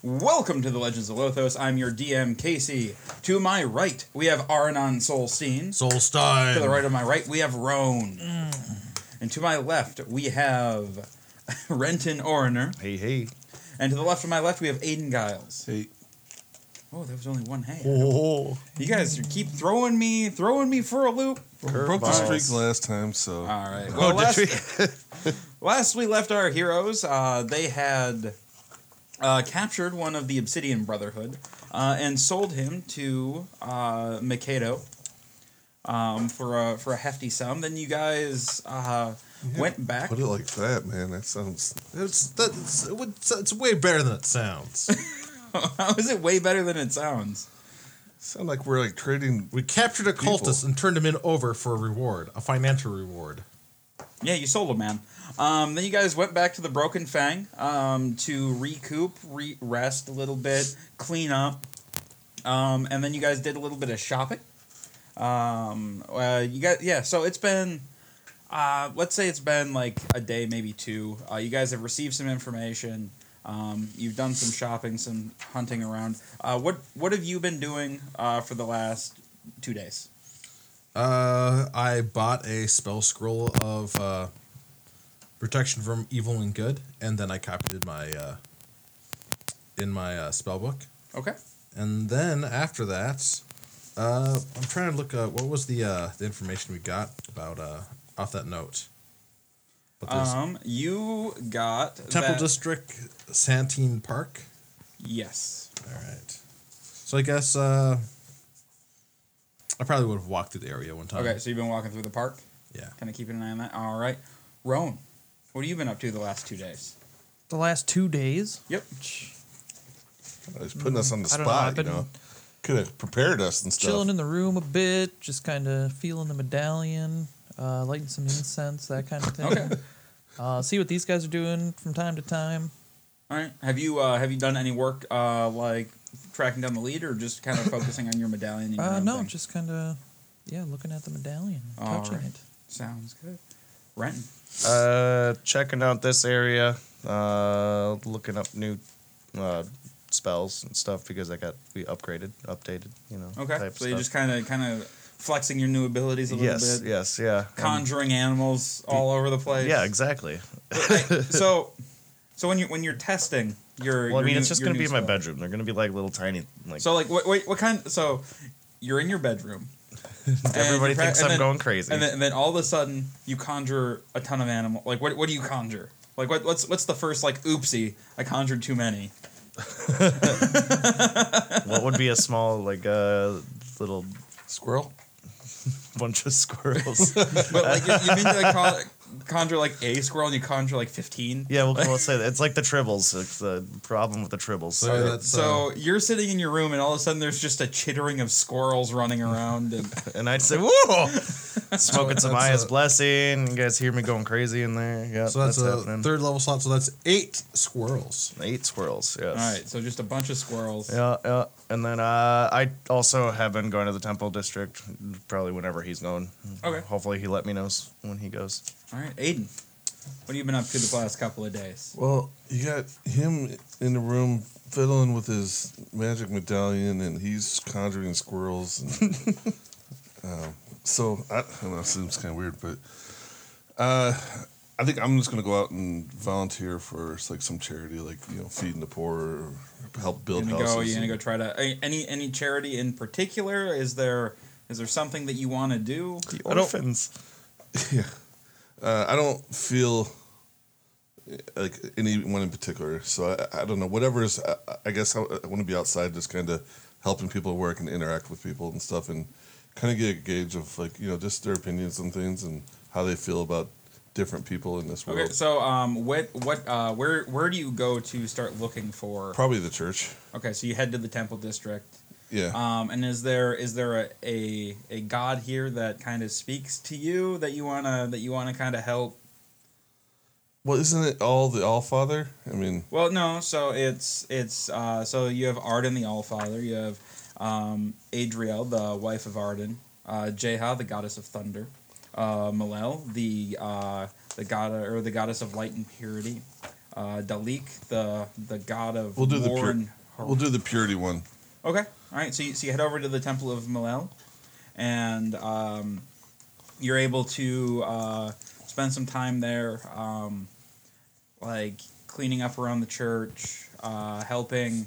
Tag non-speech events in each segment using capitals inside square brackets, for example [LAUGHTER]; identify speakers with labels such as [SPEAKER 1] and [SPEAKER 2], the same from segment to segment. [SPEAKER 1] Welcome to the Legends of Lothos. I'm your DM, Casey. To my right, we have Arnon Solstein.
[SPEAKER 2] Solstein.
[SPEAKER 1] To the right of my right, we have Roan. And to my left, we have [LAUGHS] Renton Orner.
[SPEAKER 2] Hey, hey.
[SPEAKER 1] And to the left of my left, we have Aiden Giles.
[SPEAKER 2] Hey.
[SPEAKER 1] Oh, there was only one hand.
[SPEAKER 2] Oh.
[SPEAKER 1] You guys keep throwing me, throwing me for a loop.
[SPEAKER 3] Broke the
[SPEAKER 2] Curveballs.
[SPEAKER 3] streak last time, so
[SPEAKER 1] All
[SPEAKER 2] [LAUGHS]
[SPEAKER 1] right.
[SPEAKER 2] Oh,
[SPEAKER 1] Well,
[SPEAKER 2] did
[SPEAKER 1] last,
[SPEAKER 2] we?
[SPEAKER 1] [LAUGHS] last we left our heroes, uh, they had uh, captured one of the Obsidian Brotherhood uh, and sold him to uh, Makedo um, for a for a hefty sum. Then you guys uh, went back.
[SPEAKER 3] put it like that, man. That sounds.
[SPEAKER 2] It's, that's, it would- it's way better than it sounds.
[SPEAKER 1] [LAUGHS] How is it way better than it sounds?
[SPEAKER 3] Sound like we're like trading.
[SPEAKER 2] We captured a
[SPEAKER 3] People.
[SPEAKER 2] cultist and turned him in over for a reward, a financial reward.
[SPEAKER 1] Yeah, you sold him, man. Um, then you guys went back to the Broken Fang um, to recoup, re- rest a little bit, clean up, um, and then you guys did a little bit of shopping. Um, uh, you guys, yeah. So it's been, uh, let's say it's been like a day, maybe two. Uh, you guys have received some information. Um, you've done some shopping, some hunting around. Uh, what what have you been doing uh, for the last two days?
[SPEAKER 2] Uh, I bought a spell scroll of uh, protection from evil and good, and then I copied it in my uh, in my uh, spell book.
[SPEAKER 1] Okay.
[SPEAKER 2] And then after that, uh, I'm trying to look. Uh, what was the uh, the information we got about uh, off that note? But there's
[SPEAKER 1] Um, you got
[SPEAKER 2] Temple
[SPEAKER 1] that-
[SPEAKER 2] District, Santine Park.
[SPEAKER 1] Yes.
[SPEAKER 2] All right. So I guess uh, I probably would have walked through the area one time.
[SPEAKER 4] Mm.
[SPEAKER 1] Okay, so you've been walking through the park,
[SPEAKER 2] Yeah.
[SPEAKER 1] kind of keeping an eye on that. All right, Roan, what have you been up to the last two days?
[SPEAKER 5] the last two days.
[SPEAKER 1] Yep.
[SPEAKER 3] It's putting us on the
[SPEAKER 5] I don't know,
[SPEAKER 3] spot.
[SPEAKER 5] I've been
[SPEAKER 3] you know, could have prepared us and stuff.
[SPEAKER 5] Chilling in the room a bit, just kind of feeling the medallion, uh, lighting some incense, that kind of thing.
[SPEAKER 1] Okay.
[SPEAKER 5] [LAUGHS] Uh, see what these guys are doing from time to time.
[SPEAKER 1] All right. Have you uh, have you done any work uh, like tracking down the lead, or just
[SPEAKER 4] [COUGHS]
[SPEAKER 1] kind of focusing on your medallion? And your
[SPEAKER 5] Uh,
[SPEAKER 1] own
[SPEAKER 5] no,
[SPEAKER 1] thing?
[SPEAKER 5] just kind of, yeah, looking at the medallion,
[SPEAKER 1] All
[SPEAKER 5] touching
[SPEAKER 1] right.
[SPEAKER 5] it.
[SPEAKER 1] sounds good. Renton.
[SPEAKER 4] Uh, checking out this area, uh, looking up new uh, spells and stuff because I got we upgraded, updated, you know.
[SPEAKER 1] Okay.
[SPEAKER 4] type
[SPEAKER 1] So you're
[SPEAKER 4] stuff.
[SPEAKER 1] just kind of kind of flexing your new abilities a little
[SPEAKER 4] yes,
[SPEAKER 1] bit.
[SPEAKER 4] yes, yeah. Um,
[SPEAKER 1] Conjuring animals all over the place.
[SPEAKER 4] yeah, exactly. [LAUGHS]
[SPEAKER 1] so, so when you when you're testing your,
[SPEAKER 4] Well, I
[SPEAKER 1] your
[SPEAKER 4] mean,
[SPEAKER 1] new-
[SPEAKER 4] it's just
[SPEAKER 1] your
[SPEAKER 4] gonna be
[SPEAKER 1] new
[SPEAKER 4] in my
[SPEAKER 1] spell-
[SPEAKER 4] bedroom. They're gonna be like little tiny, like
[SPEAKER 1] So like what what, what kind? So you're in your bedroom. and
[SPEAKER 4] [LAUGHS] everybody
[SPEAKER 1] you're pra-
[SPEAKER 4] thinks
[SPEAKER 1] and
[SPEAKER 4] I'm
[SPEAKER 1] then-
[SPEAKER 4] going crazy.
[SPEAKER 1] And then, and then all of a sudden you conjure a ton of animal. Like what what do you conjure? Like what what's what's the first like oopsie I conjured too
[SPEAKER 4] [LAUGHS]
[SPEAKER 1] many.
[SPEAKER 4] [LAUGHS] what would be a small, like uh, little
[SPEAKER 3] Squirrel.
[SPEAKER 4] bunch
[SPEAKER 1] [LAUGHS]
[SPEAKER 4] of squirrels?
[SPEAKER 1] But like you, you mean to like con- conjure like a squirrel and you conjure like fifteen.
[SPEAKER 4] yeah, we'll, we'll say that. it's like the tribbles. It's the problem with the tribbles.
[SPEAKER 2] So that's uh,
[SPEAKER 1] So you're sitting in your room and all of a sudden there's just a chittering of squirrels running around
[SPEAKER 4] [LAUGHS]
[SPEAKER 1] and [LAUGHS]
[SPEAKER 4] And I'd say, whoa, smoking some
[SPEAKER 2] That's
[SPEAKER 4] Aya's
[SPEAKER 2] a-
[SPEAKER 4] blessing. You guys hear me going crazy in there? Yeah,
[SPEAKER 2] so that's,
[SPEAKER 4] that's
[SPEAKER 2] a
[SPEAKER 4] happening.
[SPEAKER 2] third level slot. So that's eight squirrels.
[SPEAKER 4] Eight squirrels. Yes.
[SPEAKER 1] all right, so just a bunch of squirrels.
[SPEAKER 4] Yeah, yeah. And then uh, I also have been going to the temple district, probably whenever he's going.
[SPEAKER 1] Okay.
[SPEAKER 4] Hopefully he let me know when he goes.
[SPEAKER 1] All right, Aiden, what have you been up to the last couple of days?
[SPEAKER 3] Well, you got him in the room fiddling with his magic medallion, and he's conjuring squirrels. And,
[SPEAKER 1] [LAUGHS]
[SPEAKER 3] um, so I, I don't know. It seems kind of weird, but uh, I think I'm just gonna go out and volunteer for like some charity, like you know, feeding the poor, or help build
[SPEAKER 1] gonna
[SPEAKER 3] houses.
[SPEAKER 1] go. You gonna
[SPEAKER 3] and-
[SPEAKER 1] go try to a- any any charity in particular? Is there is there something that you want to do?
[SPEAKER 4] I don't- orphans.
[SPEAKER 3] Yeah. Uh, I don't feel uh, like anyone in particular. So I, I don't know. Whatever is, I, I guess I, I want to be outside just kind of helping people work and interact with people and stuff and kind of get a gauge of like, you know, just their opinions on things and how they feel about different people in this world.
[SPEAKER 1] Okay, so um, what what uh, where where do you go to start looking for?
[SPEAKER 3] Probably the church.
[SPEAKER 1] Okay, so you head to the temple district.
[SPEAKER 3] Yeah.
[SPEAKER 1] Um, and is there is there a, a a god here that kind of speaks to you that you wanna that you wanna kind of help?
[SPEAKER 3] well, isn't it all the All Father? I mean,
[SPEAKER 1] Well, no. So it's it's uh, so you have Arden the Allfather. You have um, Adriel, the wife of Arden. Uh, Jeha, the goddess of thunder. Uh, Malel, the uh, the god or the goddess of light and purity. uh, Dalik, the the god of
[SPEAKER 3] We'll do the
[SPEAKER 1] war
[SPEAKER 3] pure-
[SPEAKER 1] and har-
[SPEAKER 3] We'll do the purity one.
[SPEAKER 1] Okay. All right. So you, so you head over to the Temple of Malel, and um, you're able to uh, spend some time there, um, like cleaning up around the church, uh, helping.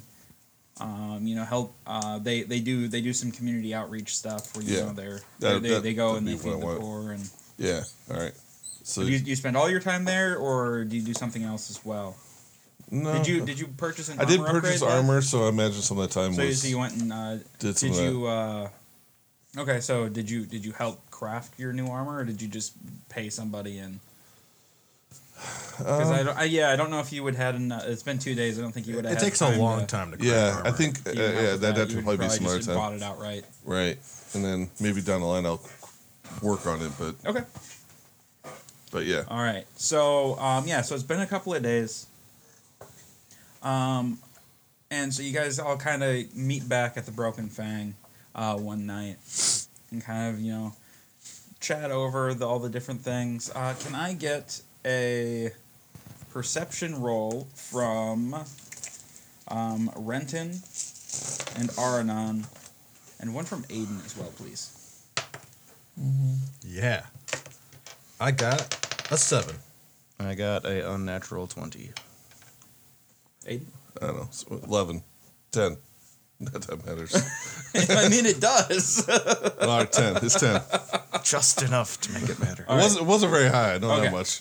[SPEAKER 1] Um, you know, help. Uh, they they do they do some community outreach stuff where you
[SPEAKER 3] Yeah.
[SPEAKER 1] know they're,
[SPEAKER 3] That-
[SPEAKER 1] they,
[SPEAKER 3] that-
[SPEAKER 1] they go
[SPEAKER 3] that'd
[SPEAKER 1] and they
[SPEAKER 3] be what I
[SPEAKER 1] feed the
[SPEAKER 3] want.
[SPEAKER 1] poor and.
[SPEAKER 3] Yeah. All right. So
[SPEAKER 1] Do you, do you spend all your time there, or do you do something else as well?
[SPEAKER 3] no,
[SPEAKER 1] Did you did you purchase an
[SPEAKER 3] Uh, I did
[SPEAKER 1] armor upgrade
[SPEAKER 3] purchase
[SPEAKER 1] though?
[SPEAKER 3] armor, so I imagine some of that time
[SPEAKER 1] So, you-
[SPEAKER 3] was.
[SPEAKER 1] so you went and uh,
[SPEAKER 3] did
[SPEAKER 1] did
[SPEAKER 3] some of that.
[SPEAKER 1] you uh okay so did you did you help craft your new armor or did you just pay somebody in because I
[SPEAKER 3] Um,
[SPEAKER 1] don't I, yeah i don't know if you would had enough it's been two days i don't think you would have
[SPEAKER 2] It takes a long time to. craft
[SPEAKER 3] yeah, I
[SPEAKER 2] armor.
[SPEAKER 3] think uh,
[SPEAKER 1] to even help
[SPEAKER 3] yeah
[SPEAKER 1] with
[SPEAKER 3] that that
[SPEAKER 1] You
[SPEAKER 3] would probably be
[SPEAKER 1] just
[SPEAKER 3] some other
[SPEAKER 1] have
[SPEAKER 3] time,
[SPEAKER 1] bought it outright
[SPEAKER 3] right? And then maybe down the line I'll work on it, but
[SPEAKER 1] okay
[SPEAKER 3] but yeah,
[SPEAKER 1] all right so um yeah so it's been a couple of days um and so you guys all kind of meet back at the broken fang uh one night and kind of you know chat over the, all the different things. Uh, can I get a perception roll from um, Renton and Aranon, and one from Aiden as well, please?
[SPEAKER 2] Yeah. I got a seven.
[SPEAKER 4] I got a unnatural twenty.
[SPEAKER 1] Aiden, [LAUGHS]
[SPEAKER 3] I don't know, so 11, 10. [LAUGHS] Not
[SPEAKER 1] [LAUGHS]
[SPEAKER 3] that matters.
[SPEAKER 1] I mean it does.
[SPEAKER 3] All right, ten. It's ten. It
[SPEAKER 4] Just enough to make it matter.
[SPEAKER 1] All right.
[SPEAKER 3] wasn't. It wasn't very high. I know
[SPEAKER 1] Okay.
[SPEAKER 3] that much.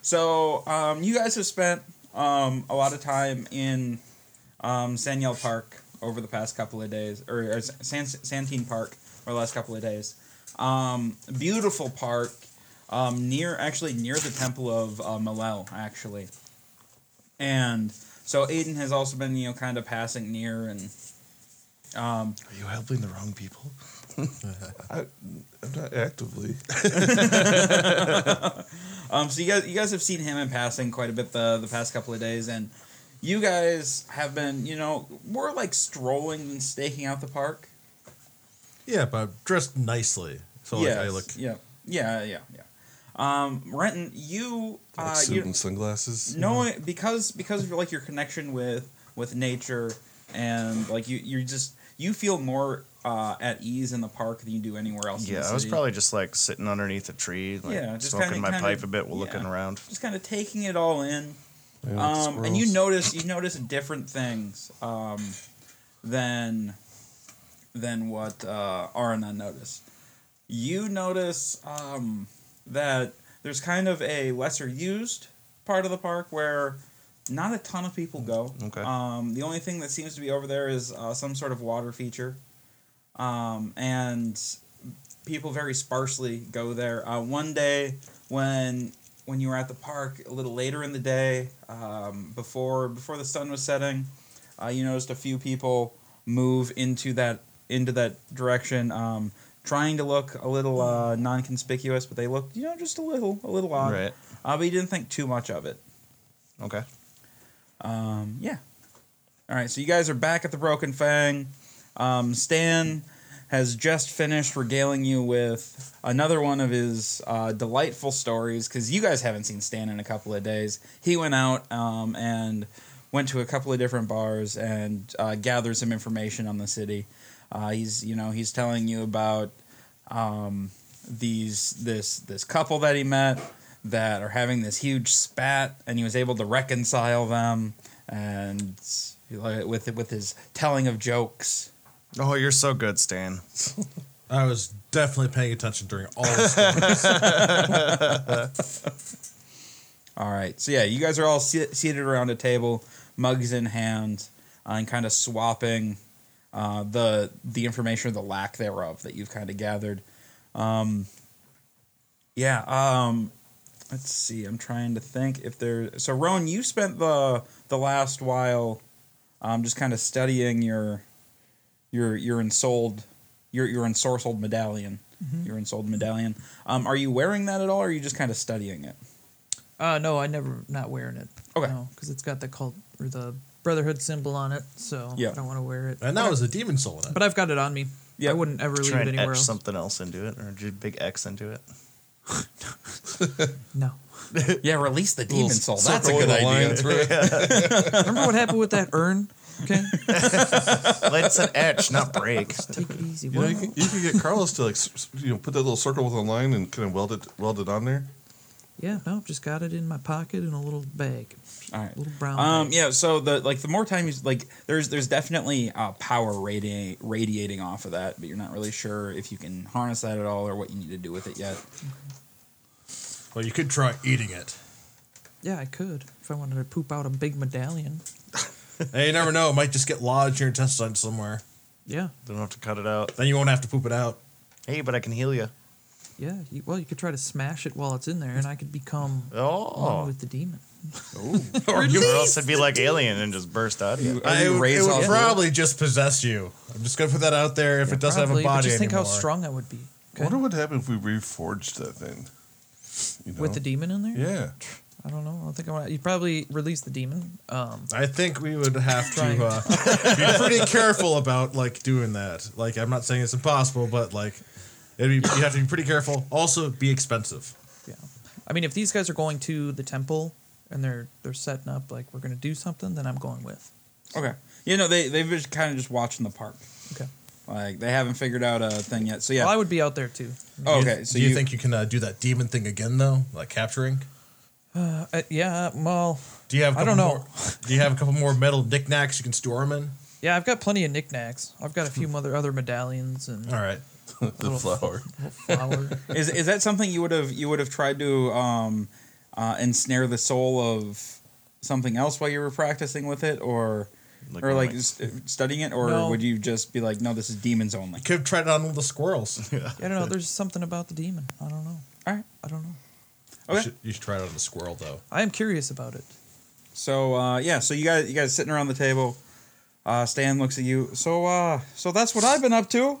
[SPEAKER 1] so um, you guys have spent um, a lot of time in um, Saniel Park over the past couple of days, or, or San- Santine Park over the last couple of days. Um, beautiful park, um, near actually near the temple of uh, Malel, actually. And so Aiden has also been, you know, kind of passing near and. Um,
[SPEAKER 4] Are you helping the wrong people?
[SPEAKER 3] I'm not actively.
[SPEAKER 1] Um, so you guys, you guys have seen him in passing quite a bit the the past couple of days, and you guys have been, you know, more like strolling than staking out the park.
[SPEAKER 2] Yeah, but I'm dressed nicely. So like I
[SPEAKER 1] Yes,
[SPEAKER 2] look
[SPEAKER 1] Yeah, yeah, yeah, yeah. Um, Renton, you,
[SPEAKER 3] Like
[SPEAKER 1] uh,
[SPEAKER 3] suit
[SPEAKER 1] you
[SPEAKER 3] and sunglasses.
[SPEAKER 1] knowing because because of like your connection with with nature and like you you just you feel more uh, at ease in the park than you do anywhere else. in
[SPEAKER 4] Yeah,
[SPEAKER 1] the [LAUGHS]
[SPEAKER 4] I was
[SPEAKER 1] city.
[SPEAKER 4] probably just like sitting underneath a tree, like
[SPEAKER 1] Yeah, just
[SPEAKER 4] smoking
[SPEAKER 1] kinda-
[SPEAKER 4] my
[SPEAKER 1] kinda-
[SPEAKER 4] pipe a bit while looking
[SPEAKER 1] yeah.
[SPEAKER 4] around.
[SPEAKER 1] just kind of taking it all in.
[SPEAKER 3] Yeah, like
[SPEAKER 1] um, and you
[SPEAKER 3] squirrels.
[SPEAKER 1] notice you notice different things um, than than what uh, Arana noticed. You notice um, that there's kind of a lesser used part of the park where not a ton of people go.
[SPEAKER 4] Okay.
[SPEAKER 1] Um, the only thing that seems to be over there is uh, some sort of water feature, um, and people very sparsely go there. Uh, one day when when you were at the park a little later in the day, um, before before the sun was setting, uh, you noticed a few people move into that into that direction, um, trying to look a little uh, non conspicuous, but they looked you know just a little a little odd.
[SPEAKER 4] Right.
[SPEAKER 1] Uh, but you didn't think too much of it.
[SPEAKER 4] Okay.
[SPEAKER 1] Um, yeah. All right, so you guys are back at the Broken Fang. Um, Stan has just finished regaling you with another one of his uh, delightful stories because you guys haven't seen Stan in a couple of days. He went out um, and went to a couple of different bars and uh, gathered some information on the city. Uh, he's you know he's telling you about um, these this this couple that he met that are having this huge spat, and he was able to reconcile them and like, with with his telling of jokes.
[SPEAKER 4] Oh, you're so good, Stan.
[SPEAKER 2] I was definitely paying attention during all this.
[SPEAKER 1] [LAUGHS]
[SPEAKER 2] time.
[SPEAKER 1] All right, so yeah, you guys are all se- seated around a table, mugs in hand, uh, and kind of swapping uh, the the information or the lack thereof that you've kind of gathered. Um, yeah, um, let's see. I'm trying to think if there. So, Roan, you spent the the last while um, just kind of studying your your your ensouled your your ensorcelled medallion, your ensouled medallion. Um, are you wearing that at all, or are you just kind of studying it?
[SPEAKER 5] Uh, no, I never not wearing it.
[SPEAKER 1] Okay.
[SPEAKER 5] because it's got the cult or the brotherhood symbol on it, so
[SPEAKER 1] Yeah.
[SPEAKER 5] I don't want to wear it.
[SPEAKER 2] and that was a demon soul in it.
[SPEAKER 5] But I've got it on me.
[SPEAKER 1] Yeah.
[SPEAKER 5] I wouldn't ever leave
[SPEAKER 4] Try
[SPEAKER 5] it
[SPEAKER 4] and etch
[SPEAKER 5] anywhere else.
[SPEAKER 4] something else into it, or do a big X into it.
[SPEAKER 5] No.
[SPEAKER 1] Yeah, release the demon soul. That's a
[SPEAKER 2] Circle
[SPEAKER 1] good
[SPEAKER 2] with line
[SPEAKER 1] idea. [LAUGHS]
[SPEAKER 2] through it.
[SPEAKER 5] Remember what happened with that urn? Okay,
[SPEAKER 1] [LAUGHS]
[SPEAKER 4] Let's an etch, not break.
[SPEAKER 5] take it easy.
[SPEAKER 3] You, know,
[SPEAKER 5] Will.
[SPEAKER 3] you, can, you can get Carlos to like s- s- you know put that little circle with a line and kind of weld it weld it on there.
[SPEAKER 5] Yeah, no, just got it in my pocket in a little bag,
[SPEAKER 1] All right.
[SPEAKER 5] little brown.
[SPEAKER 1] Um,
[SPEAKER 5] bag.
[SPEAKER 1] yeah. So the like the more time you like, there's there's definitely uh, power radiating radiating off of that, but you're not really sure if you can harness that at all or what you need to do with it yet.
[SPEAKER 2] Well, you could try eating it.
[SPEAKER 5] Yeah, I could if I wanted to poop out a big medallion.
[SPEAKER 2] Hey, you never know. It might just get lodged in your intestines somewhere.
[SPEAKER 5] Yeah,
[SPEAKER 4] Don't have to cut it out.
[SPEAKER 2] Then you won't have to poop it out.
[SPEAKER 4] Hey, but I can heal you.
[SPEAKER 5] yeah. You, well, you could try to smash it while it's in there, and I could become one
[SPEAKER 4] Oh.
[SPEAKER 5] with the demon.
[SPEAKER 4] Or you- or else it'd be like alien and just burst out of you.
[SPEAKER 1] I
[SPEAKER 2] it would,
[SPEAKER 1] raise
[SPEAKER 2] it would
[SPEAKER 1] off-
[SPEAKER 2] probably just possess you. I'm just gonna put that out there. If
[SPEAKER 5] Yeah,
[SPEAKER 2] it doesn't
[SPEAKER 5] probably,
[SPEAKER 2] have a
[SPEAKER 5] but
[SPEAKER 2] body
[SPEAKER 5] just think
[SPEAKER 2] anymore,
[SPEAKER 5] how strong I would be.
[SPEAKER 3] I
[SPEAKER 5] Okay?
[SPEAKER 3] wonder what happened if we reforged that thing. You know?
[SPEAKER 5] with the demon in
[SPEAKER 1] [LAUGHS]
[SPEAKER 5] there.
[SPEAKER 3] yeah,
[SPEAKER 5] I don't know. I don't think I want. You'd probably release the demon. Um,
[SPEAKER 2] I think we would have
[SPEAKER 5] Trying.
[SPEAKER 2] to uh,
[SPEAKER 5] [LAUGHS]
[SPEAKER 2] be pretty careful about like doing that. Like, I'm not saying it's impossible, but like, it'd be, you have to be pretty careful. Also, be expensive.
[SPEAKER 5] yeah. I mean, if these guys are going to the temple and they're they're setting up like we're gonna do something, then I'm going with.
[SPEAKER 1] Okay. You know they they've just kind of just watching the park.
[SPEAKER 5] Okay.
[SPEAKER 1] Like they haven't figured out a thing yet. So yeah.
[SPEAKER 5] Well, I would be out there too.
[SPEAKER 1] Oh,
[SPEAKER 2] You-
[SPEAKER 1] okay. So
[SPEAKER 2] do you,
[SPEAKER 1] you-
[SPEAKER 2] think you can uh, do that demon thing again though? Like capturing?
[SPEAKER 5] Uh, uh, yeah. Well,
[SPEAKER 2] Do you have?
[SPEAKER 5] I
[SPEAKER 2] couple
[SPEAKER 5] don't know.
[SPEAKER 2] More, do you have a couple more metal knickknacks you can store them in?
[SPEAKER 5] yeah. I've got plenty of knickknacks. I've got a few other other medallions and
[SPEAKER 2] All right.
[SPEAKER 3] the flower.
[SPEAKER 5] little flower.
[SPEAKER 1] is is that something you would have you would have tried to um, uh, ensnare the soul of something else while you were practicing with it, or
[SPEAKER 4] Like
[SPEAKER 1] or like
[SPEAKER 4] mimic.
[SPEAKER 1] s- studying it, or
[SPEAKER 5] No.
[SPEAKER 1] would you just be like, no, this is demons only?
[SPEAKER 2] Could have tried it on with the
[SPEAKER 5] [LAUGHS]
[SPEAKER 2] squirrels.
[SPEAKER 5] I don't know. There's something about the demon. I don't know.
[SPEAKER 1] All right.
[SPEAKER 5] I don't know.
[SPEAKER 2] You,
[SPEAKER 1] Okay.
[SPEAKER 2] should, you should try it on the squirrel though.
[SPEAKER 5] I am curious about it.
[SPEAKER 1] So uh, yeah, so you guys you guys sitting around the table. Uh, Stan looks at you. So uh, so that's what I've been up to.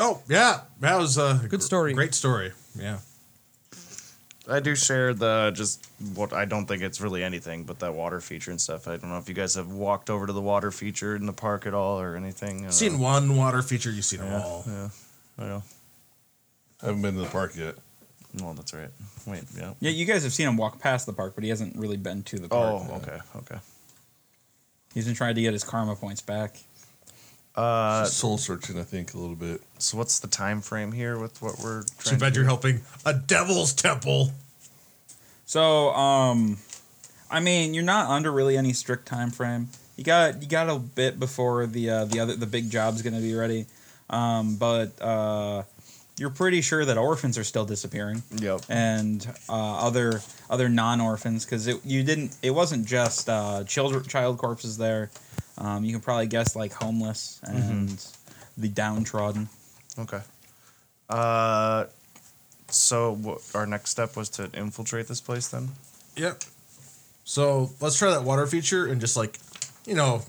[SPEAKER 2] Oh yeah, that was a
[SPEAKER 5] Good story.
[SPEAKER 2] Great story. Yeah.
[SPEAKER 4] Uh, I do share the just what I don't think it's really anything, but that water feature and stuff. I don't know if you guys have walked over to the water feature in the park at all or anything. I
[SPEAKER 2] Seen
[SPEAKER 4] one.
[SPEAKER 2] one water feature, you've seen them
[SPEAKER 4] Yeah, Uh,
[SPEAKER 2] all.
[SPEAKER 4] yeah. I know.
[SPEAKER 3] I haven't been to the park yet.
[SPEAKER 4] Well, that's right. Wait, yeah.
[SPEAKER 1] Yeah, you guys have seen him walk past the park, but he hasn't really been to the park.
[SPEAKER 4] Oh, okay, okay.
[SPEAKER 1] He's been trying to get his karma points back.
[SPEAKER 4] Uh,
[SPEAKER 3] Soul searching, I think, a little bit.
[SPEAKER 4] so what's the time frame here with what we're
[SPEAKER 2] Too
[SPEAKER 4] trying?
[SPEAKER 2] bad
[SPEAKER 4] to
[SPEAKER 2] you're helping a devil's temple.
[SPEAKER 1] So, um, I mean, you're not under really any strict time frame. You got you got a bit before the uh, the other the big job's gonna be ready, um, but uh, you're pretty sure that orphans are still disappearing
[SPEAKER 4] do? Yep.
[SPEAKER 1] and uh, other other non orphans because it you didn't it wasn't just uh, children child corpses there. Um, you can probably guess like homeless
[SPEAKER 2] Mm-hmm.
[SPEAKER 1] and the downtrodden.
[SPEAKER 4] Okay. Uh, so what, our next step was to infiltrate this place then.
[SPEAKER 2] Yep. So let's try that water feature and just like, you know,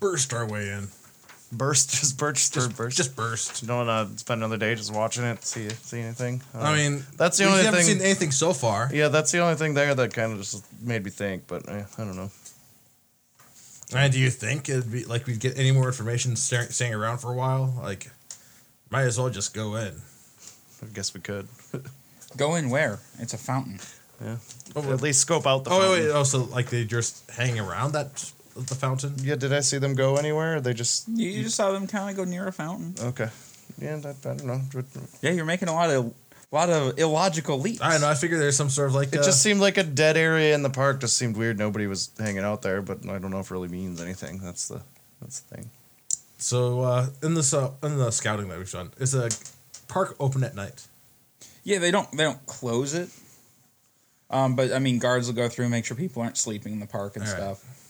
[SPEAKER 2] burst our way in.
[SPEAKER 4] Burst, just burst,
[SPEAKER 2] Just
[SPEAKER 4] just burst.
[SPEAKER 2] Just burst.
[SPEAKER 4] you don't want to spend another day just watching it, see see anything. Uh,
[SPEAKER 2] I mean,
[SPEAKER 4] that's the
[SPEAKER 2] we
[SPEAKER 4] only
[SPEAKER 2] haven't
[SPEAKER 4] thing-
[SPEAKER 2] seen anything so far.
[SPEAKER 4] yeah, that's the only thing there that kind of just made me think. But eh, I don't know.
[SPEAKER 2] And do you think it'd be like we'd get any more information staring, staying around for a while? Like, might as well just go in.
[SPEAKER 4] I guess we could.
[SPEAKER 1] Go in where? It's a fountain.
[SPEAKER 4] Yeah.
[SPEAKER 2] Oh,
[SPEAKER 4] At least scope out the.
[SPEAKER 2] oh wait,
[SPEAKER 4] fountain.
[SPEAKER 2] wait. Also, like they just hang around that the fountain.
[SPEAKER 4] Yeah, did I see them go anywhere? Or they just
[SPEAKER 1] You, you just saw them kind of go near a fountain.
[SPEAKER 4] okay. Yeah, that, I don't know.
[SPEAKER 1] Yeah, you're making a lot of lot of illogical leaps.
[SPEAKER 2] I don't know. I figure there's some sort of like
[SPEAKER 4] It
[SPEAKER 2] uh,
[SPEAKER 4] just seemed like a dead area in the park. Just seemed weird. Nobody was hanging out there, but I don't know if it really means anything. That's the that's the thing.
[SPEAKER 2] So uh, in this uh, in the scouting that we've done, is a park open at night?
[SPEAKER 1] Yeah, they don't they don't close it. Um, but I mean, guards will go through and make sure people aren't sleeping in the park and
[SPEAKER 2] All right.
[SPEAKER 1] stuff. [LAUGHS]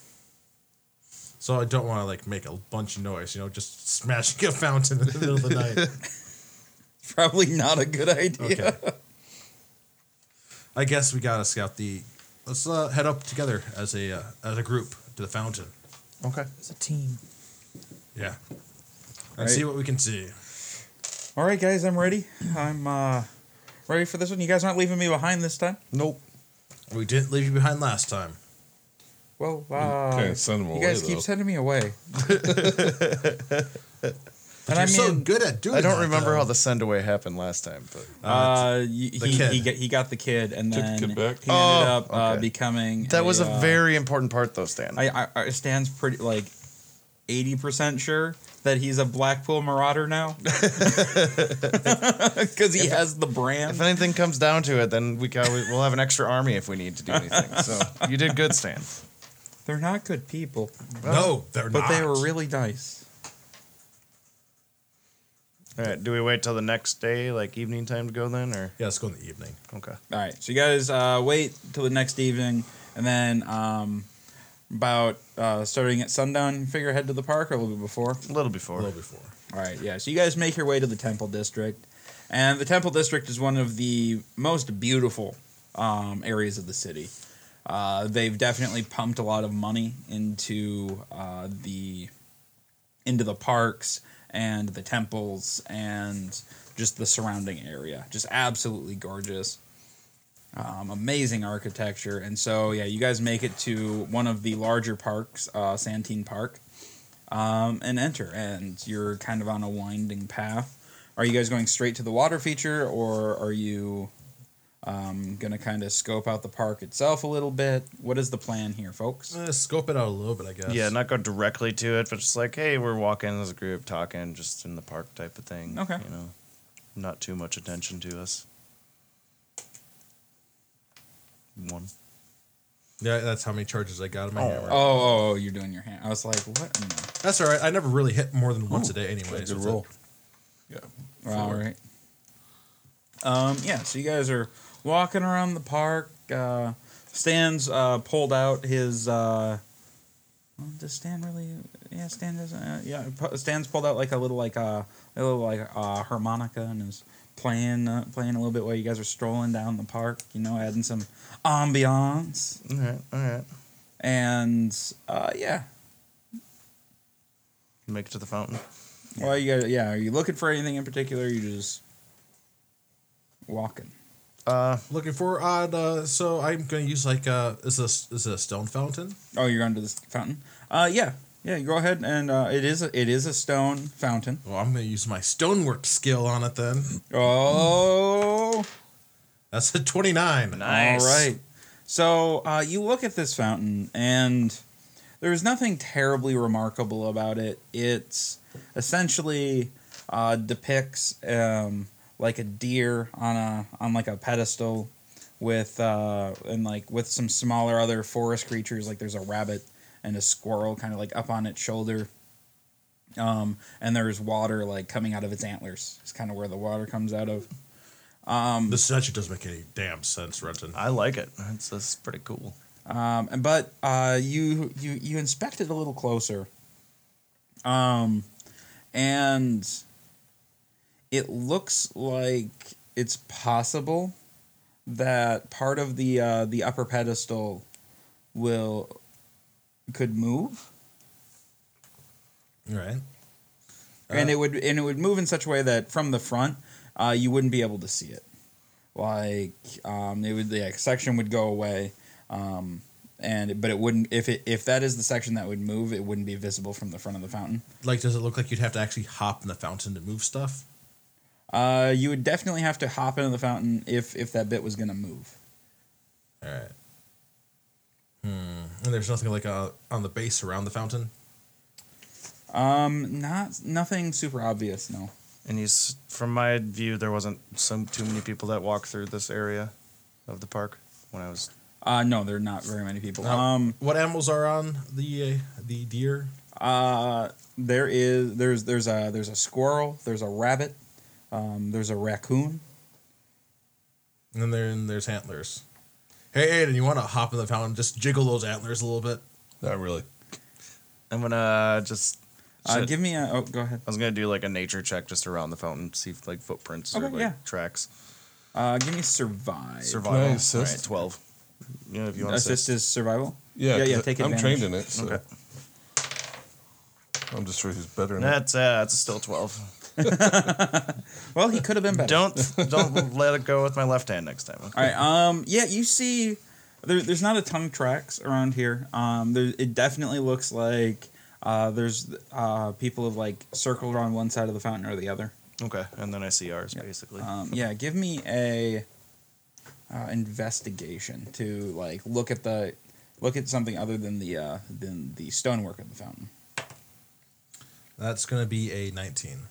[SPEAKER 2] So I don't want to like make a bunch of noise, you know, just smashing a fountain in the middle of the night.
[SPEAKER 1] Probably not a good idea.
[SPEAKER 2] Okay. I guess we gotta scout the. Let's uh, head up together as a uh, as a group to the fountain.
[SPEAKER 4] Okay.
[SPEAKER 5] It's a team.
[SPEAKER 2] Yeah. And see what we can see.
[SPEAKER 1] All right, guys, I'm ready. I'm uh, ready for this one. You guys aren't leaving me behind this time.
[SPEAKER 4] Nope.
[SPEAKER 2] We didn't leave you behind last time.
[SPEAKER 1] Well, uh,
[SPEAKER 3] Kinda send 'em
[SPEAKER 1] you
[SPEAKER 3] away,
[SPEAKER 1] guys keep
[SPEAKER 3] though.
[SPEAKER 1] sending me away. And
[SPEAKER 2] you're
[SPEAKER 1] I
[SPEAKER 2] so
[SPEAKER 1] mean,
[SPEAKER 2] good at doing.
[SPEAKER 4] I don't
[SPEAKER 2] that,
[SPEAKER 4] remember
[SPEAKER 2] though.
[SPEAKER 4] how the send away happened last time, but
[SPEAKER 1] uh, he,
[SPEAKER 2] the
[SPEAKER 1] he,
[SPEAKER 2] kid.
[SPEAKER 1] he, got, he got the kid, and
[SPEAKER 3] Took the
[SPEAKER 1] then
[SPEAKER 3] kid back.
[SPEAKER 1] he ended
[SPEAKER 4] Oh,
[SPEAKER 1] up uh,
[SPEAKER 4] okay.
[SPEAKER 1] becoming.
[SPEAKER 4] that was a
[SPEAKER 1] uh,
[SPEAKER 4] very important part, though, Stan.
[SPEAKER 1] I, I, I stands pretty like eighty percent sure that he's a Blackpool Marauder now, [LAUGHS] because he has the brand.
[SPEAKER 4] if anything comes down to it, then we can, we'll have an extra army if we need to do anything. So you did good, Stan.
[SPEAKER 1] They're not good people,
[SPEAKER 2] No, they're
[SPEAKER 1] but
[SPEAKER 2] not.
[SPEAKER 1] they were really nice.
[SPEAKER 4] All right. Do we wait till the next day, like evening time, to go then, or
[SPEAKER 2] Yeah, let's go in the evening.
[SPEAKER 4] okay?
[SPEAKER 1] All right, so you guys uh, wait till the next evening, and then um, about uh, starting at sundown, you figure head to the park or a little bit before.
[SPEAKER 4] A little before.
[SPEAKER 2] A little before.
[SPEAKER 1] All right, yeah. So you guys make your way to the Temple District, and the Temple District is one of the most beautiful um, areas of the city. Uh, they've definitely pumped a lot of money into uh, the into the parks and the temples and just the surrounding area. Just absolutely gorgeous. Um, amazing architecture, and so yeah, you guys make it to one of the larger parks, uh, Santine Park, um, and enter. And you're kind of on a winding path. Are you guys going straight to the water feature, or are you um, gonna kind of scope out the park itself a little bit? What is the plan here, folks?
[SPEAKER 2] Eh, scope it out a little bit, I guess.
[SPEAKER 4] Yeah, not go directly to it, but just like, hey, we're walking as a group, talking, just in the park type of thing.
[SPEAKER 1] Okay.
[SPEAKER 4] You know, not too much attention to us. One.
[SPEAKER 2] Yeah, that's how many charges I got in my
[SPEAKER 4] Oh.
[SPEAKER 2] hammer.
[SPEAKER 1] Oh, oh, oh you're doing your hand. I was like, what? in the-
[SPEAKER 2] That's all right. I never really hit more than once a day, anyway.
[SPEAKER 3] Good roll. Yeah.
[SPEAKER 1] All right. Um, yeah, so you guys are walking around the park. Uh, Stan's uh, pulled out his. Uh, well, does Stan really? Yeah, Stan doesn't. Uh, yeah, pu- Stan's pulled out like a little like uh, a little like uh, harmonica and is playing uh, playing a little bit while you guys are strolling down the park. You know, adding some ambiance
[SPEAKER 4] All right. All right.
[SPEAKER 1] and uh, yeah.
[SPEAKER 4] Make it to the fountain.
[SPEAKER 1] Well, you guys, yeah. Are you looking for anything in particular? Or you just walking.
[SPEAKER 4] Uh,
[SPEAKER 2] Looking for odd. Uh, so I'm gonna use like uh, is this is it a stone fountain?
[SPEAKER 1] Oh, you're under this fountain. Uh, yeah, yeah. Go ahead and uh, it is a, it is a stone fountain.
[SPEAKER 2] Well, I'm gonna use my stonework skill on it then.
[SPEAKER 1] Oh,
[SPEAKER 2] That's a twenty nine.
[SPEAKER 4] nice.
[SPEAKER 1] All right. So uh, you look at this fountain, and there's nothing terribly remarkable about it. It's essentially uh, depicts um, like a deer on a on like a pedestal with uh, and like with some smaller other forest creatures. Like there's a rabbit and a squirrel kind of like up on its shoulder. Um, and there's water like coming out of its antlers. It's kind of where the water comes out of.
[SPEAKER 2] Um, This actually doesn't make any damn sense, Renton.
[SPEAKER 4] I like it. That's, that's pretty cool.
[SPEAKER 1] Um, and- but uh, you you you inspect it a little closer, um, and it looks like it's possible that part of the uh, the upper pedestal will could move,
[SPEAKER 2] All right.
[SPEAKER 1] and it would and it would move in such a way that from the front uh, you wouldn't be able to see it. Like um, it would the section would go away, um, and but it wouldn't if it if that is the section that would move, it wouldn't be visible from the front of the fountain.
[SPEAKER 2] Like, does it look like you'd have to actually hop in the fountain to move stuff?
[SPEAKER 1] Uh, you would definitely have to hop into the fountain if if that bit was gonna move.
[SPEAKER 2] All right. Hmm. And there's nothing like uh, on the base around the fountain.
[SPEAKER 1] Um, not nothing super obvious. No.
[SPEAKER 4] And he's, from my view, there wasn't some too many people that walked through this area of the park when I was.
[SPEAKER 1] Uh, no, there are not very many people.
[SPEAKER 2] No.
[SPEAKER 1] Um,
[SPEAKER 2] What animals are on the uh, the deer?
[SPEAKER 1] Uh, there is there's there's a there's a squirrel, there's a rabbit, um, there's a raccoon.
[SPEAKER 2] And then there- and there's antlers. Hey, Aiden, you want to hop in the fountain? Just jiggle those antlers a little bit.
[SPEAKER 3] Not really.
[SPEAKER 4] I'm gonna just.
[SPEAKER 1] Uh,
[SPEAKER 4] Shit.
[SPEAKER 1] give me a oh, go ahead.
[SPEAKER 4] I was gonna do like a nature check just around the fountain, see if like footprints or
[SPEAKER 1] Okay,
[SPEAKER 4] like
[SPEAKER 1] yeah.
[SPEAKER 4] tracks.
[SPEAKER 1] Uh, give me survive.
[SPEAKER 4] Survival.
[SPEAKER 3] Can I assist?
[SPEAKER 4] Alright, twelve. Yeah, if you want to
[SPEAKER 1] Assist
[SPEAKER 4] assist.
[SPEAKER 1] is survival.
[SPEAKER 3] Yeah,
[SPEAKER 1] yeah, yeah.
[SPEAKER 3] 'cause
[SPEAKER 1] Take
[SPEAKER 3] I'm
[SPEAKER 1] advantage.
[SPEAKER 3] trained in it, so
[SPEAKER 4] Okay.
[SPEAKER 3] I'm just sure he's better. Than
[SPEAKER 4] That's uh, that's
[SPEAKER 3] [LAUGHS]
[SPEAKER 4] still twelve.
[SPEAKER 1] Well, he could have been better.
[SPEAKER 4] Don't don't let it go with my left hand next time. Okay.
[SPEAKER 1] All right. Um. Yeah. You see, there, there's not a ton of tracks around here. Um. There, it definitely looks like Uh, there's uh, people have like circled on one side of the fountain or the other.
[SPEAKER 4] Okay, and then I see ours basically.
[SPEAKER 3] Uh-huh.
[SPEAKER 1] Um, yeah, give me a uh, investigation to like look at the look at something other than the uh, than the stonework of the fountain.
[SPEAKER 2] That's gonna be a nineteen.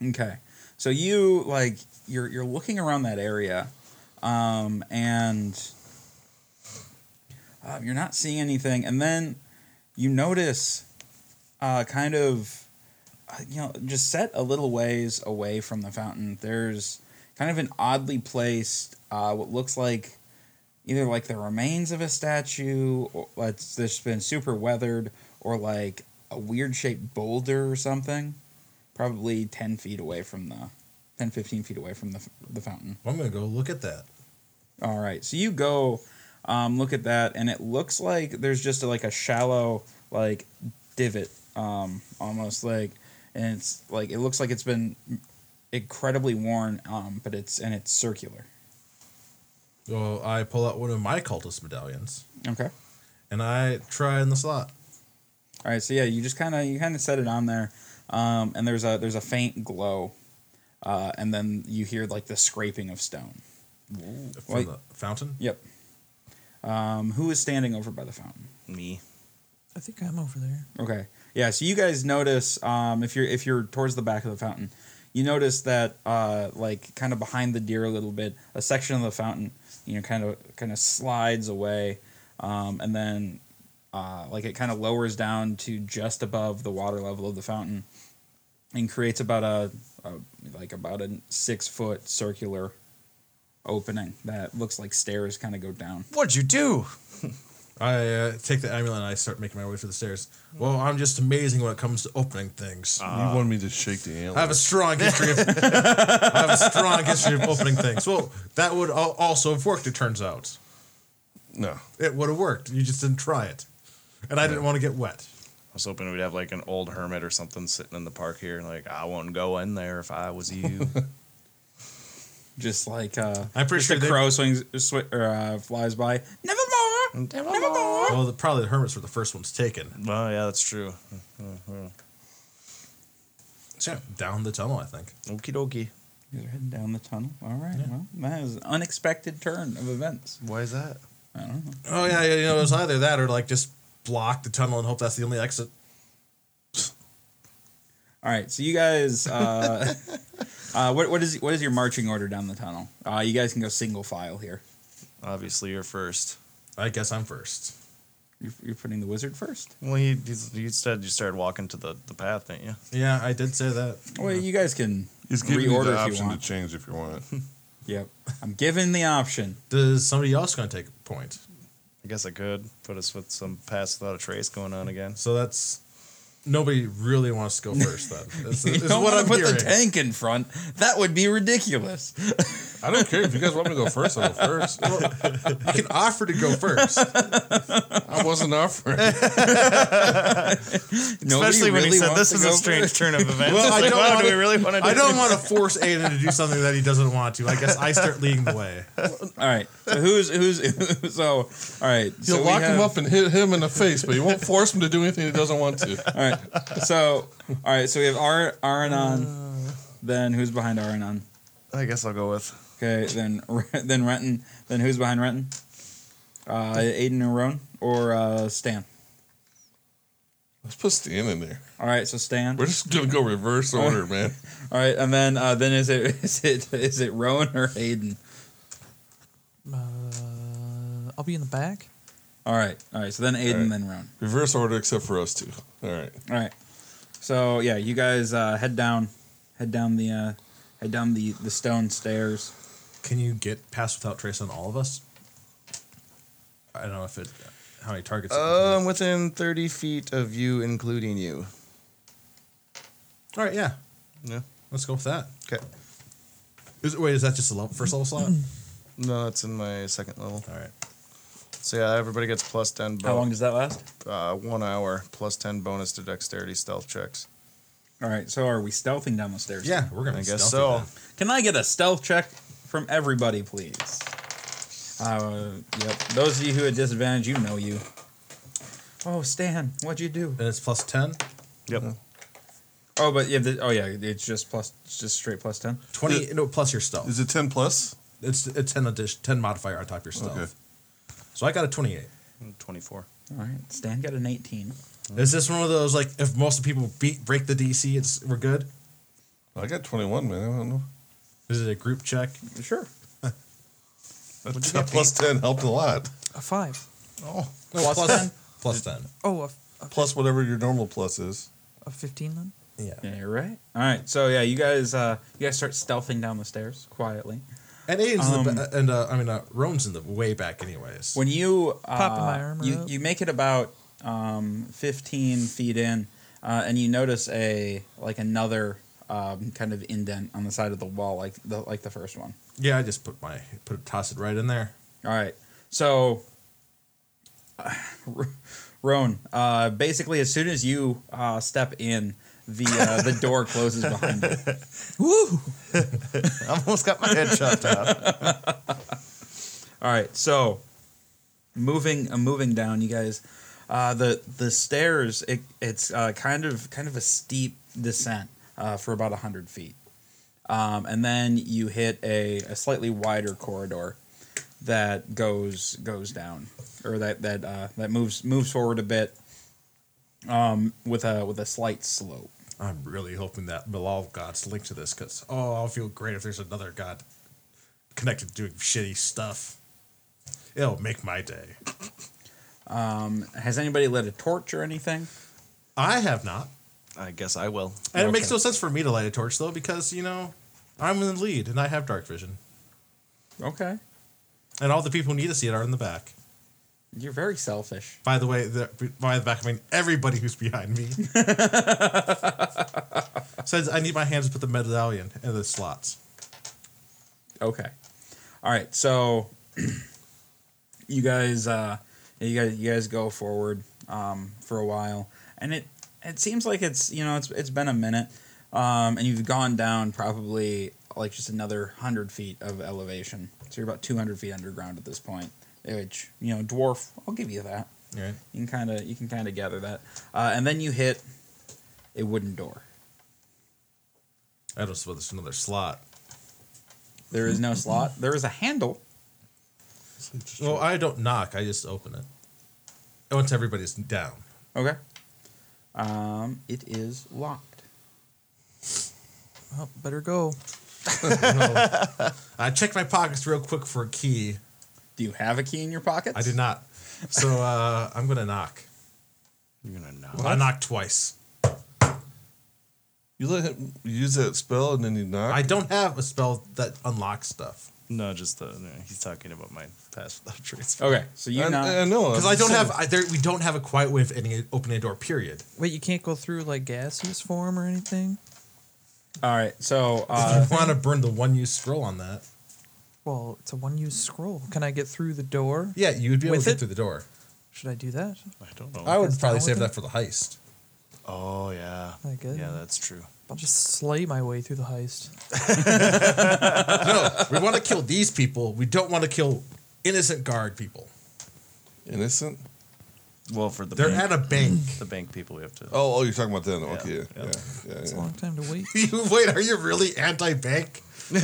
[SPEAKER 1] Okay. So you like you're you're looking around that area, um, and uh, you're not seeing anything, and then you notice, uh, kind of, uh, you know, just set a little ways away from the fountain. There's kind of an oddly placed, uh, what looks like either like the remains of a statue, or that's that's been super weathered, or like a weird shaped boulder or something probably 10 feet away from the 10 15 feet away from the, the fountain
[SPEAKER 2] I'm gonna go look at that.
[SPEAKER 1] all right so you go um, look at that and it looks like there's just like a shallow like divot um, almost like and it's like it looks like it's been incredibly worn um, but it's and it's circular
[SPEAKER 2] So I pull out one of my cultist medallions
[SPEAKER 1] okay
[SPEAKER 2] and I try in the slot.
[SPEAKER 1] All right, so yeah, you just kind of you kind of set it on there, um, and there's a there's a faint glow, uh, and then you hear like the scraping of stone.
[SPEAKER 2] From
[SPEAKER 1] Wait.
[SPEAKER 2] the fountain.
[SPEAKER 1] Yep. Um, who is standing over by the fountain?
[SPEAKER 4] Me.
[SPEAKER 5] I think I'm over there.
[SPEAKER 1] Okay. Yeah. So you guys notice um, if you're if you're towards the back of the fountain, you notice that uh, like kind of behind the deer a little bit, a section of the fountain, you know, kind of kind of slides away, um, and then uh, like it kind of lowers down to just above the water level of the fountain, and creates about a, a like about a six foot circular opening that looks like stairs kind of go down.
[SPEAKER 4] What'd you do?
[SPEAKER 2] [LAUGHS] I uh, take the amulet and I start making my way through the stairs. Well, I'm just amazing when it comes to opening things.
[SPEAKER 4] Ah.
[SPEAKER 3] you wanted me to shake the antler.
[SPEAKER 2] I have a strong history of [LAUGHS] I have a strong history of opening things. Well, that would al- also have worked. It turns out
[SPEAKER 3] no.
[SPEAKER 2] it would have worked. You just didn't try it, and I didn't want to get wet.
[SPEAKER 4] I was hoping we'd have like an old hermit or something sitting in the park here, and like I wouldn't go in there if I
[SPEAKER 3] [LAUGHS]
[SPEAKER 4] was you.
[SPEAKER 1] just like uh,
[SPEAKER 2] I'm pretty
[SPEAKER 1] just
[SPEAKER 2] sure
[SPEAKER 1] the
[SPEAKER 2] they-
[SPEAKER 1] crow swings swi- or, uh, flies by. Nevermore, nevermore.
[SPEAKER 2] Well, the, probably the hermits were the first ones taken.
[SPEAKER 4] well, yeah, that's true.
[SPEAKER 2] So, down the tunnel, I think.
[SPEAKER 4] Okie dokie.
[SPEAKER 1] You're heading down the tunnel. All right. Well, that is an unexpected turn of events.
[SPEAKER 4] Why is that?
[SPEAKER 2] Oh yeah, yeah, you know, it was either that or like just block the tunnel and hope that's the only exit.
[SPEAKER 1] All right. So you guys,
[SPEAKER 4] [LAUGHS]
[SPEAKER 1] uh, uh, what what is what is your marching order down the tunnel? Uh, you guys can go single file here.
[SPEAKER 4] Obviously, you're first.
[SPEAKER 2] I guess I'm first.
[SPEAKER 1] You're, you're putting the wizard first.
[SPEAKER 4] Well, you, you said you started walking to the, the path, didn't you?
[SPEAKER 2] Yeah, I did say that.
[SPEAKER 1] Well, you guys can
[SPEAKER 3] He's giving you the
[SPEAKER 1] reorder if you
[SPEAKER 3] option to
[SPEAKER 1] want.
[SPEAKER 3] change if you [LAUGHS] want.
[SPEAKER 1] Yep. I'm given the
[SPEAKER 4] [LAUGHS]
[SPEAKER 1] option.
[SPEAKER 2] Does somebody else gonna take a point?
[SPEAKER 4] I guess I could put us with some pass without a trace going on again.
[SPEAKER 2] So that's nobody really wants [LAUGHS] to go first. Then is,
[SPEAKER 1] You
[SPEAKER 2] is
[SPEAKER 1] don't
[SPEAKER 2] what
[SPEAKER 1] want
[SPEAKER 2] I'm
[SPEAKER 1] to put
[SPEAKER 2] hearing.
[SPEAKER 1] the tank in front. That would be ridiculous.
[SPEAKER 3] I don't care if you guys want me to go first. I'll
[SPEAKER 2] [LAUGHS]
[SPEAKER 3] go first.
[SPEAKER 2] You can offer to [LAUGHS] go first.
[SPEAKER 3] I wasn't offering.
[SPEAKER 1] Nobody
[SPEAKER 4] Especially when
[SPEAKER 1] really
[SPEAKER 4] he said
[SPEAKER 1] wants
[SPEAKER 4] this
[SPEAKER 1] to
[SPEAKER 4] is a
[SPEAKER 1] go
[SPEAKER 4] strange
[SPEAKER 1] first."
[SPEAKER 4] turn of events.
[SPEAKER 2] Well,
[SPEAKER 4] It's
[SPEAKER 2] I
[SPEAKER 4] like,
[SPEAKER 2] don't
[SPEAKER 4] wow,
[SPEAKER 2] wanna-
[SPEAKER 4] do we really want to do
[SPEAKER 2] I don't
[SPEAKER 4] this?
[SPEAKER 2] want to force Aiden to do something that he doesn't want to. I guess I start leading the way.
[SPEAKER 1] All right. So who's who's [LAUGHS] so? All right.
[SPEAKER 3] [LAUGHS] You'll
[SPEAKER 1] so we
[SPEAKER 3] lock
[SPEAKER 1] have-
[SPEAKER 3] him up and hit him in the face, but you won't force him to do anything he doesn't want to.
[SPEAKER 1] All right. So all right. So we have Ar- Aranon. Then who's behind Aranon?
[SPEAKER 4] I guess I'll go with.
[SPEAKER 1] Okay. Then Re- [LAUGHS] then Renton. Then who's behind Renton? Uh, Aiden and Roan or uh, Stan.
[SPEAKER 3] Let's put Stan in there.
[SPEAKER 1] All right. So Stan.
[SPEAKER 3] We're just gonna go reverse [LAUGHS] order, man.
[SPEAKER 1] All right. And then uh, then is it [LAUGHS] is it is it Roan or Aiden?
[SPEAKER 5] Uh, I'll be in the back.
[SPEAKER 1] All right. All right. So then Aiden. Then Roan.
[SPEAKER 3] Reverse order, except for us two. All right.
[SPEAKER 1] All right. So yeah, you guys uh, head down, head down the uh, head down the the stone stairs.
[SPEAKER 2] Can you get pass without trace on all of us? I don't know if it how many targets. it can
[SPEAKER 4] Uh,
[SPEAKER 2] hit.
[SPEAKER 4] I'm within 30 feet of you, including you.
[SPEAKER 2] all right, yeah,
[SPEAKER 4] Yeah.
[SPEAKER 2] let's go with that.
[SPEAKER 4] Okay.
[SPEAKER 2] Is, wait, is that just a level, first level slot?
[SPEAKER 4] No, that's in my second level.
[SPEAKER 2] All right.
[SPEAKER 4] So yeah, everybody gets plus 10. Bo-
[SPEAKER 1] How long does that last?
[SPEAKER 4] uh, one hour plus 10 bonus to dexterity stealth checks.
[SPEAKER 1] All right, so are we stealthing down the stairs?
[SPEAKER 2] Yeah, we're gonna.
[SPEAKER 4] I
[SPEAKER 2] be
[SPEAKER 4] guess so.
[SPEAKER 2] stealthy
[SPEAKER 1] Can I get a stealth check from everybody, please? Uh, yep. Those of you who had disadvantage, you know you. Oh, Stan, what'd you do?
[SPEAKER 2] and it's plus ten.
[SPEAKER 4] Yep.
[SPEAKER 1] Oh, but yeah, the, oh yeah, it's just plus, it's just straight plus ten.
[SPEAKER 2] 20 no plus your stealth.
[SPEAKER 3] Is it 10 plus?
[SPEAKER 2] It's it's ten addition, ten modifier on top of your stealth.
[SPEAKER 3] Okay.
[SPEAKER 2] So I got a twenty eight.
[SPEAKER 4] Twenty four.
[SPEAKER 1] All right, Stan got an eighteen.
[SPEAKER 2] Is this one of those like if most of the people beat break the DC, it's we're good?
[SPEAKER 3] I got 21, man. I don't know.
[SPEAKER 2] Is it a group check?
[SPEAKER 1] Sure.
[SPEAKER 5] What'd you
[SPEAKER 3] That
[SPEAKER 5] get,
[SPEAKER 3] plus 10 helped a lot.
[SPEAKER 5] A five.
[SPEAKER 2] No,
[SPEAKER 1] Plus 10?
[SPEAKER 2] Plus ten.
[SPEAKER 5] Oh, a, a,
[SPEAKER 3] Plus whatever your normal plus is.
[SPEAKER 5] a 15 then?
[SPEAKER 2] Yeah.
[SPEAKER 1] Yeah, you're right. All right, so yeah, you guys, uh, you guys start stealthing down the stairs quietly.
[SPEAKER 2] And Aiden's in
[SPEAKER 1] Um,
[SPEAKER 2] the ba- and uh, I mean uh, Roan's in the way back anyways.
[SPEAKER 1] When you uh,
[SPEAKER 5] Popping my armor
[SPEAKER 1] you
[SPEAKER 5] up.
[SPEAKER 1] you make it about um, fifteen feet in, uh, and you notice a like another um, kind of indent on the side of the wall, like the like the first one.
[SPEAKER 2] yeah, I just put my put toss it right in there.
[SPEAKER 1] All right, so uh, [LAUGHS] Roan, uh, basically, as soon as you uh, step in, the uh, the door closes behind you.
[SPEAKER 5] Woo!
[SPEAKER 4] I almost got my head chopped off.
[SPEAKER 1] All right, so moving uh, moving down, you guys. Uh, the the stairs it, it's uh, kind of kind of a steep descent uh, for about hundred feet, um, and then you hit a, a slightly wider corridor that goes goes down or that that uh, that moves moves forward a bit um, with a with a slight slope.
[SPEAKER 2] I'm really hoping that Bilal God's linked to this because oh, I'll feel great if there's another God connected to doing shitty stuff. It'll make my day.
[SPEAKER 1] Has anybody lit a torch or anything?
[SPEAKER 2] I have not,
[SPEAKER 4] I guess I will.
[SPEAKER 2] and it makes
[SPEAKER 1] Okay.
[SPEAKER 2] no sense for me to light a torch though because you know I'm in the lead and I have dark vision,
[SPEAKER 1] Okay,
[SPEAKER 2] and all the people who need to see it are in the back.
[SPEAKER 1] you're very selfish.
[SPEAKER 2] By the way, the, by the back, I mean everybody who's behind me. Says I need my hands to put the medallion in the slots.
[SPEAKER 1] Okay. All right. So [CLEARS THROAT] you guys, uh, you guys, you guys go forward um, for a while, and it it seems like it's you know it's it's been a minute, um, and you've gone down probably like just another hundred feet of elevation. So you're about two hundred feet underground at this point, which you know dwarf. I'll give you that.
[SPEAKER 2] All right.
[SPEAKER 1] You can kind of you can kind of gather that, uh, and then you hit a wooden door.
[SPEAKER 2] I don't suppose there's another slot.
[SPEAKER 1] There is no slot. There is a handle.
[SPEAKER 2] Well, I don't knock. I just open it. And Once everybody's down.
[SPEAKER 1] Okay. Um, it is locked.
[SPEAKER 5] Oh, better go.
[SPEAKER 2] I checked my pockets real quick for a key.
[SPEAKER 1] Do you have a key in your pocket?
[SPEAKER 2] I did not. So [LAUGHS] uh, I'm going to knock.
[SPEAKER 4] You're gonna knock.
[SPEAKER 2] I knocked twice.
[SPEAKER 3] You let him use that spell and then you knock.
[SPEAKER 2] I don't have a spell that unlocks stuff.
[SPEAKER 4] No, just the no, he's talking about my pass [LAUGHS] without
[SPEAKER 2] Oh.
[SPEAKER 4] transfer.
[SPEAKER 1] Okay, so you
[SPEAKER 3] I,
[SPEAKER 1] knock.
[SPEAKER 3] I know.
[SPEAKER 2] Because
[SPEAKER 3] I'm
[SPEAKER 2] I don't
[SPEAKER 3] saying.
[SPEAKER 2] have, I, there, we don't have a quiet way of ending, opening a door, period.
[SPEAKER 5] Wait, you can't go through like gaseous form or anything?
[SPEAKER 1] All right, so
[SPEAKER 2] If
[SPEAKER 1] uh,
[SPEAKER 2] you want to burn the one use scroll on that,
[SPEAKER 5] Well, it's a one use scroll. Can I get through the door?
[SPEAKER 2] yeah, you would be able
[SPEAKER 5] With
[SPEAKER 2] to get
[SPEAKER 5] it?
[SPEAKER 2] through the door.
[SPEAKER 5] Should I do that?
[SPEAKER 4] I don't know.
[SPEAKER 2] I would
[SPEAKER 5] That's
[SPEAKER 2] probably
[SPEAKER 5] fine
[SPEAKER 2] save
[SPEAKER 5] with
[SPEAKER 2] that for the heist.
[SPEAKER 4] oh yeah.
[SPEAKER 5] I get
[SPEAKER 4] Yeah,
[SPEAKER 5] it.
[SPEAKER 4] that's true.
[SPEAKER 5] I'll just slay my way through the heist.
[SPEAKER 2] no, we want to kill these people. We don't want to kill innocent guard people.
[SPEAKER 3] Innocent?
[SPEAKER 4] Well, for the
[SPEAKER 2] They're
[SPEAKER 4] bank,
[SPEAKER 2] at a bank. [LAUGHS]
[SPEAKER 4] the bank people, we have to.
[SPEAKER 3] Oh, oh, you're talking about that. Okay. Yeah.
[SPEAKER 4] yeah.
[SPEAKER 3] Yeah. yeah,
[SPEAKER 5] It's a
[SPEAKER 3] yeah.
[SPEAKER 5] long time to wait.
[SPEAKER 2] you, wait, are you really anti bank?
[SPEAKER 1] [LAUGHS] we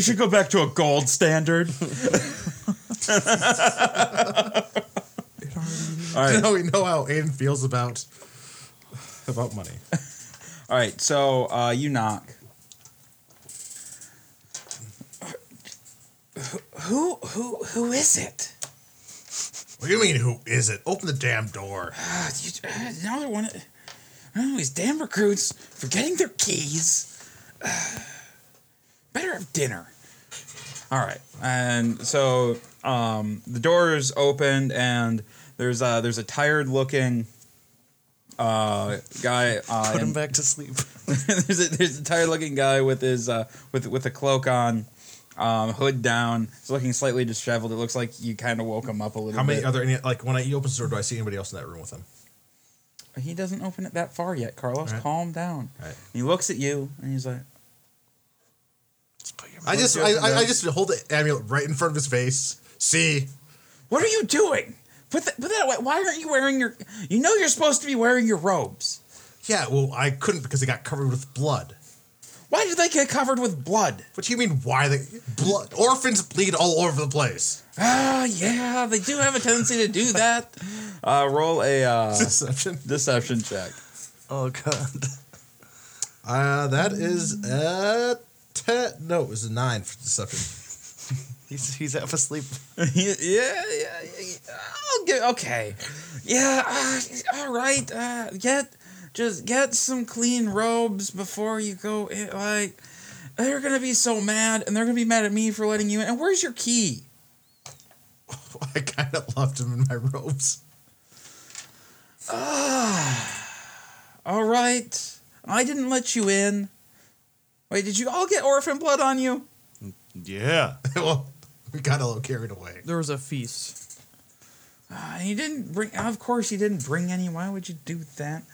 [SPEAKER 1] should go back to a gold standard.
[SPEAKER 5] It already
[SPEAKER 1] [LAUGHS] All
[SPEAKER 2] [LAUGHS]
[SPEAKER 1] right,
[SPEAKER 2] No, we know how Aiden feels about about money.
[SPEAKER 1] all right. So uh, you knock. Who who who is it?
[SPEAKER 2] What do you mean? Who is it? Open the damn door.
[SPEAKER 1] Uh, you, uh, another one. Oh, these damn recruits forgetting their keys. Uh, better have dinner. All right, and so um, the door is opened, and there's a, there's a tired looking uh, guy. Uh,
[SPEAKER 4] Put
[SPEAKER 1] in-
[SPEAKER 4] him back to sleep.
[SPEAKER 1] [LAUGHS] there's a there's a tired looking guy with his uh, with with a cloak on. Um, hood down. He's looking slightly disheveled. It looks like you kind of woke him up a little
[SPEAKER 2] How
[SPEAKER 1] bit.
[SPEAKER 2] many other any like when I he opens the door, do I see anybody else in that room with him?
[SPEAKER 1] He doesn't open it that far yet, Carlos.
[SPEAKER 2] Right.
[SPEAKER 1] Calm down.
[SPEAKER 2] Right.
[SPEAKER 1] He looks at you and he's like,
[SPEAKER 4] [LAUGHS] Just put your
[SPEAKER 2] I just I, I, I just hold the amulet right in front of his face. See,
[SPEAKER 1] What are you doing? Put that, put that away. Why aren't you wearing your? You know you're supposed to be wearing your robes.
[SPEAKER 6] Yeah, well, I couldn't because it got covered with blood.
[SPEAKER 1] Why did they get covered with blood?
[SPEAKER 6] What do you mean? Why they blood? Orphans bleed all over the
[SPEAKER 2] [LAUGHS]
[SPEAKER 6] place.
[SPEAKER 1] Ah, yeah, they do have a tendency to do that. [LAUGHS] Uh, roll a uh,
[SPEAKER 6] Deception.
[SPEAKER 1] deception check.
[SPEAKER 4] Oh god. [LAUGHS]
[SPEAKER 2] Uh, that is a ten. No, it was a nine for [LAUGHS] deception.
[SPEAKER 4] He's he's half asleep.
[SPEAKER 1] [LAUGHS] yeah, yeah, yeah. I'll get okay. Yeah, uh, all right. Uh, get just get some clean robes before you go. In, like they're gonna be so mad, and they're gonna be mad at me for letting you in. And where's your key?
[SPEAKER 6] I kind of left him in my
[SPEAKER 2] [LAUGHS]
[SPEAKER 6] robes.
[SPEAKER 1] All right, I didn't let you in. Wait, did you all get orphan blood on you?
[SPEAKER 4] Yeah.
[SPEAKER 6] well, we got a little carried away.
[SPEAKER 5] There was a feast.
[SPEAKER 1] Uh, you didn't bring. Of course, you didn't bring any. Why would you do that?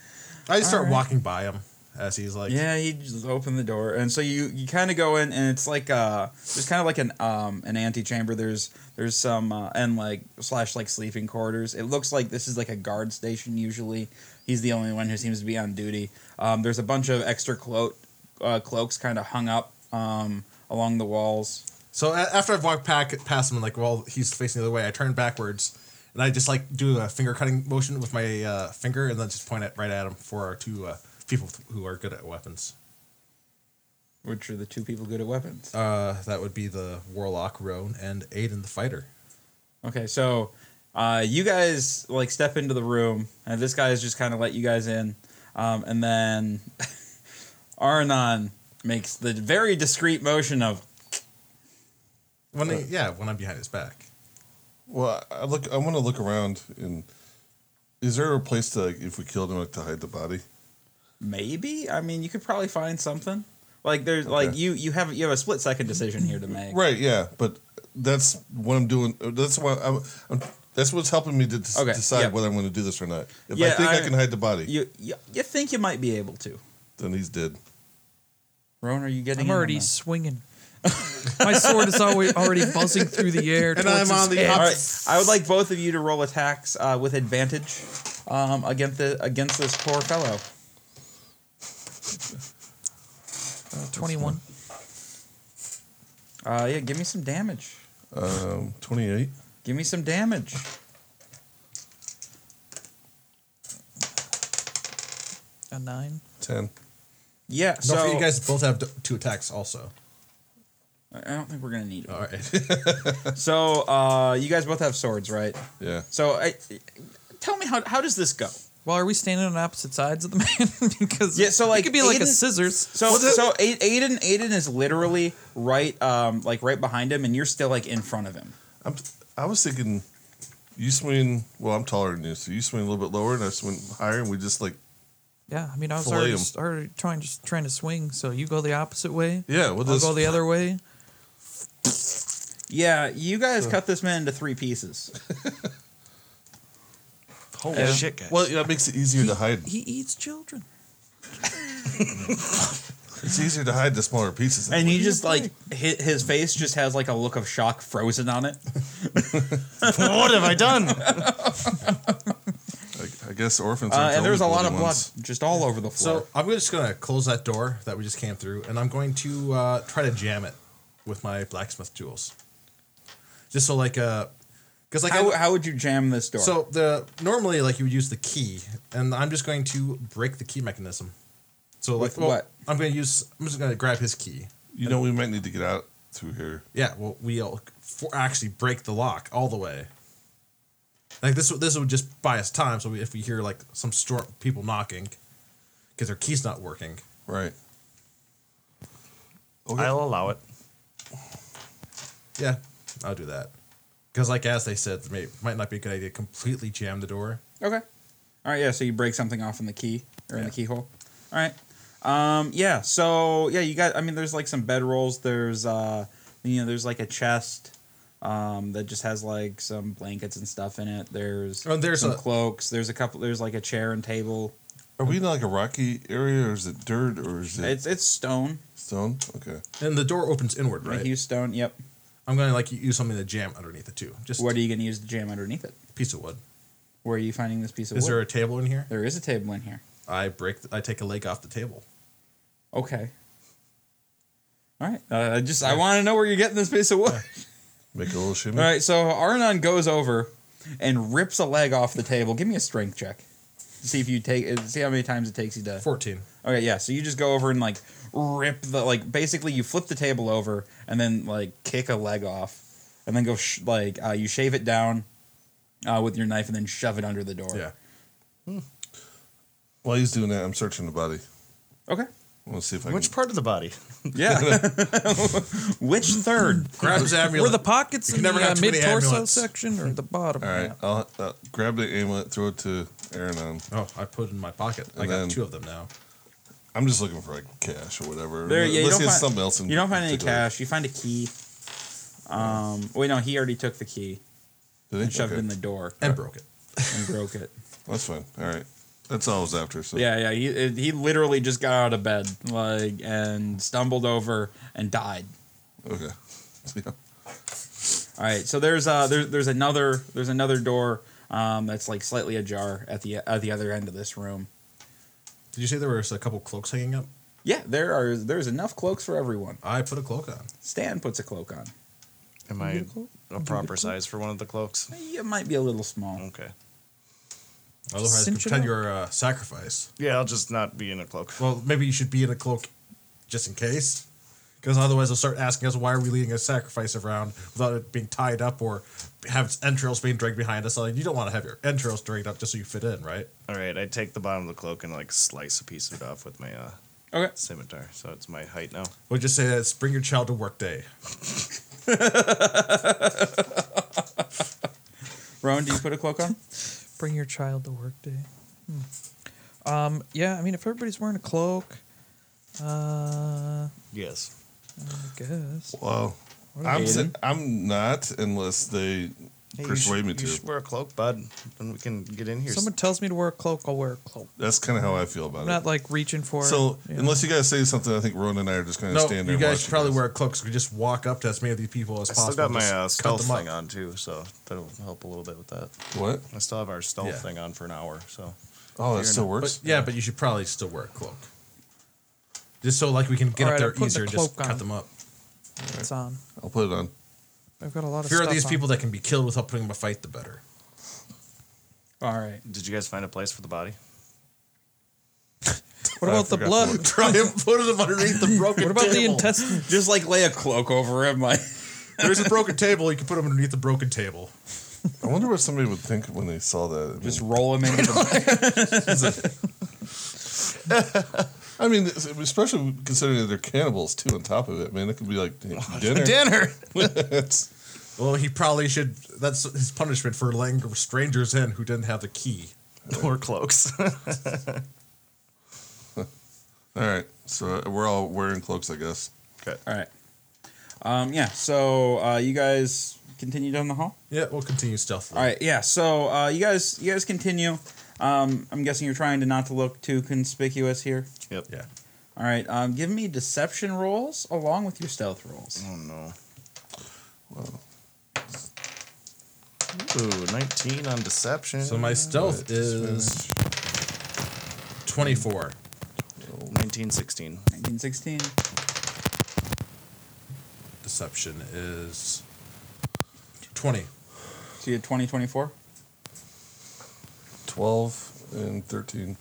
[SPEAKER 2] I just start
[SPEAKER 1] Alright.
[SPEAKER 2] walking by him as he's like,
[SPEAKER 1] yeah you just open the door and so you you kind of go in and it's like uh there's kind of like an um an antechamber there's there's some uh, and like slash like sleeping quarters it looks like this is like a guard station usually he's the only one who seems to be on duty um there's a bunch of extra cloak uh, cloaks kind of hung up um along the walls
[SPEAKER 2] So a- after I've walked pack, past him, and like, well, he's facing the other way. I turn backwards, and I just like do a finger cutting motion with my uh, finger, and then just point it right at him for our two uh, people who are good at weapons.
[SPEAKER 1] which are the two people good at weapons
[SPEAKER 2] Uh, that would be the warlock Roan and Aiden the fighter.
[SPEAKER 1] Okay, so uh, you guys like step into the room, and this guy's just kind of let you guys in, um, and then [LAUGHS] Arnon makes the very discreet motion of
[SPEAKER 2] When
[SPEAKER 1] Uh.
[SPEAKER 2] I, yeah, when I'm behind his back.
[SPEAKER 3] Well, I I look. I want to look around and. Is there a place to, like, if we killed him, like, to hide the body?
[SPEAKER 1] maybe. I mean, you could probably find something. Like there's like
[SPEAKER 3] Okay.
[SPEAKER 1] you you have you have a split second decision here to make.
[SPEAKER 3] Right. Yeah. But that's what I'm doing. That's why I'm. I'm that's what's helping me to des-
[SPEAKER 1] Okay,
[SPEAKER 3] decide
[SPEAKER 1] yeah.
[SPEAKER 3] whether I'm going to do this or not. If I
[SPEAKER 1] Yeah,
[SPEAKER 3] think I,
[SPEAKER 1] I-
[SPEAKER 3] can hide the body,
[SPEAKER 1] You, you you think you might be able to?
[SPEAKER 3] then he's dead.
[SPEAKER 1] Roan, are you getting? in on
[SPEAKER 5] I'm already
[SPEAKER 1] that?
[SPEAKER 5] swinging. My sword is always already buzzing through the air.
[SPEAKER 2] And I'm
[SPEAKER 5] towards his
[SPEAKER 2] on the
[SPEAKER 5] head.
[SPEAKER 1] All right, I would like both of you to roll attacks uh, with advantage um, against the against this poor fellow.
[SPEAKER 5] Uh, 21.
[SPEAKER 1] Uh, yeah, give me some damage.
[SPEAKER 3] Um, 28.
[SPEAKER 1] Give me some damage.
[SPEAKER 5] A 9.
[SPEAKER 3] 10.
[SPEAKER 1] Yeah,
[SPEAKER 2] Don't
[SPEAKER 1] so
[SPEAKER 2] forget, you guys both have d- two attacks also. Uh,
[SPEAKER 1] I I don't think we're gonna need it.
[SPEAKER 2] All right.
[SPEAKER 1] So uh, you guys both have swords, right?
[SPEAKER 3] Yeah.
[SPEAKER 1] So I, tell me how how does this go?
[SPEAKER 5] Well, are we standing on opposite sides of the [LAUGHS] man? because
[SPEAKER 1] Yeah, so, like,
[SPEAKER 5] it could be like a
[SPEAKER 1] Aiden-
[SPEAKER 5] scissors.
[SPEAKER 1] So so A- Aiden Aiden is literally right um like right behind him, and you're still like in front of him.
[SPEAKER 3] I'm, I was thinking you swing. Well, I'm taller than you, so you swing a little bit lower and I swing higher, and we just like,
[SPEAKER 5] Yeah, I mean, I was
[SPEAKER 3] Fillet
[SPEAKER 5] already,
[SPEAKER 3] him.
[SPEAKER 5] already trying just trying to swing. So you go the opposite way.
[SPEAKER 3] yeah, we'll
[SPEAKER 5] I'll
[SPEAKER 3] just.
[SPEAKER 2] [LAUGHS]
[SPEAKER 5] go the other way.
[SPEAKER 1] Yeah, you guys cut this man into three pieces.
[SPEAKER 4] Holy
[SPEAKER 5] Yeah.
[SPEAKER 4] shit, guys.
[SPEAKER 3] well, yeah, it makes it easier to hide.
[SPEAKER 5] He eats children.
[SPEAKER 3] It's easier to hide the smaller pieces. that
[SPEAKER 1] And
[SPEAKER 3] way.
[SPEAKER 1] you just like hit his face just has like a look of shock frozen on it.
[SPEAKER 4] what have I done? [LAUGHS]
[SPEAKER 3] I, I guess orphans.
[SPEAKER 1] Uh,
[SPEAKER 3] aren't the
[SPEAKER 1] and there's a
[SPEAKER 3] only
[SPEAKER 1] lot of
[SPEAKER 3] bloody
[SPEAKER 1] blood
[SPEAKER 3] ones.
[SPEAKER 1] just all over the floor.
[SPEAKER 2] so I'm just gonna close that door that we just came through, and I'm going to uh, try to jam it with my blacksmith tools. Just so like uh, because like I-
[SPEAKER 1] how, how would you jam this door?
[SPEAKER 2] So the normally like you would use the key, and I'm just going to break the key mechanism. So like
[SPEAKER 1] With what?
[SPEAKER 2] I'm going to use. I'm just going to grab his key.
[SPEAKER 3] You know, we might need to get out through here.
[SPEAKER 2] Yeah, well, we'll for, actually break the lock all the way. Like this, this would just buy us time. So if we hear like some storm people knocking, because their key's not working.
[SPEAKER 3] Right.
[SPEAKER 4] I'll allow it.
[SPEAKER 2] Yeah, I'll do that. Because like as they said, it may, might not be a good idea to completely jam the door.
[SPEAKER 1] Okay. All right. Yeah. So you break something off in the key or in the
[SPEAKER 2] Yeah.
[SPEAKER 1] keyhole. All right. Um, yeah. So yeah, you got. I mean, there's like some bed rolls. There's uh, you know, there's like a chest. Um, that just has like some blankets and stuff in it. There's
[SPEAKER 2] Oh, there's
[SPEAKER 1] some
[SPEAKER 2] a-
[SPEAKER 1] cloaks. There's a couple. There's like a chair and table.
[SPEAKER 3] Are we in like a rocky area, or is it dirt, or is it
[SPEAKER 1] It's it's stone.
[SPEAKER 3] stone? Okay.
[SPEAKER 2] And the door opens inward,
[SPEAKER 1] Right.
[SPEAKER 2] right?
[SPEAKER 1] Huge stone. Yep.
[SPEAKER 2] I'm gonna like use something to jam underneath it too. Just
[SPEAKER 1] What are you going to use the jam underneath it?
[SPEAKER 2] a piece of wood.
[SPEAKER 1] Where are you finding this piece of
[SPEAKER 2] Is there
[SPEAKER 1] wood?
[SPEAKER 2] a table in here?
[SPEAKER 1] there is a table in here.
[SPEAKER 2] I break. I take a leg off the table.
[SPEAKER 1] Okay. All right. Uh, I just I want to know where you're getting this piece of wood.
[SPEAKER 3] Make a little shimmy.
[SPEAKER 1] All right. So Arnon goes over and rips a leg off the table. Give me a strength check. See if you take. uh, See how many times it takes you to.
[SPEAKER 2] Fourteen.
[SPEAKER 1] Okay. Yeah. So you just go over and like rip the like basically you flip the table over and then like kick a leg off and then go sh- like uh, you shave it down uh, with your knife and then shove it under the door.
[SPEAKER 2] Yeah.
[SPEAKER 3] While he's doing that, I'm searching the body. [LAUGHS]
[SPEAKER 1] Okay.
[SPEAKER 3] I want to see if I
[SPEAKER 4] Which
[SPEAKER 3] can.
[SPEAKER 4] part of the body?
[SPEAKER 1] Yeah. [LAUGHS] Which third?
[SPEAKER 2] Grab
[SPEAKER 5] [LAUGHS]
[SPEAKER 2] his
[SPEAKER 5] Were
[SPEAKER 2] amulet.
[SPEAKER 5] the pockets
[SPEAKER 2] You can
[SPEAKER 5] in the
[SPEAKER 2] never
[SPEAKER 5] uh,
[SPEAKER 2] have too many
[SPEAKER 5] mid torso
[SPEAKER 2] amulets.
[SPEAKER 5] section or the bottom?
[SPEAKER 3] All right, I'll uh, grab the amulet, throw it to Aaron. On.
[SPEAKER 2] oh, I put it in my pocket. I
[SPEAKER 3] And
[SPEAKER 2] got
[SPEAKER 3] then-
[SPEAKER 2] two of them now.
[SPEAKER 3] I'm just looking for like cash or whatever.
[SPEAKER 1] There, yeah, you
[SPEAKER 3] Let's
[SPEAKER 1] don't
[SPEAKER 3] get
[SPEAKER 1] find,
[SPEAKER 3] something else. In
[SPEAKER 1] you don't find any
[SPEAKER 3] particular.
[SPEAKER 1] cash. You find a key. Um, wait, no, he already took the key
[SPEAKER 3] Did
[SPEAKER 1] and
[SPEAKER 3] he?
[SPEAKER 1] shoved
[SPEAKER 3] Okay.
[SPEAKER 1] it in the door
[SPEAKER 2] And broke it.
[SPEAKER 1] and broke it.
[SPEAKER 3] That's fine. All right, that's all I was after.
[SPEAKER 1] [LAUGHS]
[SPEAKER 3] So
[SPEAKER 1] Yeah, yeah. He it- he literally just got out of bed like and stumbled over and died.
[SPEAKER 3] Okay. [LAUGHS] Yeah.
[SPEAKER 1] All right, so there's uh there's there's another there's another door um that's like slightly ajar at the at the other end of this room.
[SPEAKER 2] Did you say there was a couple cloaks hanging up?
[SPEAKER 1] Yeah, there are there's enough cloaks for everyone.
[SPEAKER 2] I put a cloak on.
[SPEAKER 1] Stan puts a cloak on.
[SPEAKER 4] Am I a proper size for one of the cloaks?
[SPEAKER 1] It might be a little small.
[SPEAKER 4] Okay.
[SPEAKER 2] Otherwise,
[SPEAKER 5] cinch it
[SPEAKER 2] pretend
[SPEAKER 5] up.
[SPEAKER 2] you're a uh, sacrifice.
[SPEAKER 4] Yeah, I'll just not be in a cloak.
[SPEAKER 2] Well, maybe you should be in a cloak, just in case, because otherwise they'll start asking us why are we leading a sacrifice around without it being tied up or have its entrails being dragged behind us. Like you don't want to have your entrails dragged up just so you fit in, right?
[SPEAKER 4] All right, I take the bottom of the cloak and like slice a piece of it off with my uh,
[SPEAKER 1] Okay.
[SPEAKER 4] scimitar, so it's my height now.
[SPEAKER 2] We'll just say that it's bring your child to work day.
[SPEAKER 1] Rowan, do you put a cloak on?
[SPEAKER 5] Bring your child to work day. Hmm. Um, yeah, I mean, if everybody's wearing a cloak, uh, I
[SPEAKER 4] Yes.
[SPEAKER 5] guess.
[SPEAKER 3] Well, I'm si- I'm not unless they
[SPEAKER 4] Hey, you
[SPEAKER 3] persuade
[SPEAKER 4] should-
[SPEAKER 3] me
[SPEAKER 4] You should
[SPEAKER 3] to.
[SPEAKER 4] wear a cloak, bud. Then we can get in here.
[SPEAKER 5] Someone tells me to wear a cloak, I'll wear a cloak.
[SPEAKER 3] That's kind of how I feel about
[SPEAKER 5] I'm
[SPEAKER 3] it.
[SPEAKER 5] not like reaching for
[SPEAKER 3] so
[SPEAKER 5] it. you know.
[SPEAKER 3] unless you guys say something, I think Ron and I are just going to
[SPEAKER 2] No,
[SPEAKER 3] stand there.
[SPEAKER 2] you
[SPEAKER 3] and
[SPEAKER 2] guys
[SPEAKER 3] watch
[SPEAKER 2] should probably
[SPEAKER 3] guys.
[SPEAKER 2] wear cloaks. We just walk up to as many of these people as
[SPEAKER 4] I
[SPEAKER 2] possible.
[SPEAKER 4] still got my
[SPEAKER 2] just
[SPEAKER 4] uh,
[SPEAKER 2] cut
[SPEAKER 4] stealth
[SPEAKER 2] them up.
[SPEAKER 4] thing on too, so that'll help a little bit with that.
[SPEAKER 3] What?
[SPEAKER 4] I still have our stealth
[SPEAKER 2] Yeah.
[SPEAKER 4] thing on for an hour, so
[SPEAKER 3] Oh, that still
[SPEAKER 2] But,
[SPEAKER 3] works.
[SPEAKER 2] yeah, but you should probably still wear a cloak. Just so like we can get
[SPEAKER 5] Alright, I'm
[SPEAKER 2] up
[SPEAKER 5] putting
[SPEAKER 2] there
[SPEAKER 5] the
[SPEAKER 2] easier and just
[SPEAKER 5] cloak on.
[SPEAKER 2] cut them up.
[SPEAKER 5] it's on.
[SPEAKER 3] I'll put it on.
[SPEAKER 5] I've got a lot of
[SPEAKER 2] Fewer
[SPEAKER 5] stuff
[SPEAKER 2] of these
[SPEAKER 5] on.
[SPEAKER 2] people that can be killed without putting them in a fight, the better. [LAUGHS]
[SPEAKER 1] All right. [LAUGHS]
[SPEAKER 4] did you guys find a place for the body?
[SPEAKER 5] What about the blood?
[SPEAKER 2] Try and put them underneath the broken
[SPEAKER 5] [LAUGHS] What about the
[SPEAKER 2] table.
[SPEAKER 5] intestines?
[SPEAKER 1] Just like lay a cloak over him, like [LAUGHS]
[SPEAKER 2] There's a broken table. You can put them underneath the broken table.
[SPEAKER 3] I wonder what somebody would think when they saw that. I mean,
[SPEAKER 1] just roll him into the.
[SPEAKER 3] I mean, especially considering that they're cannibals too. On top of it, man, it could
[SPEAKER 1] [LAUGHS]
[SPEAKER 3] be like dinner.
[SPEAKER 4] Dinner.
[SPEAKER 3] [LAUGHS] It's-
[SPEAKER 2] Well, he probably should. That's his punishment for letting strangers in who didn't have the key.
[SPEAKER 4] or cloaks.
[SPEAKER 3] all right, so we're all wearing cloaks, I guess.
[SPEAKER 4] okay.
[SPEAKER 1] All right. Um, yeah. So uh, you guys continue down the hall.
[SPEAKER 2] [LAUGHS] Yeah, we'll continue stealthily.
[SPEAKER 1] All right. Yeah. So uh, you guys, you guys continue. Um, I'm guessing you're trying to not to look too conspicuous here.
[SPEAKER 4] Yep.
[SPEAKER 2] Yeah.
[SPEAKER 1] All right. Um, give me deception rolls along with your stealth rolls.
[SPEAKER 4] Oh no. Ooh, 19 on deception.
[SPEAKER 2] So my stealth is twenty-four.
[SPEAKER 4] 19, 16.
[SPEAKER 1] 1916.
[SPEAKER 2] Deception is twenty.
[SPEAKER 1] So you had 2024.
[SPEAKER 3] Twelve and thirteen.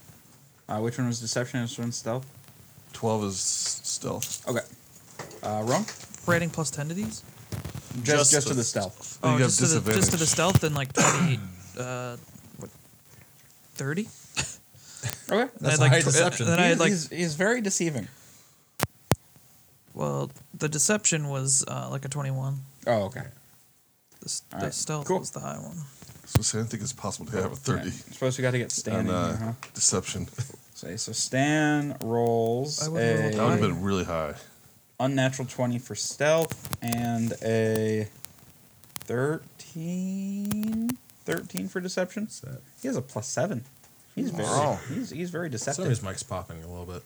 [SPEAKER 1] Uh, which one was deception? and Which one's stealth?
[SPEAKER 3] Twelve is stealth.
[SPEAKER 1] Okay. Uh, wrong.
[SPEAKER 5] We're adding plus ten to these.
[SPEAKER 1] Just just,
[SPEAKER 4] Just
[SPEAKER 1] to the
[SPEAKER 4] the-
[SPEAKER 1] stealth.
[SPEAKER 3] You
[SPEAKER 5] Oh,
[SPEAKER 3] got
[SPEAKER 5] just to, the, just to the
[SPEAKER 3] disadvantage.
[SPEAKER 5] stealth and like twenty, uh, what, thirty?
[SPEAKER 1] Okay.
[SPEAKER 2] That's
[SPEAKER 5] I had,
[SPEAKER 2] high
[SPEAKER 5] like, tw-
[SPEAKER 2] deception.
[SPEAKER 5] Then I had like
[SPEAKER 1] he's, he's very deceiving.
[SPEAKER 5] well, the deception was uh, like a twenty-one.
[SPEAKER 1] Oh, okay.
[SPEAKER 5] The, s-
[SPEAKER 1] All
[SPEAKER 5] the
[SPEAKER 1] right,
[SPEAKER 5] stealth
[SPEAKER 1] cool.
[SPEAKER 5] was the high one.
[SPEAKER 3] So see, I think it's possible to have a
[SPEAKER 1] All right,
[SPEAKER 3] thirty
[SPEAKER 1] Suppose we got to get Stan in
[SPEAKER 3] and uh,
[SPEAKER 1] here, huh?
[SPEAKER 3] deception.
[SPEAKER 1] So, so Stan rolls
[SPEAKER 5] I
[SPEAKER 1] a
[SPEAKER 5] would roll
[SPEAKER 3] That would have
[SPEAKER 5] Aye.
[SPEAKER 3] been really high.
[SPEAKER 1] unnatural 20 for stealth and a 13, 13 for deception.
[SPEAKER 2] Set.
[SPEAKER 1] He has a plus 7. He's very
[SPEAKER 4] Wow.
[SPEAKER 1] he's, he's very
[SPEAKER 2] For some of
[SPEAKER 1] deceptive.
[SPEAKER 2] his mic's popping a little bit.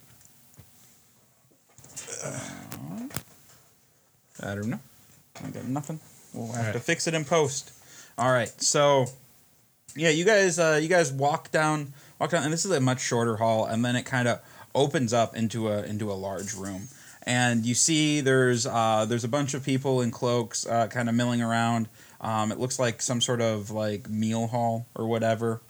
[SPEAKER 1] I don't know. I got nothing. We'll have to fix it in post. All right. So, yeah, you guys, uh, you guys walk down, walk down, and this is a much shorter hall, and then it kind of opens up into a into a large room, and you see there's uh, there's a bunch of people in cloaks, uh, kind of milling around. Um, it looks like some sort of like meal hall or whatever,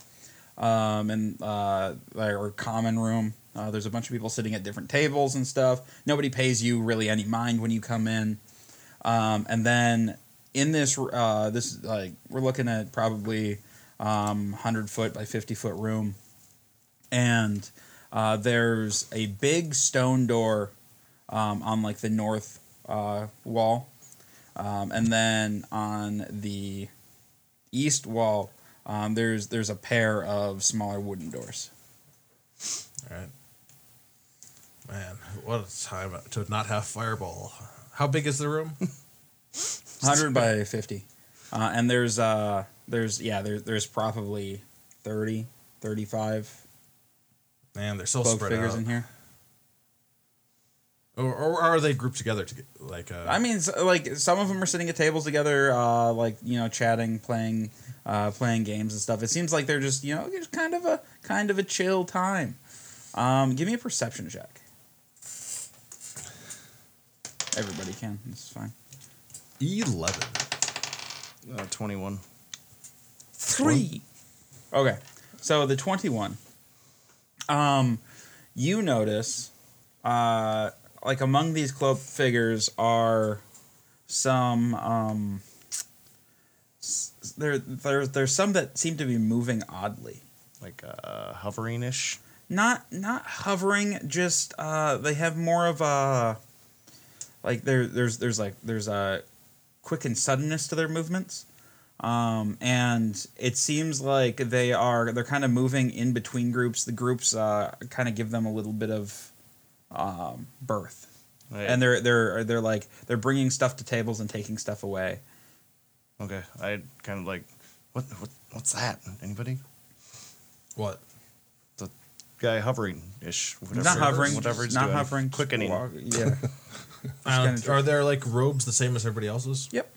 [SPEAKER 1] um, and uh, or common room. Uh, there's a bunch of people sitting at different tables and stuff. Nobody pays you really any mind when you come in. Um, and then in this, uh, this like we're looking at probably um, hundred foot by fifty foot room, and uh, there's a big stone door um, on like the north uh, wall, um, and then on the east wall, um, there's there's a pair of smaller wooden doors.
[SPEAKER 2] All right. Man, what a time to not have Fireball. How big is
[SPEAKER 1] [LAUGHS]
[SPEAKER 2] the room?
[SPEAKER 1] hundred by fifty, uh, and there's uh there's yeah there, there's probably 30, 35
[SPEAKER 2] Man, they're so
[SPEAKER 1] cloak
[SPEAKER 2] spread
[SPEAKER 1] figures
[SPEAKER 2] out.
[SPEAKER 1] in here.
[SPEAKER 2] Or, or are they grouped together to get like? Uh,
[SPEAKER 1] I mean, s- like some of them are sitting at tables together, uh, like you know, chatting, playing, uh, playing games and stuff. It seems like they're just you know, just kind of a kind of a chill time. Um, give me a perception check. Everybody can. It's fine.
[SPEAKER 2] eleven.
[SPEAKER 4] Uh, 21.
[SPEAKER 1] Three. Okay, so the twenty-one. Um, you notice, uh, like among these cloak figures are some um. s- There, there, there's some that seem to be moving oddly.
[SPEAKER 4] Like uh, hovering ish.
[SPEAKER 1] Not, not hovering. Just uh, they have more of a, like there, there's, there's like there's a quick and suddenness to their movements. Um, and it seems like they are they're kind of moving in between groups. The groups uh, kind of give them a little bit of um, birth, and they're they're they're like they're bringing stuff to tables and taking stuff away.
[SPEAKER 4] Okay. I kind of like, what, what what's that? Anybody?
[SPEAKER 2] What?
[SPEAKER 4] The guy hovering ish.
[SPEAKER 1] It's not hovering, just
[SPEAKER 4] Whatever he's
[SPEAKER 1] not
[SPEAKER 4] doing.
[SPEAKER 1] hovering, just
[SPEAKER 4] Quickening.
[SPEAKER 1] walk- Yeah.
[SPEAKER 4] [LAUGHS]
[SPEAKER 2] I don't-
[SPEAKER 1] kinda-
[SPEAKER 2] are there like robes the same as everybody else's?
[SPEAKER 1] yep.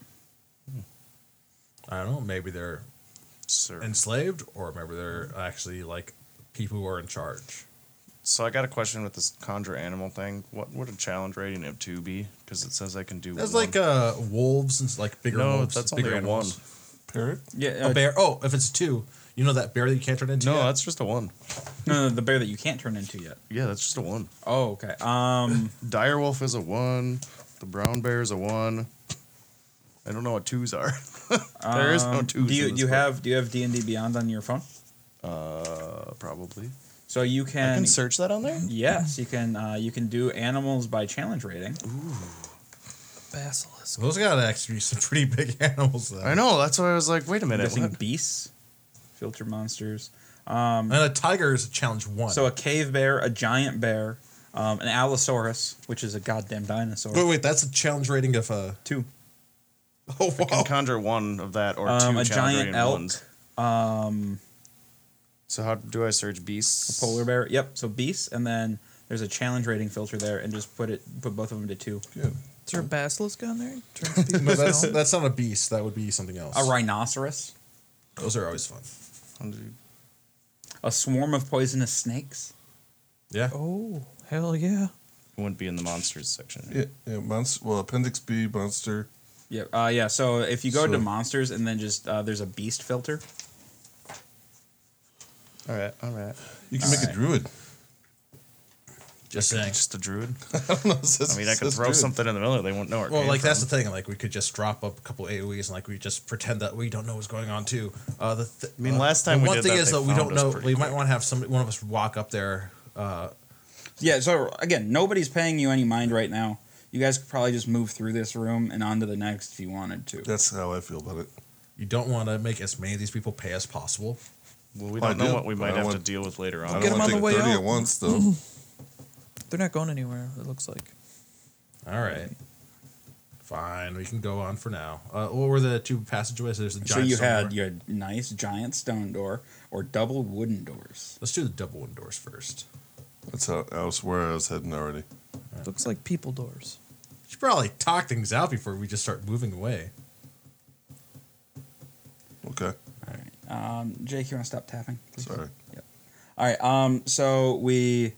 [SPEAKER 2] I don't know. Maybe they're
[SPEAKER 4] Sir.
[SPEAKER 2] enslaved, or maybe they're actually like people who are in charge.
[SPEAKER 4] So I got a question with this conjure animal thing. What would a challenge rating of two be? Because it says I can do.
[SPEAKER 2] That's
[SPEAKER 4] one.
[SPEAKER 2] like uh, wolves and s- like bigger
[SPEAKER 4] no,
[SPEAKER 2] wolves.
[SPEAKER 4] that's only
[SPEAKER 2] bigger
[SPEAKER 4] a one.
[SPEAKER 2] animals.
[SPEAKER 3] Parrot?
[SPEAKER 1] Yeah.
[SPEAKER 2] A
[SPEAKER 1] uh,
[SPEAKER 2] bear. Oh, if it's two, you know that bear that you can't turn into.
[SPEAKER 4] No,
[SPEAKER 2] yet?
[SPEAKER 4] that's just a one.
[SPEAKER 1] No, no, the bear that you can't turn into yet.
[SPEAKER 4] Yeah, that's just a one.
[SPEAKER 1] Oh, okay. Um,
[SPEAKER 4] Direwolf is a one. The brown bear is a one. I don't know what twos are. [LAUGHS] there is no
[SPEAKER 1] um,
[SPEAKER 4] twos.
[SPEAKER 1] Do you
[SPEAKER 4] in this
[SPEAKER 1] do you
[SPEAKER 4] book.
[SPEAKER 1] have do you have D and D Beyond on your phone?
[SPEAKER 4] Uh, probably.
[SPEAKER 1] So you
[SPEAKER 4] I
[SPEAKER 1] can.
[SPEAKER 4] can search that on there.
[SPEAKER 1] yes, you can. Uh, you can do animals by challenge rating.
[SPEAKER 5] Basilisk.
[SPEAKER 2] Those gotta actually be some [LAUGHS] pretty big animals though.
[SPEAKER 4] I know. That's why I was like, wait a
[SPEAKER 1] I'm
[SPEAKER 4] minute.
[SPEAKER 1] guessing
[SPEAKER 4] what?
[SPEAKER 1] beasts, filter monsters.
[SPEAKER 2] And a tiger is a challenge one.
[SPEAKER 1] So a cave bear, a giant bear, um, an allosaurus, which is a goddamn dinosaur.
[SPEAKER 2] wait, wait, that's a challenge rating of uh,
[SPEAKER 1] Two.
[SPEAKER 2] oh
[SPEAKER 4] I can
[SPEAKER 2] wow.
[SPEAKER 4] conjure one of that or
[SPEAKER 1] Um,
[SPEAKER 4] two
[SPEAKER 1] a
[SPEAKER 4] challenge
[SPEAKER 1] giant
[SPEAKER 4] rating
[SPEAKER 1] elk. um,
[SPEAKER 4] ones. So how do I search beasts?
[SPEAKER 1] Polar bear. Yep. So beasts, and then there's a challenge rating filter there, and just put it put both of them to two.
[SPEAKER 3] Yeah.
[SPEAKER 5] Is there a basilisk on there? Turns people
[SPEAKER 2] No, [LAUGHS] that's
[SPEAKER 5] stone?
[SPEAKER 2] that's not a beast. That would be something else.
[SPEAKER 1] A rhinoceros.
[SPEAKER 2] Those are always fun.
[SPEAKER 1] A swarm of poisonous snakes.
[SPEAKER 2] Yeah.
[SPEAKER 5] Oh, hell yeah.
[SPEAKER 4] It wouldn't be in the monsters section.
[SPEAKER 3] Yeah, yeah, monster. Well, Appendix B, monster.
[SPEAKER 1] Yeah, uh, yeah. So if you go
[SPEAKER 3] So-
[SPEAKER 1] to monsters and then just uh, there's a beast filter.
[SPEAKER 4] All right, all right.
[SPEAKER 3] You can make
[SPEAKER 1] Alright.
[SPEAKER 3] a druid. [LAUGHS]
[SPEAKER 2] Just saying.
[SPEAKER 4] Just a druid.
[SPEAKER 3] I, don't know, it says-
[SPEAKER 4] I mean, I
[SPEAKER 3] it
[SPEAKER 4] could
[SPEAKER 3] says
[SPEAKER 4] throw
[SPEAKER 3] druid.
[SPEAKER 4] something in the middle. They won't know. Where it
[SPEAKER 2] Well,
[SPEAKER 4] came
[SPEAKER 2] like that's
[SPEAKER 4] from.
[SPEAKER 2] the thing. Like we could just drop up a couple AOE's and like we just pretend that we don't know what's going on too. Uh, the th-
[SPEAKER 4] I mean,
[SPEAKER 2] uh,
[SPEAKER 4] last time
[SPEAKER 2] the
[SPEAKER 4] we
[SPEAKER 2] one
[SPEAKER 4] did
[SPEAKER 2] thing
[SPEAKER 4] that,
[SPEAKER 2] is
[SPEAKER 4] they
[SPEAKER 2] that we
[SPEAKER 4] found
[SPEAKER 2] don't
[SPEAKER 4] us
[SPEAKER 2] know.
[SPEAKER 4] pretty
[SPEAKER 2] We might
[SPEAKER 4] quick.
[SPEAKER 2] want to have some one of us walk up there. Uh,
[SPEAKER 1] Yeah. So again, nobody's paying you any mind right now. You guys could probably just move through this room and on to the next if you wanted to.
[SPEAKER 3] That's how I feel about it.
[SPEAKER 2] you don't want to make as many of these people pay as possible.
[SPEAKER 4] Well, we
[SPEAKER 3] Well, I
[SPEAKER 4] don't know
[SPEAKER 3] do,
[SPEAKER 4] what we
[SPEAKER 3] but
[SPEAKER 4] might
[SPEAKER 3] I
[SPEAKER 4] have to
[SPEAKER 3] want-
[SPEAKER 4] deal with later
[SPEAKER 3] I
[SPEAKER 4] on.
[SPEAKER 3] don't
[SPEAKER 5] Get 'em on
[SPEAKER 3] want to
[SPEAKER 5] the
[SPEAKER 3] take
[SPEAKER 5] way
[SPEAKER 3] 30
[SPEAKER 5] out.
[SPEAKER 3] at once, though.
[SPEAKER 5] They're not going anywhere, it looks like.
[SPEAKER 2] All right. Fine, we can go on for now. Uh, what were the two passageways? There's the
[SPEAKER 1] so
[SPEAKER 2] giant.
[SPEAKER 1] you
[SPEAKER 2] stone
[SPEAKER 1] had
[SPEAKER 2] door.
[SPEAKER 1] you had nice giant stone door or double wooden doors.
[SPEAKER 2] Let's do the double one doors first.
[SPEAKER 3] That's how I was where I was heading already.
[SPEAKER 5] Looks like people doors.
[SPEAKER 2] should probably talk things out before we just start moving away.
[SPEAKER 3] Okay.
[SPEAKER 1] All right. Um, Jake, you want to stop tapping? please?
[SPEAKER 3] Sorry.
[SPEAKER 1] All right. Um. So we,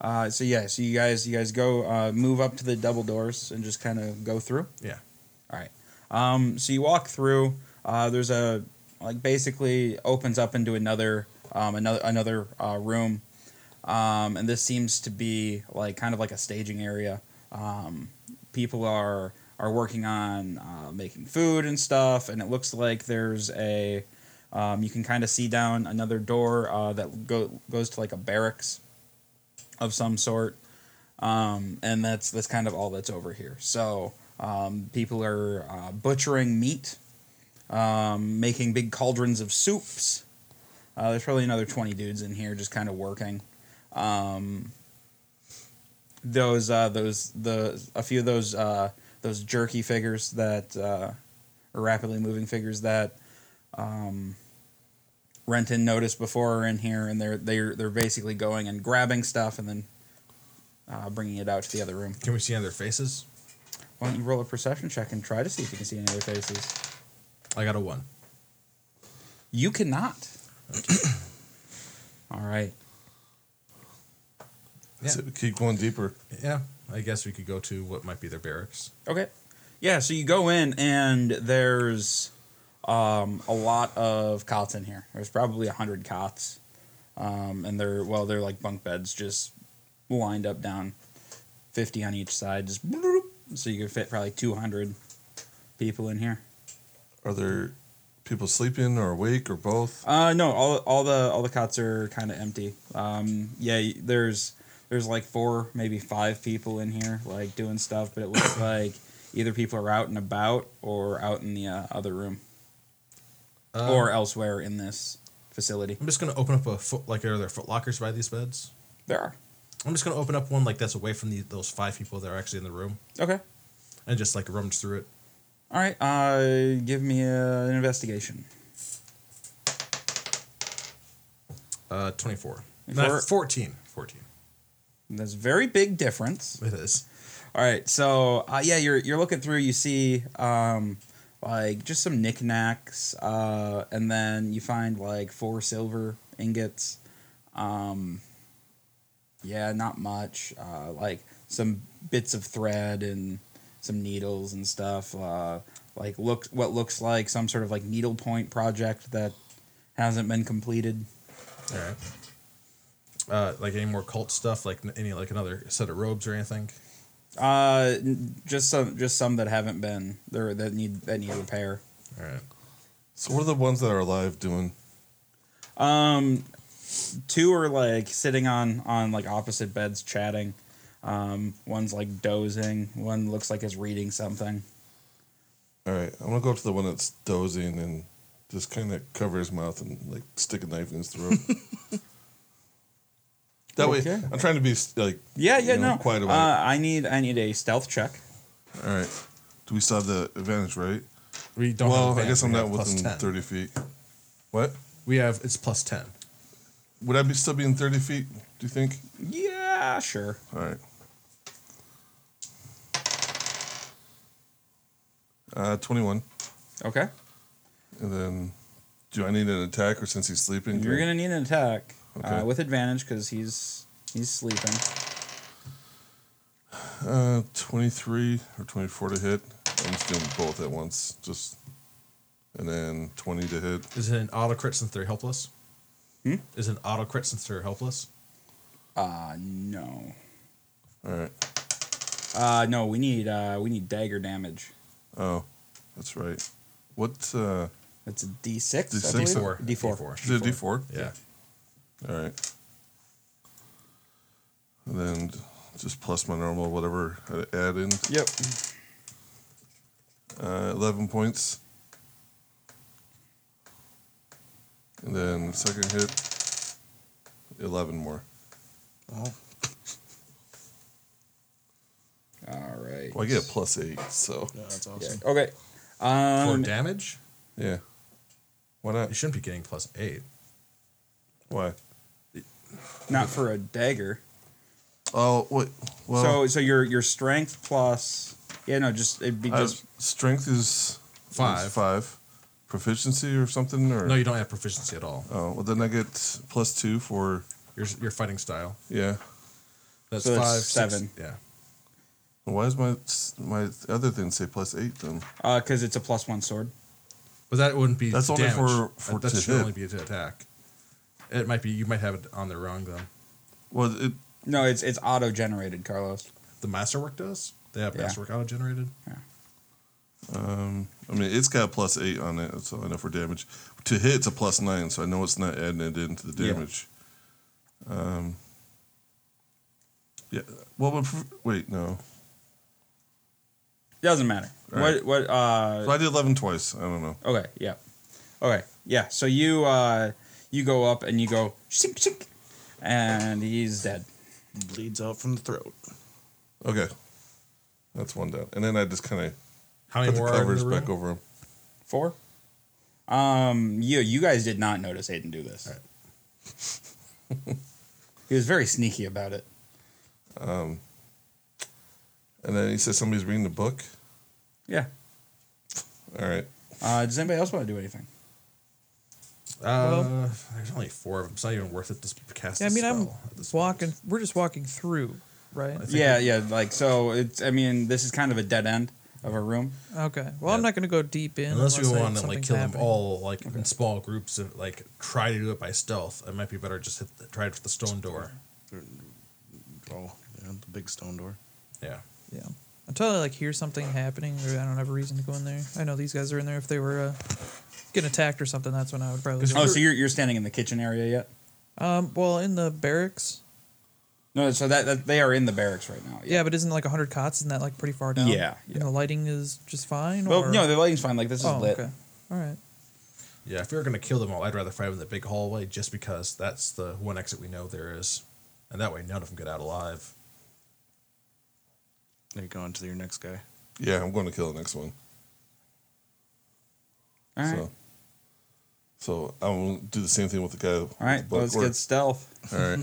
[SPEAKER 1] uh. So yeah. So you guys, you guys go uh, move up to the double doors and just kind of go through.
[SPEAKER 2] Yeah.
[SPEAKER 1] All right. Um. So you walk through. Uh. There's a like basically opens up into another um another another uh, room. Um. And this seems to be like kind of like a staging area. Um. People are are working on uh, making food and stuff, and it looks like there's a. Um, you can kind of see down another door uh, that go, goes to like a barracks of some sort, um, and that's that's kind of all that's over here. So um, people are uh, butchering meat, um, making big cauldrons of soups. Uh, there's probably another twenty dudes in here just kind of working. Um, those uh, those the a few of those uh, those jerky figures that uh, or rapidly moving figures that um, Renton noticed before are in here, and they're they're they're basically going and grabbing stuff and then uh, bringing it out to the other room.
[SPEAKER 2] Can we see other faces?
[SPEAKER 1] Why don't you roll a perception check and try to see if you can see any other faces?
[SPEAKER 2] I got a one.
[SPEAKER 1] You cannot. All right.
[SPEAKER 2] Yeah.
[SPEAKER 3] So keep going deeper.
[SPEAKER 2] Yeah. I guess we could go to what might be their barracks.
[SPEAKER 1] Okay. Yeah, so you go in and there's um, a lot of cots in here. There's probably a hundred cots, um, and they're well, they're like bunk beds, just lined up down, fifty on each side, just bloop. so you could fit probably two hundred people in here.
[SPEAKER 3] Are there people sleeping or awake or both?
[SPEAKER 1] Uh, no, all, all the all the cots are kind of empty. Um, yeah, y- there's there's like four, maybe five people in here, like doing stuff, but it looks like either people are out and about or out in the uh, other room or elsewhere in this facility.
[SPEAKER 2] I'm just gonna open up a foot like are there foot lockers by these beds?
[SPEAKER 1] There are
[SPEAKER 2] I'm just gonna open up one like that's away from the those five people that are actually in the room
[SPEAKER 1] okay.
[SPEAKER 2] and just like rummage through it.
[SPEAKER 1] All right, uh, give me uh an investigation.
[SPEAKER 2] Uh, 24.
[SPEAKER 1] Four-
[SPEAKER 2] Not, 14. 14.
[SPEAKER 1] That's a very big difference.
[SPEAKER 2] It is.
[SPEAKER 1] All right, so uh, yeah, you're you're looking through. You see, um, like just some knickknacks, uh, and then you find like four silver ingots. Um, yeah, not much. Uh, like some bits of thread and some needles and stuff. Uh, like look what looks like some sort of like needlepoint project that hasn't been completed.
[SPEAKER 2] All right. Uh, like any more cult stuff, like n- any like another set of robes or anything.
[SPEAKER 1] Uh, n- just some just some that haven't been there that need that need repair.
[SPEAKER 2] All right.
[SPEAKER 3] So what are the ones that are alive doing?
[SPEAKER 1] Um, two are like sitting on on like opposite beds chatting. Um, one's like dozing. One looks like is reading something.
[SPEAKER 3] All right, I'm gonna go up to the one that's dozing and just kind of cover his mouth and like stick a knife in his
[SPEAKER 2] [LAUGHS]
[SPEAKER 3] throat. that way,
[SPEAKER 1] Okay.
[SPEAKER 3] I'm trying to be like
[SPEAKER 1] Yeah,
[SPEAKER 3] you
[SPEAKER 1] yeah,
[SPEAKER 3] know,
[SPEAKER 1] no.
[SPEAKER 3] quite a
[SPEAKER 1] uh, I need I need a stealth check.
[SPEAKER 3] All right, do we still have the advantage, right?
[SPEAKER 2] We don't.
[SPEAKER 3] well,
[SPEAKER 2] have
[SPEAKER 3] I guess
[SPEAKER 2] advantage,
[SPEAKER 3] I'm
[SPEAKER 2] we have
[SPEAKER 3] not
[SPEAKER 2] plus
[SPEAKER 3] within
[SPEAKER 2] 10.
[SPEAKER 3] 30 feet. What?
[SPEAKER 2] We have it's plus ten.
[SPEAKER 3] Would I be still be in 30 feet? Do you think?
[SPEAKER 1] Yeah, sure.
[SPEAKER 3] All right. Uh, 21.
[SPEAKER 1] Okay,
[SPEAKER 3] And then, do I need an attack or since he's sleeping?
[SPEAKER 1] you're gonna need an attack
[SPEAKER 3] Okay.
[SPEAKER 1] uh, with advantage because he's he's sleeping.
[SPEAKER 3] Uh, 23 or 24 to hit. I'm just doing both at once. Just. And then 20 to hit.
[SPEAKER 2] Is it an auto crit since they're helpless?
[SPEAKER 1] Hmm?
[SPEAKER 2] Is it an auto crit since they're helpless?
[SPEAKER 1] Uh, no.
[SPEAKER 3] All right.
[SPEAKER 1] Uh, no. We need uh we need dagger damage.
[SPEAKER 3] Oh, that's right. What? Uh,
[SPEAKER 1] That's a D six.
[SPEAKER 3] D6?
[SPEAKER 2] D four.
[SPEAKER 1] D four.
[SPEAKER 2] four.
[SPEAKER 3] is it a D4?
[SPEAKER 2] Yeah.
[SPEAKER 3] All right. And then just plus my normal whatever I add in.
[SPEAKER 1] Yep.
[SPEAKER 3] Uh, 11 points. And then second hit, 11 more.
[SPEAKER 1] All right.
[SPEAKER 3] Well, I get a plus eight, so
[SPEAKER 4] that's
[SPEAKER 1] Yeah.
[SPEAKER 4] awesome.
[SPEAKER 1] Okay. Um,
[SPEAKER 2] For damage,
[SPEAKER 3] yeah. Why
[SPEAKER 2] you
[SPEAKER 3] not?
[SPEAKER 2] shouldn't be getting plus eight.
[SPEAKER 3] Why?
[SPEAKER 1] not for a dagger.
[SPEAKER 3] Oh, wait. Well,
[SPEAKER 1] so so your your strength plus Yeah, no, just it'd be
[SPEAKER 3] I-
[SPEAKER 1] just
[SPEAKER 3] strength is
[SPEAKER 2] Five.
[SPEAKER 3] is five. Proficiency or something or
[SPEAKER 2] No, you don't have proficiency at all.
[SPEAKER 3] oh well then I get plus two for
[SPEAKER 2] Your your fighting style.
[SPEAKER 3] yeah.
[SPEAKER 2] That's
[SPEAKER 1] So
[SPEAKER 2] five,
[SPEAKER 1] that's
[SPEAKER 2] six-
[SPEAKER 1] seven.
[SPEAKER 2] yeah.
[SPEAKER 3] Why does my my other thing say plus eight then?
[SPEAKER 1] because uh, it's a plus one sword.
[SPEAKER 2] But that wouldn't be.
[SPEAKER 3] That's only
[SPEAKER 2] damage.
[SPEAKER 3] for-
[SPEAKER 2] That-
[SPEAKER 3] for
[SPEAKER 2] that
[SPEAKER 3] to
[SPEAKER 2] should
[SPEAKER 3] hit.
[SPEAKER 2] only be to attack. It might be. You might have it on the wrong though.
[SPEAKER 3] Well, it,
[SPEAKER 1] No, it's it's auto generated, Carlos.
[SPEAKER 2] The masterwork does. They have
[SPEAKER 1] Yeah.
[SPEAKER 2] masterwork auto generated.
[SPEAKER 3] um, I mean, it's got a plus eight on it, so I know for damage. To hit, it's a plus nine, so I know it's not adding it into the
[SPEAKER 1] Yeah.
[SPEAKER 3] damage. Um, yeah. Well, but, pr- wait, no.
[SPEAKER 1] Doesn't matter.
[SPEAKER 3] Right.
[SPEAKER 1] What what uh
[SPEAKER 3] So I did eleven twice. I don't know.
[SPEAKER 1] Okay, yeah. Okay, yeah. So you uh you go up and you go shink shink and he's dead.
[SPEAKER 4] Bleeds out from the throat.
[SPEAKER 3] Okay, that's one down, and then I just kind of
[SPEAKER 2] How many
[SPEAKER 3] put the
[SPEAKER 2] more are in
[SPEAKER 3] covers
[SPEAKER 2] the room?
[SPEAKER 3] back over him.
[SPEAKER 1] Four? Um you you guys did not notice Aiden do this. [LAUGHS] he was very sneaky about it.
[SPEAKER 3] Um, And then he says somebody's reading the book.
[SPEAKER 1] Yeah.
[SPEAKER 3] All right.
[SPEAKER 1] Uh does anybody else want to do anything?
[SPEAKER 2] Uh, there's only four of them. It's not even worth it to cast.
[SPEAKER 5] Yeah, I
[SPEAKER 2] a
[SPEAKER 5] mean, I'm
[SPEAKER 2] spell at this point.
[SPEAKER 5] walking. We're just walking through, right?
[SPEAKER 1] Yeah, yeah, like so it's I mean, this is kind of a dead end of a room.
[SPEAKER 5] Okay. Well, I'm not going to go deep in
[SPEAKER 2] Unless we
[SPEAKER 5] I-
[SPEAKER 2] want to like
[SPEAKER 5] something's
[SPEAKER 2] kill
[SPEAKER 5] happening.
[SPEAKER 2] them all, like in small groups, and like try to do it by stealth. It might be better just hit the, try it for the stone door.
[SPEAKER 4] Oh, yeah, the big stone door.
[SPEAKER 2] Yeah,
[SPEAKER 5] Yeah. Until I like hear something happening, or I don't have a reason to go in there. I know these guys are in there. If they were uh, getting attacked or something, that's when I would probably.
[SPEAKER 1] Oh, so you're you're standing in the kitchen area yet?
[SPEAKER 5] Um. Well, in the barracks.
[SPEAKER 1] No, so that, that they are in the barracks right now.
[SPEAKER 5] Yeah, but isn't like hundred cots? Isn't that like pretty far down?
[SPEAKER 1] Yeah, yeah.
[SPEAKER 5] And the lighting is just fine.
[SPEAKER 1] Well,
[SPEAKER 5] or?
[SPEAKER 1] no, the lighting's fine. Like this is
[SPEAKER 5] oh,
[SPEAKER 1] lit.
[SPEAKER 5] okay. All right.
[SPEAKER 2] yeah. If we were gonna kill them all, I'd rather fight them in the big hallway, just because that's the one exit we know there is, and that way none of them get out alive.
[SPEAKER 4] There you go on to your next guy.
[SPEAKER 3] Yeah, I'm going to kill the next one.
[SPEAKER 1] All right.
[SPEAKER 3] So, so I will do the same thing with the guy. with
[SPEAKER 1] All right,
[SPEAKER 3] the book,
[SPEAKER 1] let's
[SPEAKER 3] or-
[SPEAKER 1] get stealth. [LAUGHS]
[SPEAKER 3] All right.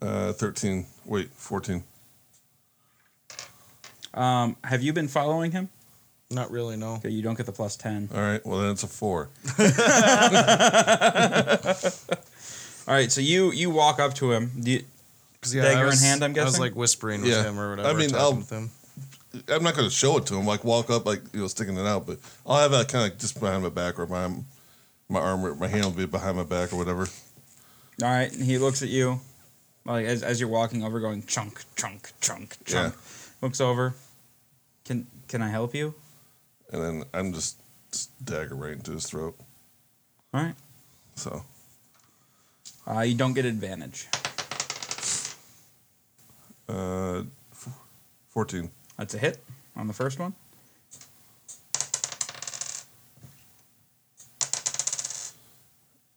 [SPEAKER 3] uh, 13. Wait, 14.
[SPEAKER 1] Um, have you been following him?
[SPEAKER 4] Not really, no.
[SPEAKER 1] Okay, you don't get the plus ten.
[SPEAKER 3] All right. Well, then it's a four.
[SPEAKER 1] All right, so you you walk up to him. Do you-
[SPEAKER 4] Cause, yeah,
[SPEAKER 1] Dagger
[SPEAKER 4] I
[SPEAKER 1] in
[SPEAKER 4] was,
[SPEAKER 1] hand, I'm
[SPEAKER 4] I was
[SPEAKER 1] guessing?
[SPEAKER 4] like whispering with
[SPEAKER 3] Yeah.
[SPEAKER 4] him or whatever.
[SPEAKER 3] I mean,
[SPEAKER 4] talking
[SPEAKER 3] I'll-
[SPEAKER 4] with him.
[SPEAKER 3] I'm not going to show it to him, like walk up, like, you know, sticking it out, but I'll have that kind of just behind my back or behind my arm, or my hand will be behind my back or whatever.
[SPEAKER 1] all right, and he looks at you, like as, as you're walking over, going chunk, chunk, chunk, chunk. Looks over. Can can I help you?
[SPEAKER 3] And then I'm just, just dagger right into his throat.
[SPEAKER 1] All right.
[SPEAKER 3] So,
[SPEAKER 1] Uh, you don't get advantage.
[SPEAKER 3] uh, f- 14.
[SPEAKER 1] That's a hit on the first one.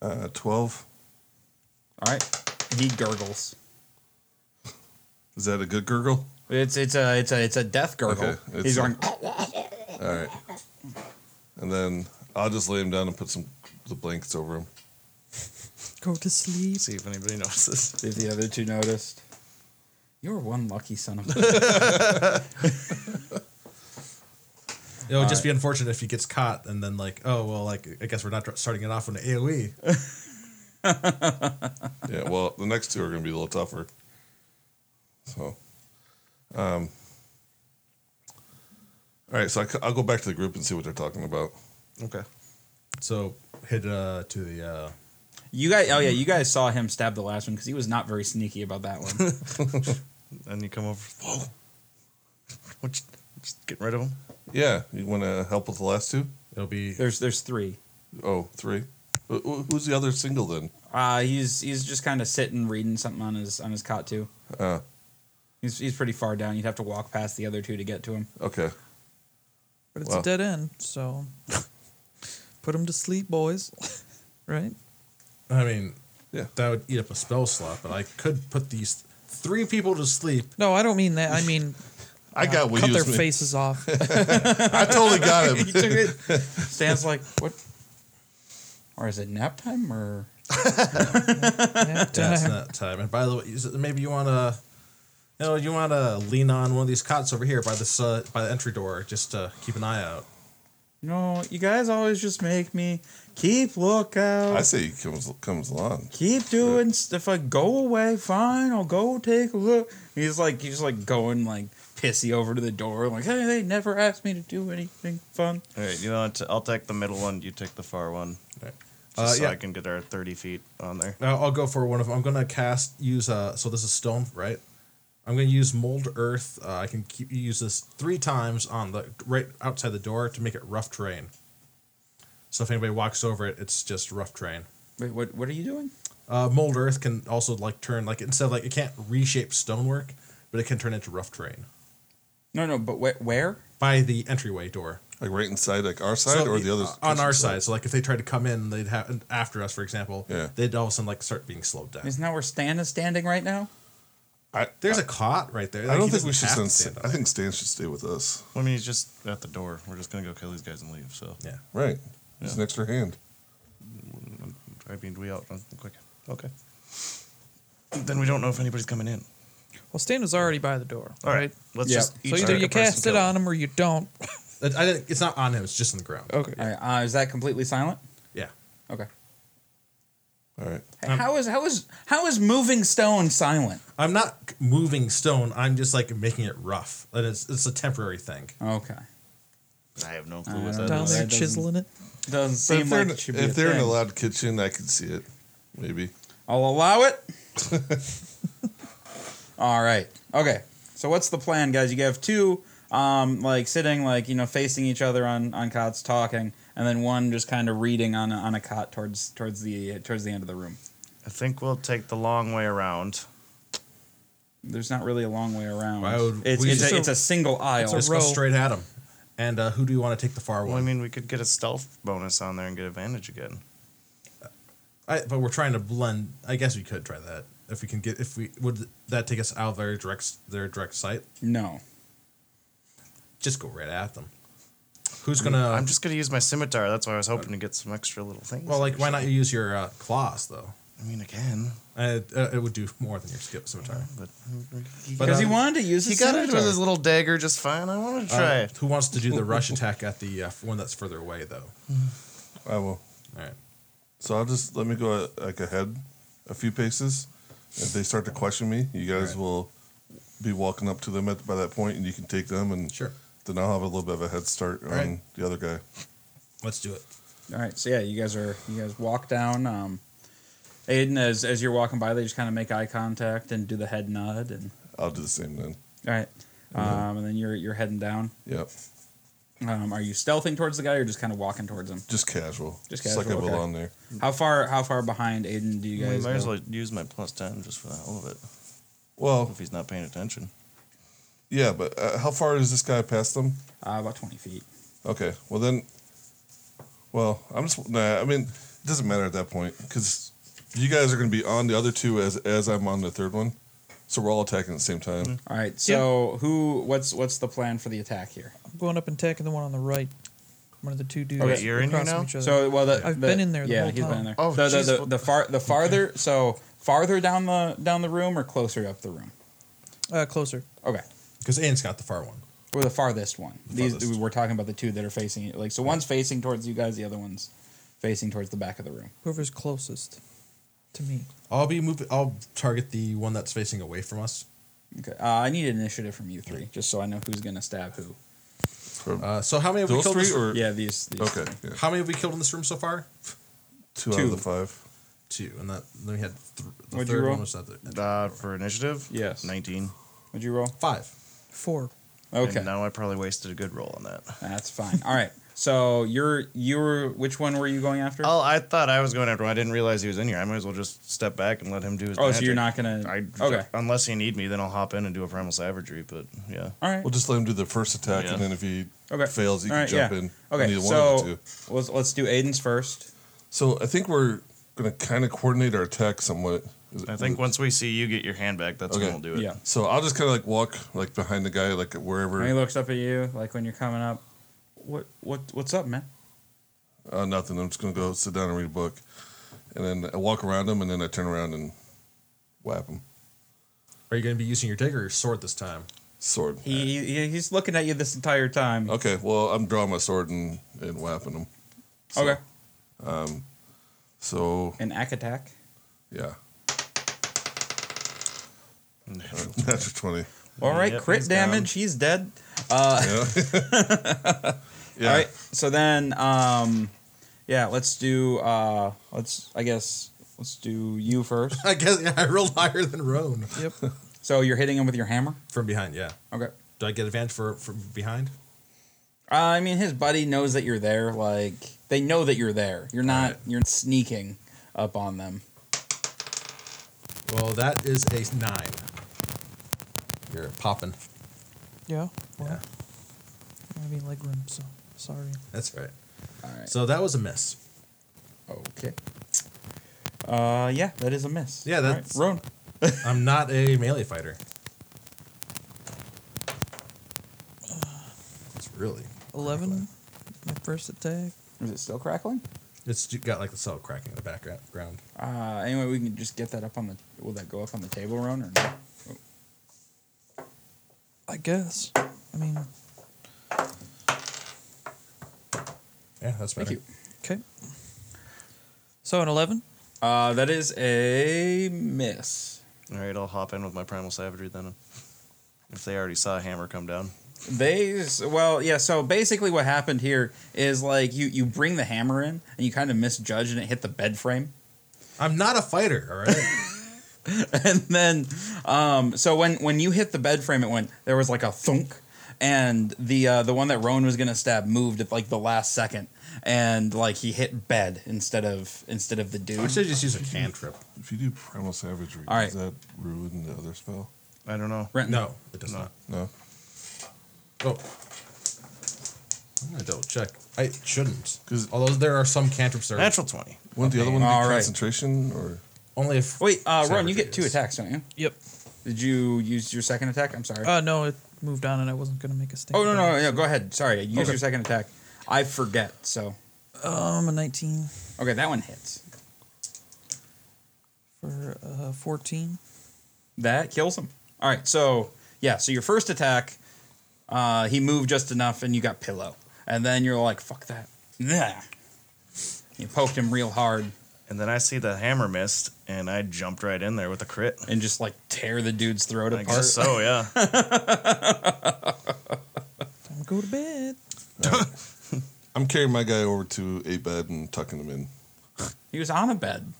[SPEAKER 3] Uh, 12.
[SPEAKER 1] All right. He gurgles.
[SPEAKER 3] Is that a good gurgle?
[SPEAKER 1] It's it's a it's a it's a death gurgle.
[SPEAKER 3] Okay, it's-
[SPEAKER 1] He's going. "Oh,"
[SPEAKER 3] All right. And then I'll just lay him down and put some the blankets over him.
[SPEAKER 5] Go to sleep.
[SPEAKER 4] [LAUGHS] See if anybody notices.
[SPEAKER 1] If the other two noticed, you're one lucky son of. a...
[SPEAKER 2] It would just be unfortunate if he gets caught and then like, oh well, like I guess we're not dr- starting it off with an AOE.
[SPEAKER 3] Yeah. Well, the next two are going to be a little tougher. So, um, all right. So I, will go back to the group and see what they're talking about.
[SPEAKER 4] Okay.
[SPEAKER 2] so hit uh, to the. Uh,
[SPEAKER 1] [LAUGHS] You guys, oh yeah, you guys saw him stab the last one because he was not very sneaky about that
[SPEAKER 3] [LAUGHS]
[SPEAKER 1] one.
[SPEAKER 4] And you come over. Whoa. [LAUGHS] What? You, just getting rid of him?
[SPEAKER 3] Yeah. You want to help with the last two?
[SPEAKER 2] it'll be
[SPEAKER 1] there's there's three.
[SPEAKER 3] Oh, three. Wh- wh- Who's the other single then?
[SPEAKER 1] Uh, he's he's just kind of sitting reading something on his on his cot too.
[SPEAKER 3] Uh,
[SPEAKER 1] He's he's pretty far down. You'd have to walk past the other two to get to him. [LAUGHS]
[SPEAKER 3] okay.
[SPEAKER 5] But it's
[SPEAKER 3] Well.
[SPEAKER 5] a dead end, so put them to sleep, boys. [LAUGHS] right?
[SPEAKER 2] I mean,
[SPEAKER 3] Yeah.
[SPEAKER 2] that would eat up a spell slot, but I could put these three people to sleep.
[SPEAKER 5] No, I don't mean that. I mean
[SPEAKER 3] I
[SPEAKER 5] uh,
[SPEAKER 3] got what
[SPEAKER 5] cut
[SPEAKER 3] you
[SPEAKER 5] their
[SPEAKER 3] was mean-
[SPEAKER 5] faces off.
[SPEAKER 3] [LAUGHS] I totally got
[SPEAKER 1] [LAUGHS] he
[SPEAKER 3] him.
[SPEAKER 1] took it. Stan's like what? Or is it nap time? Or
[SPEAKER 5] Yeah,
[SPEAKER 2] Yeah, it's not time. And by the way, is it- maybe you want to you know, you want to lean on one of these cots over here by this uh, by the entry door just to keep an eye out.
[SPEAKER 1] No, you guys always just make me keep
[SPEAKER 3] I
[SPEAKER 1] lookout.
[SPEAKER 3] say he comes comes along.
[SPEAKER 1] Keep doing stuff. Like go away, fine. I'll go take a look. He's like he's like going like pissy over to the door. Like hey, they never asked me to do anything fun.
[SPEAKER 4] All right, you know what? I'll take the middle one. You take the far one. Just
[SPEAKER 2] Uh,
[SPEAKER 4] so
[SPEAKER 2] yeah.
[SPEAKER 4] I can get our thirty feet on there.
[SPEAKER 2] I'll, I'll go for one of them. I'm gonna cast use uh so this is stone, right? I'm gonna use mold earth. Uh, I can keep use this three times on the right outside the door to make it rough terrain. So if anybody walks over it, it's just rough terrain.
[SPEAKER 1] Wait, what? What are you doing?
[SPEAKER 2] Uh, mold earth can also like turn like instead of like it can't reshape stonework, but it can turn into rough terrain
[SPEAKER 1] No, no. But wh- where?
[SPEAKER 2] by the entryway door. uh,
[SPEAKER 3] Like right inside, like our side or the other
[SPEAKER 2] on our side. So like if they tried to come in, they'd have after us, for example.
[SPEAKER 3] Yeah.
[SPEAKER 2] They'd all of a sudden like start being slowed down.
[SPEAKER 1] Isn't that where Stan is standing right now?
[SPEAKER 3] I,
[SPEAKER 2] There's a cot right there.
[SPEAKER 3] I
[SPEAKER 2] Like,
[SPEAKER 3] don't
[SPEAKER 2] he
[SPEAKER 3] think we
[SPEAKER 2] doesn't
[SPEAKER 3] should
[SPEAKER 2] have to
[SPEAKER 3] send.
[SPEAKER 2] stand
[SPEAKER 3] Stan-
[SPEAKER 2] on
[SPEAKER 3] I
[SPEAKER 2] it.
[SPEAKER 3] think Stan should stay with us.
[SPEAKER 4] I mean, he's just at the door. We're just gonna go kill these guys and leave. So
[SPEAKER 2] Yeah.
[SPEAKER 3] Right. He's
[SPEAKER 4] Yeah.
[SPEAKER 3] an extra hand.
[SPEAKER 4] I mean, we out on quick. Okay. Then we don't know if anybody's coming in.
[SPEAKER 5] Well, Stan was already by the door.
[SPEAKER 4] All right, let's
[SPEAKER 1] Yeah.
[SPEAKER 4] just
[SPEAKER 5] So
[SPEAKER 4] each
[SPEAKER 5] either
[SPEAKER 4] take
[SPEAKER 5] you
[SPEAKER 4] a person
[SPEAKER 5] cast it
[SPEAKER 4] kill.
[SPEAKER 5] on him or you don't.
[SPEAKER 2] It- I didn't, it's not on him. It's just on the
[SPEAKER 4] Oh.
[SPEAKER 2] ground.
[SPEAKER 5] Okay.
[SPEAKER 1] All right. Uh, is that completely silent?
[SPEAKER 2] Yeah.
[SPEAKER 1] Okay.
[SPEAKER 3] All right.
[SPEAKER 1] how is how is how is moving stone silent?
[SPEAKER 2] I'm not moving stone. I'm just like making it rough. And it's it's a temporary thing.
[SPEAKER 1] Okay.
[SPEAKER 4] I have no
[SPEAKER 1] I
[SPEAKER 4] clue
[SPEAKER 1] don't
[SPEAKER 4] what that
[SPEAKER 1] know.
[SPEAKER 5] Down
[SPEAKER 4] is.
[SPEAKER 5] there
[SPEAKER 1] That doesn't-
[SPEAKER 5] chiseling it.
[SPEAKER 1] Doesn't
[SPEAKER 3] But
[SPEAKER 1] seem
[SPEAKER 3] if they're,
[SPEAKER 1] like
[SPEAKER 3] in,
[SPEAKER 1] it should be
[SPEAKER 3] if
[SPEAKER 1] a
[SPEAKER 3] they're in a
[SPEAKER 1] thing.
[SPEAKER 3] loud kitchen, I could see it. Maybe.
[SPEAKER 1] I'll allow it. [LAUGHS] All right. Okay. So what's the plan, guys? You have two, um, like sitting, like you know, facing each other on on cots, talking, and then one just kind of reading on a, on a cot towards towards the towards the end of the room.
[SPEAKER 4] I think we'll take the long way around.
[SPEAKER 1] There's not really a long way around.
[SPEAKER 2] Why would
[SPEAKER 1] it's,
[SPEAKER 2] we-
[SPEAKER 1] it's,
[SPEAKER 2] It's
[SPEAKER 1] a,
[SPEAKER 2] a-
[SPEAKER 1] it's a single aisle.
[SPEAKER 2] Just
[SPEAKER 5] row.
[SPEAKER 2] go straight at him. And uh, who do you want to take the far
[SPEAKER 4] Well, I
[SPEAKER 2] one?
[SPEAKER 4] mean, we could get a stealth bonus on there and get advantage again.
[SPEAKER 2] I, but we're trying to blend. I guess we could try that if we can get. If we would that take us out of their direct their direct sight?
[SPEAKER 1] no.
[SPEAKER 2] Just go right at them. Who's gonna?
[SPEAKER 4] I'm just gonna use my scimitar. That's why I was hoping to get some extra little things.
[SPEAKER 2] Well, like, why not you use your uh, claws though?
[SPEAKER 4] I mean, again,
[SPEAKER 2] Uh, it- uh, it would do more than your skip scimitar.
[SPEAKER 4] but
[SPEAKER 2] But,
[SPEAKER 1] Because
[SPEAKER 2] uh,
[SPEAKER 1] he wanted to use
[SPEAKER 4] he
[SPEAKER 1] his
[SPEAKER 4] got it with
[SPEAKER 1] scimitar.
[SPEAKER 4] his little dagger just fine. I want to
[SPEAKER 2] Uh,
[SPEAKER 4] try it.
[SPEAKER 2] who wants to do the rush attack at the uh, one that's further away though?
[SPEAKER 3] I will.
[SPEAKER 2] All right.
[SPEAKER 3] So I'll just let me go uh, like ahead a few paces. If they start to question me, you guys
[SPEAKER 2] Alright.
[SPEAKER 3] will be walking up to them at, by that point, and you can take them, and
[SPEAKER 2] Sure.
[SPEAKER 3] then I'll have a little bit of a head start on
[SPEAKER 2] Alright.
[SPEAKER 3] the other guy.
[SPEAKER 2] Let's do it.
[SPEAKER 1] All right, so yeah, you guys are you guys walk down. Um, Aiden, as as you're walking by, they just kind of make eye contact and do the head nod, and
[SPEAKER 3] I'll do the same then.
[SPEAKER 1] all right, um, and then you're you're heading down.
[SPEAKER 3] Yep,
[SPEAKER 1] Um, are you stealthing towards the guy or just kind of walking towards him?
[SPEAKER 3] just casual,
[SPEAKER 1] Just
[SPEAKER 3] like I
[SPEAKER 1] casual, okay.
[SPEAKER 3] belong there.
[SPEAKER 1] How far how far behind Aiden do you
[SPEAKER 4] we
[SPEAKER 1] guys?
[SPEAKER 4] might as
[SPEAKER 1] go?
[SPEAKER 4] well use my plus ten just for the hell of it.
[SPEAKER 3] Well,
[SPEAKER 4] If he's not paying attention,
[SPEAKER 3] yeah, but uh, how far is this guy past them?
[SPEAKER 1] uh, about twenty feet.
[SPEAKER 3] Okay, well then, well I'm just nah. I mean, it doesn't matter at that point because you guys are going to be on the other two as as I'm on the third one, so we're all attacking at the same time.
[SPEAKER 1] All right, so who? What's what's the plan for the attack here?
[SPEAKER 5] I'm going up and attacking the one on the right. One of the two dudes.
[SPEAKER 1] Okay,
[SPEAKER 5] across
[SPEAKER 4] you're in here now?
[SPEAKER 5] Each other.
[SPEAKER 1] So well, the,
[SPEAKER 5] I've
[SPEAKER 1] the-
[SPEAKER 5] been in there the
[SPEAKER 1] yeah,
[SPEAKER 5] whole
[SPEAKER 1] he's been
[SPEAKER 5] time.
[SPEAKER 1] in there.
[SPEAKER 4] Oh,
[SPEAKER 1] the, the,
[SPEAKER 4] jeez,
[SPEAKER 1] the,
[SPEAKER 4] well-
[SPEAKER 1] the far the farther so farther down the down the room or closer up the room.
[SPEAKER 5] uh, closer.
[SPEAKER 1] Okay.
[SPEAKER 2] Because Aiden's got the far one.
[SPEAKER 1] Or the farthest one. These
[SPEAKER 3] farthest.
[SPEAKER 1] we're talking about the two that are facing it. Like so, one's facing towards you guys, the other one's facing towards the back of the room.
[SPEAKER 5] Whoever's closest to me.
[SPEAKER 2] I'll be moving. I'll target the one that's facing away from us.
[SPEAKER 1] Okay, uh, I need an initiative from you three, just so I know who's gonna stab who. Mm-hmm.
[SPEAKER 3] From
[SPEAKER 2] Uh, so how many have we
[SPEAKER 3] those
[SPEAKER 2] killed?
[SPEAKER 3] three
[SPEAKER 2] this-
[SPEAKER 3] or
[SPEAKER 1] Yeah, these. these
[SPEAKER 3] okay, yeah.
[SPEAKER 2] How many have we killed in this room so far?
[SPEAKER 3] two, out of
[SPEAKER 1] Two.
[SPEAKER 3] the five.
[SPEAKER 2] Two, and that then we had th- the
[SPEAKER 1] What'd you
[SPEAKER 2] third
[SPEAKER 1] roll?
[SPEAKER 2] one was at the
[SPEAKER 4] uh, for initiative,
[SPEAKER 1] Yes.
[SPEAKER 4] nineteen.
[SPEAKER 1] Would you roll?
[SPEAKER 2] five.
[SPEAKER 5] Four.
[SPEAKER 1] Okay,
[SPEAKER 4] And now I probably wasted a good roll on that.
[SPEAKER 1] that's fine. All right. So you're you were which one were you going after?
[SPEAKER 4] Oh, I thought I was going after him. I didn't realize he was in here. I might as well just step back and let him do his.
[SPEAKER 1] Oh, so you're not
[SPEAKER 4] magic.
[SPEAKER 1] gonna.
[SPEAKER 4] I,
[SPEAKER 1] okay.
[SPEAKER 4] Unless you need me, then I'll hop in and do a primal savagery. But yeah,
[SPEAKER 1] All right.
[SPEAKER 3] We'll just let him do the first attack,
[SPEAKER 4] Yeah.
[SPEAKER 3] and then if he
[SPEAKER 1] Okay.
[SPEAKER 3] fails, he
[SPEAKER 1] All
[SPEAKER 3] can
[SPEAKER 1] right,
[SPEAKER 3] jump
[SPEAKER 1] yeah.
[SPEAKER 3] in.
[SPEAKER 1] Okay,
[SPEAKER 3] Either one of the
[SPEAKER 1] so
[SPEAKER 3] two.
[SPEAKER 1] let's let's do Aiden's first.
[SPEAKER 3] So I think we're going to kind of coordinate our attack somewhat. Is it-
[SPEAKER 4] I think once we see you get your hand back, that's
[SPEAKER 3] Okay.
[SPEAKER 4] when we'll do it.
[SPEAKER 1] Yeah.
[SPEAKER 3] So I'll just kind of like walk like behind the guy, like wherever.
[SPEAKER 1] When he looks up at you, like when you're coming up, what what what's up, man?
[SPEAKER 3] Uh, nothing. I'm just going to go sit down and read a book, and then I walk around him, and then I turn around and whap him.
[SPEAKER 2] Are you going to be using your dagger or your sword this time? [LAUGHS]
[SPEAKER 3] Sword.
[SPEAKER 1] He, he he's looking at you this entire time.
[SPEAKER 3] Okay, well, I'm drawing my sword and, and whapping him. um,
[SPEAKER 1] Okay.
[SPEAKER 3] So,
[SPEAKER 1] An ack attack.
[SPEAKER 3] yeah. [LAUGHS] Natural 20.
[SPEAKER 1] All right,
[SPEAKER 4] Yep,
[SPEAKER 1] crit
[SPEAKER 4] he's down.
[SPEAKER 1] damage. He's dead. Uh,
[SPEAKER 3] Yeah.
[SPEAKER 1] [LAUGHS] All right. So then, um, yeah, let's do. Uh, let's. I guess let's do you first.
[SPEAKER 2] I guess yeah, I rolled higher than Roan
[SPEAKER 5] Yep.
[SPEAKER 1] so you're hitting him with your hammer.
[SPEAKER 2] from behind. Yeah.
[SPEAKER 1] Okay.
[SPEAKER 2] Do I get advantage for from behind?
[SPEAKER 1] Uh, I mean, his buddy knows that you're there. Like they know that you're there. You're not. You're sneaking up on them.
[SPEAKER 2] Well, that is a nine. You're popping.
[SPEAKER 5] Yeah. Well,
[SPEAKER 2] Yeah,
[SPEAKER 5] I mean leg room, so sorry.
[SPEAKER 2] that's right.
[SPEAKER 1] All right.
[SPEAKER 2] So that was a miss.
[SPEAKER 1] okay. Uh, yeah, that is a miss.
[SPEAKER 2] Yeah,
[SPEAKER 1] All right,
[SPEAKER 2] that's-
[SPEAKER 1] Roan.
[SPEAKER 2] I'm not a melee fighter. It's really.
[SPEAKER 5] Eleven. My first attack.
[SPEAKER 1] Is it still crackling?
[SPEAKER 2] It's ju- got like the cell cracking in the background.
[SPEAKER 1] Uh, anyway, we can just get that up on the. Will that go up on the table, Roan, or no?
[SPEAKER 5] I guess. I mean,
[SPEAKER 2] Yeah, that's
[SPEAKER 1] Thank
[SPEAKER 2] better.
[SPEAKER 1] you.
[SPEAKER 5] okay. So an eleven.
[SPEAKER 1] Uh, that is a miss.
[SPEAKER 4] All right, I'll hop in with my primal savagery then. If they already saw a hammer come down,
[SPEAKER 1] They well, yeah. So basically, what happened here is like you you bring the hammer in and you kind of misjudge and it hit the bed frame, [LAUGHS]
[SPEAKER 2] I'm not a fighter, all right?
[SPEAKER 1] and then um, so when when you hit the bed frame, it went there was like a thunk, and the uh, the one that Roan was gonna stab moved at like the last second, and like he hit bed instead of instead of the
[SPEAKER 2] I
[SPEAKER 1] dude.
[SPEAKER 2] should just use a cantrip.
[SPEAKER 3] If you do Primal Savagery,
[SPEAKER 1] All right.
[SPEAKER 3] does that ruin the other spell?
[SPEAKER 4] I don't know.
[SPEAKER 1] Renton.
[SPEAKER 2] No, it does
[SPEAKER 4] No.
[SPEAKER 2] not.
[SPEAKER 3] No?
[SPEAKER 2] Oh. I'm going to double check. I shouldn't.
[SPEAKER 3] 'Cause-
[SPEAKER 2] Although there are some cantrips that are
[SPEAKER 4] Natural twenty.
[SPEAKER 3] Wouldn't the other one be
[SPEAKER 1] All right.
[SPEAKER 3] concentration or?
[SPEAKER 2] only if.
[SPEAKER 1] Wait, uh, Roan, you
[SPEAKER 2] Savagery
[SPEAKER 1] get two
[SPEAKER 2] is.
[SPEAKER 1] attacks, don't you?
[SPEAKER 5] Yep.
[SPEAKER 1] Did you use your second attack? I'm sorry.
[SPEAKER 5] Uh, no, it moved on, and I wasn't gonna make a stand.
[SPEAKER 1] oh no, no, no. Go ahead. Sorry, use your second attack. I forget. So
[SPEAKER 5] Um, a nineteen
[SPEAKER 1] okay, that one hits.
[SPEAKER 5] for uh fourteen.
[SPEAKER 1] That kills him. All right, so yeah, so your first attack, uh, he moved just enough, and you got pillow, and then you're like, "Fuck that!" Yeah, you poked him real hard,
[SPEAKER 4] And then I see the hammer missed, and I jumped right in there with a crit.
[SPEAKER 1] and just like tear the dude's throat
[SPEAKER 4] I
[SPEAKER 1] apart.
[SPEAKER 4] guess
[SPEAKER 1] [LAUGHS]
[SPEAKER 4] so, yeah.
[SPEAKER 5] Time to go to bed.
[SPEAKER 3] I'm carrying my guy over to a bed and tucking him in.
[SPEAKER 1] He was on a bed.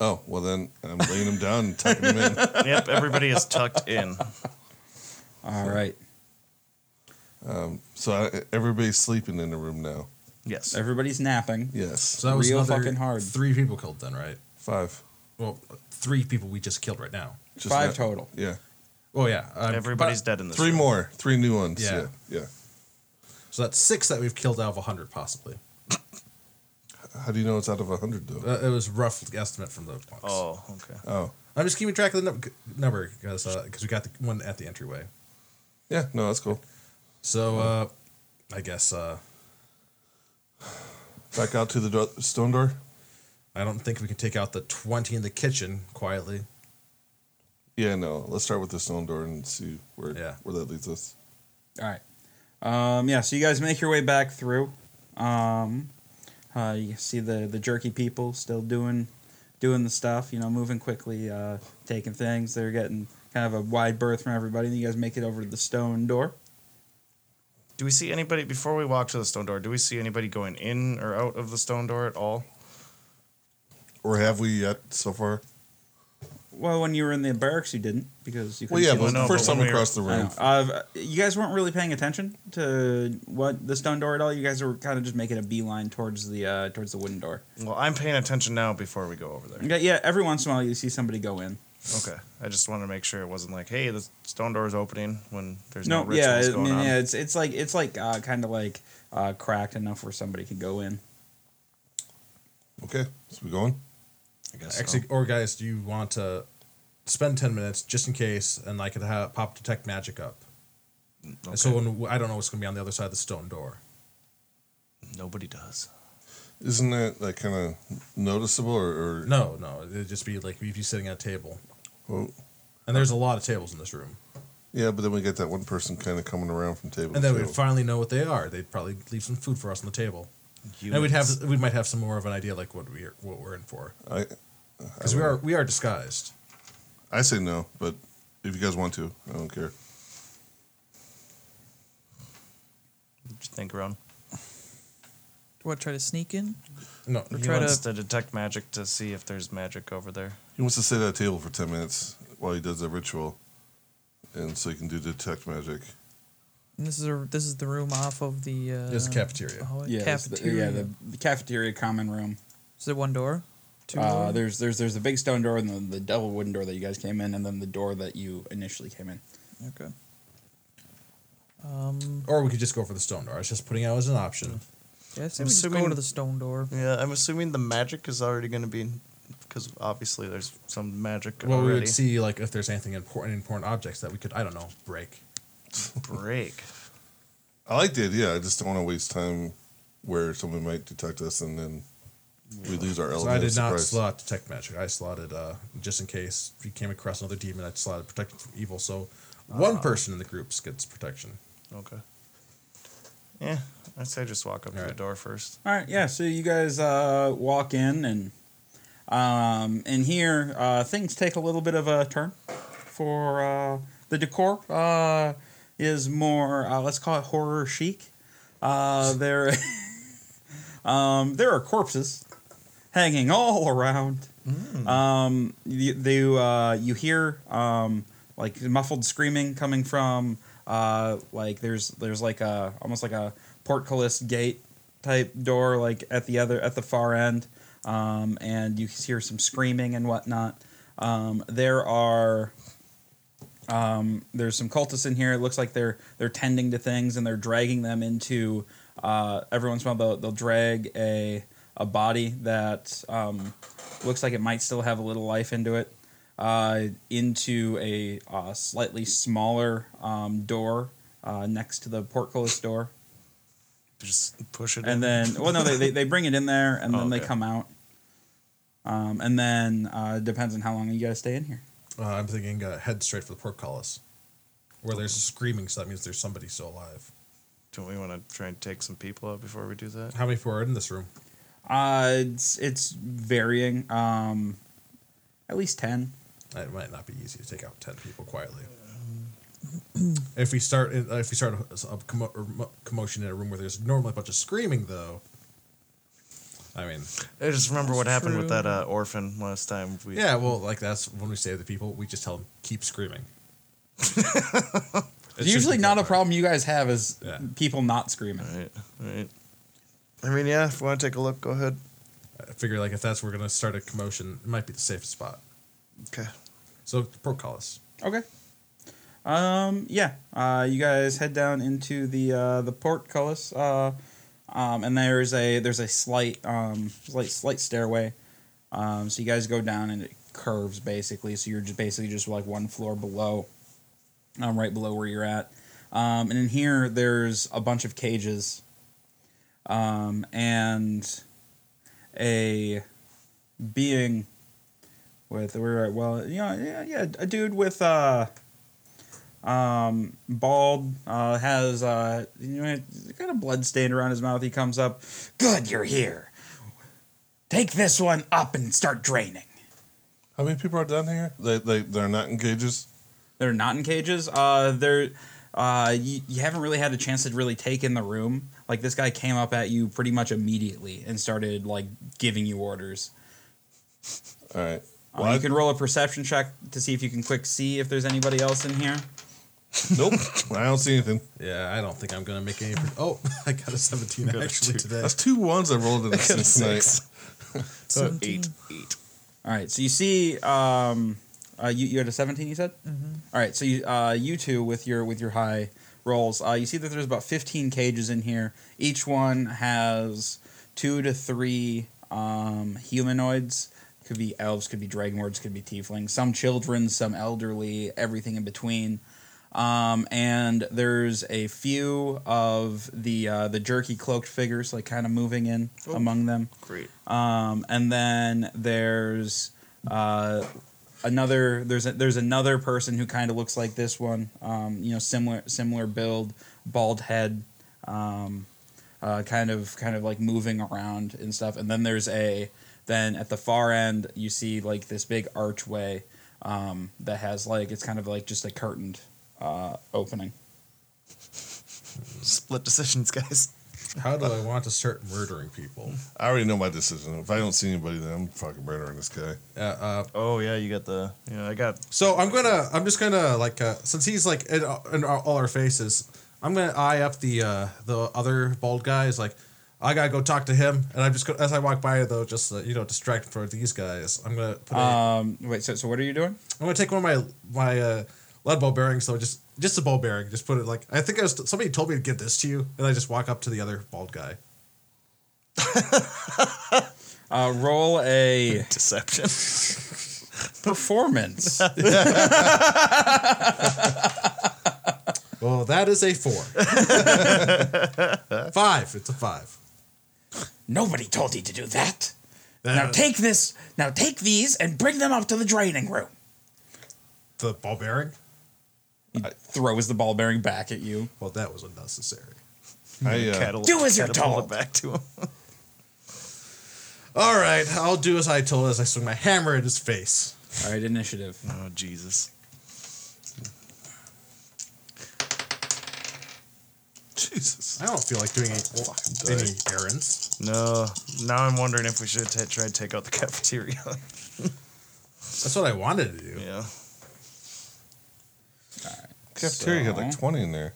[SPEAKER 3] Oh, well then I'm laying him down and tucking him in.
[SPEAKER 1] [LAUGHS]
[SPEAKER 4] yep, everybody is tucked in.
[SPEAKER 1] All right,
[SPEAKER 3] So I, everybody's sleeping in the room now.
[SPEAKER 4] Yes.
[SPEAKER 1] everybody's napping.
[SPEAKER 3] Yes.
[SPEAKER 2] So that was
[SPEAKER 1] Real
[SPEAKER 2] another
[SPEAKER 1] fucking hard.
[SPEAKER 2] Three people killed then, right?
[SPEAKER 3] Five.
[SPEAKER 2] Well, three people we just killed right now.
[SPEAKER 3] Just
[SPEAKER 1] Five
[SPEAKER 3] that-
[SPEAKER 1] total.
[SPEAKER 3] Yeah.
[SPEAKER 2] Oh yeah, um,
[SPEAKER 4] Everybody's
[SPEAKER 2] but-
[SPEAKER 4] dead in this.
[SPEAKER 3] Three
[SPEAKER 4] room.
[SPEAKER 3] more. Three new ones. Yeah.
[SPEAKER 2] Yeah.
[SPEAKER 3] yeah.
[SPEAKER 2] So that's six that we've killed out of hundred, possibly.
[SPEAKER 3] How do you know it's out of 100, though?
[SPEAKER 2] Uh, it was rough estimate from the box.
[SPEAKER 4] Oh, okay.
[SPEAKER 3] oh.
[SPEAKER 2] I'm just keeping track of the num- number because we got the one at the entryway.
[SPEAKER 3] Yeah. No, that's cool.
[SPEAKER 2] So
[SPEAKER 4] Oh.
[SPEAKER 2] uh, I guess uh,
[SPEAKER 3] Back out to the do- stone door.
[SPEAKER 2] I don't think we can take out the twenty in the kitchen quietly.
[SPEAKER 3] Yeah, no. Let's start with the stone door and see where
[SPEAKER 2] Yeah.
[SPEAKER 3] where that leads us.
[SPEAKER 1] All right, um, yeah. So you guys make your way back through. Um, uh, you see the the jerky people still doing doing the stuff, you know, moving quickly, uh, taking things. They're getting kind of a wide berth from everybody. Then you guys make it over to the stone door.
[SPEAKER 4] Do we see anybody before we walk to the stone door? Do we see anybody going in or out of the stone door at all?
[SPEAKER 3] Or have we yet so far?
[SPEAKER 1] Well, when you were in the barracks, you didn't because you.
[SPEAKER 3] Well,
[SPEAKER 1] couldn't
[SPEAKER 3] yeah,
[SPEAKER 1] see
[SPEAKER 3] but
[SPEAKER 4] no,
[SPEAKER 3] first
[SPEAKER 4] but
[SPEAKER 3] time
[SPEAKER 4] when
[SPEAKER 3] we
[SPEAKER 4] we were-
[SPEAKER 3] crossed the
[SPEAKER 1] I
[SPEAKER 3] room.
[SPEAKER 1] know. Uh, you guys weren't really paying attention to what the stone door at all. You guys were kind of just making a beeline towards the uh, towards the wooden door.
[SPEAKER 4] Well, I'm paying attention now before we go over there.
[SPEAKER 1] Yeah, yeah. Every once in a while, you see somebody go in.
[SPEAKER 4] Okay. I just wanted to make sure it wasn't like, hey, the stone door is opening when there's no,
[SPEAKER 1] No,
[SPEAKER 4] rituals
[SPEAKER 1] yeah, I
[SPEAKER 4] going
[SPEAKER 1] mean,
[SPEAKER 4] on.
[SPEAKER 1] yeah. It's it's like it's like uh, kind of like uh, cracked enough where somebody could go in.
[SPEAKER 3] Okay. So we going?
[SPEAKER 4] I guess so.
[SPEAKER 2] Actually, or guys, do you want to spend ten minutes just in case, and I could have pop detect magic up.
[SPEAKER 4] Okay.
[SPEAKER 2] So when, I don't know what's going to be on the other side of the stone door.
[SPEAKER 4] nobody does.
[SPEAKER 3] Isn't that like kind of noticeable or, or
[SPEAKER 2] No, no, it'd just be like if you're sitting at a table.
[SPEAKER 3] Well,
[SPEAKER 2] And there's a lot of tables in this room.
[SPEAKER 3] Yeah, but then we get that one person kind of coming around from table
[SPEAKER 2] And
[SPEAKER 3] to
[SPEAKER 2] then we'd
[SPEAKER 3] table.
[SPEAKER 2] finally know what they are. They'd probably leave some food for us on the table. and we'd have we might have some more of an idea like what we are, what we're in for
[SPEAKER 3] I,
[SPEAKER 2] because we are we are disguised.
[SPEAKER 3] I say no, but if you guys want to, I don't care.
[SPEAKER 4] What you think, Ron?
[SPEAKER 5] What, try to sneak in?
[SPEAKER 2] No,
[SPEAKER 4] He
[SPEAKER 5] try
[SPEAKER 4] wants
[SPEAKER 5] to-
[SPEAKER 4] to detect magic to see if there's magic over there.
[SPEAKER 3] He wants to sit at a table for 10 minutes while he does the ritual. And so he can do detect magic.
[SPEAKER 5] And this is a, this is the room off of the. Uh,
[SPEAKER 2] It's a cafeteria.
[SPEAKER 5] hallway?
[SPEAKER 1] Yeah, it's the-
[SPEAKER 5] cafeteria.
[SPEAKER 1] yeah, the, the cafeteria common room.
[SPEAKER 5] Is there one door? Two
[SPEAKER 1] Uh,
[SPEAKER 5] door?
[SPEAKER 1] there's there's there's the big stone door and the, the double wooden door that you guys came in, and then the door that you initially came in.
[SPEAKER 5] Okay. Um,
[SPEAKER 2] or we could just go for the stone door. I was just putting it out as an option.
[SPEAKER 5] yeah, I say
[SPEAKER 4] I'm
[SPEAKER 5] we just go
[SPEAKER 4] assuming-
[SPEAKER 5] to the stone door.
[SPEAKER 4] Yeah, I'm assuming the magic is already going to be, because obviously there's some magic
[SPEAKER 2] Well, we
[SPEAKER 4] already.
[SPEAKER 2] would see like if there's anything important important objects that we could I don't know break.
[SPEAKER 4] break.
[SPEAKER 3] I like the idea. I just don't want to waste time where someone might detect us and then we lose our
[SPEAKER 2] So
[SPEAKER 3] element.
[SPEAKER 2] I did
[SPEAKER 3] of
[SPEAKER 2] not
[SPEAKER 3] surprise.
[SPEAKER 2] slot detect magic. I slotted uh, just in case we came across another demon. I slotted protected from evil. So one person in the group gets protection.
[SPEAKER 4] Okay. Yeah, I'd say just walk up to the
[SPEAKER 2] Alright.
[SPEAKER 4] door first.
[SPEAKER 1] All right, yeah. So you guys uh, walk in, and um, and here uh, things take a little bit of a turn for uh, the decor. Uh, is more uh, let's call it horror chic. Uh, there, [LAUGHS] um, there are corpses hanging all around. Um, you, you, uh, you hear um, like muffled screaming coming from uh, like there's there's like a almost like a portcullis gate type door like at the other at the far end, um, and you hear some screaming and whatnot. Um, there are um, there's some cultists in here. It looks like they're they're tending to things and they're dragging them into. Uh, every once in a while, they'll, they'll drag a a body that um, looks like it might still have a little life into it uh, into a uh, slightly smaller um, door uh, next to the portcullis door,
[SPEAKER 4] Just push it in.
[SPEAKER 1] and then well, no, they, they, they bring it in there and
[SPEAKER 4] Oh,
[SPEAKER 1] then they
[SPEAKER 4] okay.
[SPEAKER 1] come out. Um, and then uh, it depends on how long you gotta stay in here.
[SPEAKER 2] Uh, I'm thinking uh, head straight for the portcullis, where there's screaming. So that means there's somebody still alive.
[SPEAKER 4] Don't we want to try and take some people out before we do that?
[SPEAKER 2] How many people are in this room?
[SPEAKER 1] Uh, it's it's varying. Um, at least ten.
[SPEAKER 2] It might not be easy to take out ten people quietly. if we start, in, uh, if we start a, a commo- or mo- commotion in a room where there's normally a bunch of screaming, though, I mean,
[SPEAKER 4] I just remember what happened with
[SPEAKER 5] true.
[SPEAKER 4] that uh, orphan last time. We,
[SPEAKER 2] yeah, well, like that's when we save the people, we just tell them keep [LAUGHS] screaming.
[SPEAKER 1] It's usually not a problem you guys have is
[SPEAKER 2] Yeah.
[SPEAKER 1] people not screaming.
[SPEAKER 4] Right, right. I mean, yeah, if you want to take a look, go ahead.
[SPEAKER 2] I figure like if that's where we're gonna start a commotion, it might be the safest spot.
[SPEAKER 4] [LAUGHS] Okay.
[SPEAKER 2] So portcullis.
[SPEAKER 1] Okay. Um. Yeah. Uh. You guys head down into the uh, the portcullis. Uh. Um. And there's a there's a slight um slight slight stairway. Um. So you guys go down and it curves basically. So you're just basically just like one floor below. Um. Right below where you're at. Um. And in here there's a bunch of cages. Um. And a being with we were well you know yeah, yeah a dude with uh um bald uh has uh you know he's got a blood stain around his mouth he comes up good you're here take this one up and start draining
[SPEAKER 3] How many people are down here? They, they, they're not in cages?
[SPEAKER 1] they're not in cages uh they're uh you, you haven't really had a chance to really take in the room like this guy came up at you pretty much immediately and started like giving you orders
[SPEAKER 3] All right.
[SPEAKER 1] Uh, you can roll a perception check to see if you can quick see if there's anybody else in here
[SPEAKER 2] [LAUGHS]
[SPEAKER 3] Nope. I don't see anything.
[SPEAKER 2] Yeah, I don't think I'm gonna [LAUGHS] make any. Pro- oh, I got a 17 actually today.
[SPEAKER 3] That's two ones I rolled in the six tonight.
[SPEAKER 2] So
[SPEAKER 5] Seventeen.
[SPEAKER 4] Eight.
[SPEAKER 1] All right, so you see, um, uh, you, you had a seventeen. You said. Mm-hmm. right, so you uh, you two with your with your high rolls, uh, you see that there's about fifteen cages in here. Each one has two to three um, humanoids. Could be elves, could be dragonlords, could be tieflings. Some children, some elderly, everything in between. Um, and there's a few of the uh, the jerky cloaked figures, like kind of moving in among them.
[SPEAKER 4] Great.
[SPEAKER 1] Um, and then there's uh, another there's a, there's another person who kind of looks like this one. Um, you know, similar similar build, bald head, um, uh, kind of kind of like moving around and stuff. And then there's a then at the far end you see like this big archway um, that has like it's kind of like just a curtained uh, opening.
[SPEAKER 4] Split decisions, guys.
[SPEAKER 2] [LAUGHS] How do I want to start murdering people?
[SPEAKER 3] I already know my decision. If I don't see anybody, then I'm fucking murdering this guy.
[SPEAKER 2] Uh, uh,
[SPEAKER 4] Oh yeah, you got the. Yeah, I got.
[SPEAKER 2] so I'm gonna, I'm just gonna like, uh, since he's like in, in all our faces, I'm gonna eye up the uh, the other bald guy. Is like, I gotta go talk to him, and I'm just gonna, as I walk by though, just uh, you know, distract for these guys. I'm gonna put a,
[SPEAKER 1] Um, wait, so so what are you doing?
[SPEAKER 2] I'm gonna take one of my my uh, lead ball bearings, so just just a ball bearing, just put it like I think I was somebody told me to give this to you, and I just walk up to the other bald guy.
[SPEAKER 1] Uh, roll a
[SPEAKER 4] Deception.
[SPEAKER 3] [LAUGHS]
[SPEAKER 1] performance.
[SPEAKER 2] Well, that is
[SPEAKER 1] [LAUGHS]
[SPEAKER 2] a four, five. It's a five.
[SPEAKER 1] Nobody told you to do that. Now take this. Now take these and bring them up to the draining room.
[SPEAKER 2] The ball bearing.
[SPEAKER 1] He throws the ball bearing back at you.
[SPEAKER 2] Well, that was unnecessary.
[SPEAKER 3] I, uh,
[SPEAKER 4] Cattle-
[SPEAKER 1] Do as you're
[SPEAKER 4] catapult
[SPEAKER 1] told.
[SPEAKER 4] it Back to him. [LAUGHS]
[SPEAKER 2] All right, I'll do as I told as I swing my hammer at his face.
[SPEAKER 1] All right, initiative.
[SPEAKER 4] Oh Jesus.
[SPEAKER 3] Jesus.
[SPEAKER 2] I don't feel like doing any,
[SPEAKER 3] Oh,
[SPEAKER 2] well, any errands.
[SPEAKER 4] No. Now I'm wondering if we should t- try to take out the [LAUGHS] cafeteria.
[SPEAKER 2] That's what I wanted to do.
[SPEAKER 4] yeah.
[SPEAKER 3] Cafeteria had like
[SPEAKER 1] So-
[SPEAKER 3] 20 in there.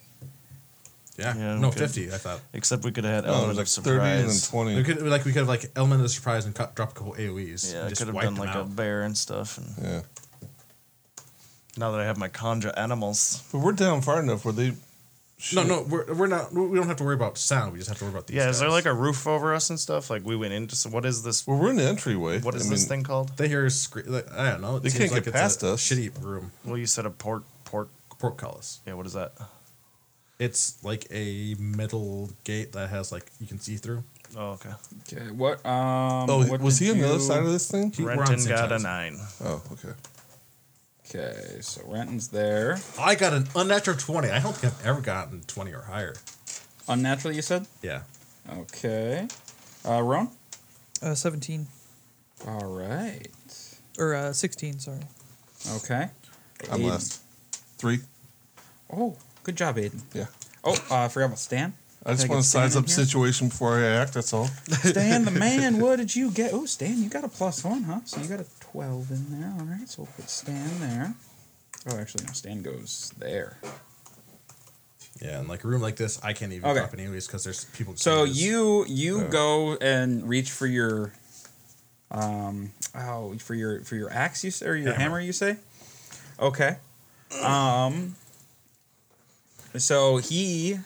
[SPEAKER 2] Yeah,
[SPEAKER 4] Yeah,
[SPEAKER 2] no
[SPEAKER 4] okay.
[SPEAKER 2] fifty. I thought
[SPEAKER 4] Except we could have had
[SPEAKER 3] No, it
[SPEAKER 4] element
[SPEAKER 3] was Oh, like
[SPEAKER 4] of
[SPEAKER 3] 30 and then
[SPEAKER 4] surprise.
[SPEAKER 3] 20.
[SPEAKER 2] we could like we could have like element of surprise and cut, drop a couple AOE's.
[SPEAKER 4] yeah,
[SPEAKER 2] and
[SPEAKER 4] I
[SPEAKER 2] just
[SPEAKER 4] could have
[SPEAKER 2] wipe
[SPEAKER 4] done
[SPEAKER 2] them
[SPEAKER 4] like a
[SPEAKER 2] out.
[SPEAKER 4] bear and stuff. And
[SPEAKER 3] Yeah.
[SPEAKER 4] now that I have my conjure animals,
[SPEAKER 3] But we're down far enough where they.
[SPEAKER 2] No, no, we're, we're not. We don't have to worry about sound. We just have to worry about these.
[SPEAKER 4] yeah, is there
[SPEAKER 2] guys.
[SPEAKER 4] like a roof over us and stuff? Like we went into some, what is this?
[SPEAKER 3] Well, we're in the entryway.
[SPEAKER 4] What is
[SPEAKER 3] I
[SPEAKER 4] this
[SPEAKER 3] mean,
[SPEAKER 4] thing called?
[SPEAKER 2] They hear scre- like, I don't know. It
[SPEAKER 3] They
[SPEAKER 2] seems
[SPEAKER 3] can't
[SPEAKER 2] like
[SPEAKER 3] get
[SPEAKER 2] it's a
[SPEAKER 3] past us.
[SPEAKER 2] Shitty room
[SPEAKER 4] Well, you said a port port.
[SPEAKER 2] portcullis.
[SPEAKER 4] Yeah, what is that?
[SPEAKER 2] It's like a metal gate that has like you can see through.
[SPEAKER 4] Oh, okay.
[SPEAKER 1] Okay, what? Um,
[SPEAKER 3] Oh,
[SPEAKER 1] what
[SPEAKER 3] was
[SPEAKER 1] did
[SPEAKER 3] he on the
[SPEAKER 1] you-
[SPEAKER 3] other side of this thing?
[SPEAKER 2] He- we're on
[SPEAKER 4] Renton
[SPEAKER 2] same
[SPEAKER 4] got a
[SPEAKER 2] sides.
[SPEAKER 4] nine.
[SPEAKER 3] Oh, okay.
[SPEAKER 1] Okay, so Renton's there.
[SPEAKER 2] I got an unnatural twenty. I don't think I've ever gotten twenty or higher.
[SPEAKER 1] Unnatural, you said.
[SPEAKER 2] Yeah.
[SPEAKER 1] Okay, uh, Roan.
[SPEAKER 5] Uh, 17.
[SPEAKER 1] All right.
[SPEAKER 5] Or uh, 16, sorry.
[SPEAKER 1] Okay.
[SPEAKER 3] I'm
[SPEAKER 1] Aiden.
[SPEAKER 3] last. Three.
[SPEAKER 1] Oh, good job, Aiden.
[SPEAKER 3] Yeah.
[SPEAKER 1] Oh, uh, I forgot about Stan.
[SPEAKER 3] I just
[SPEAKER 1] Can I
[SPEAKER 3] want
[SPEAKER 1] get
[SPEAKER 3] to size
[SPEAKER 1] Stan in
[SPEAKER 3] up
[SPEAKER 1] here?
[SPEAKER 3] situation before I act. That's all.
[SPEAKER 1] Stan the man, what did you get? Oh, Stan, you got a plus one, huh? So you got a 12 in there. All right, so we'll put Stan there. Oh, actually, no, Stan goes there.
[SPEAKER 2] Yeah, and like a room like this, I can't even
[SPEAKER 1] Okay.
[SPEAKER 2] drop any anyways because there's people.
[SPEAKER 1] So
[SPEAKER 2] cages.
[SPEAKER 1] you you go and reach for your um oh for your for your axe you say, or your hammer,
[SPEAKER 2] Hammer.
[SPEAKER 1] you say? Okay. Um so he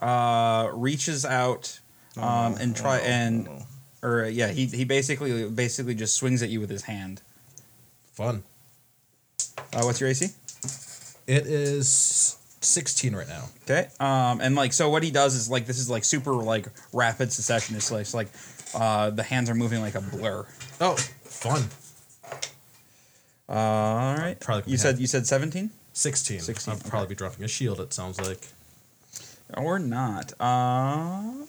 [SPEAKER 1] uh reaches out um and try and or yeah, he he basically basically just swings at you with his hand.
[SPEAKER 2] fun.
[SPEAKER 1] Uh, what's your AC?
[SPEAKER 2] It is sixteen right now.
[SPEAKER 1] Okay. Um, and like so, what he does is like this is like super like rapid succession. It's like, it's like uh, the hands are moving like a blur.
[SPEAKER 2] Oh, fun.
[SPEAKER 1] Uh, all right.
[SPEAKER 2] Probably
[SPEAKER 1] you
[SPEAKER 2] have-
[SPEAKER 1] said you said seventeen
[SPEAKER 2] 16.
[SPEAKER 1] 16,
[SPEAKER 2] I'll probably be dropping a shield. It sounds like. [LAUGHS]
[SPEAKER 1] or not? Uh,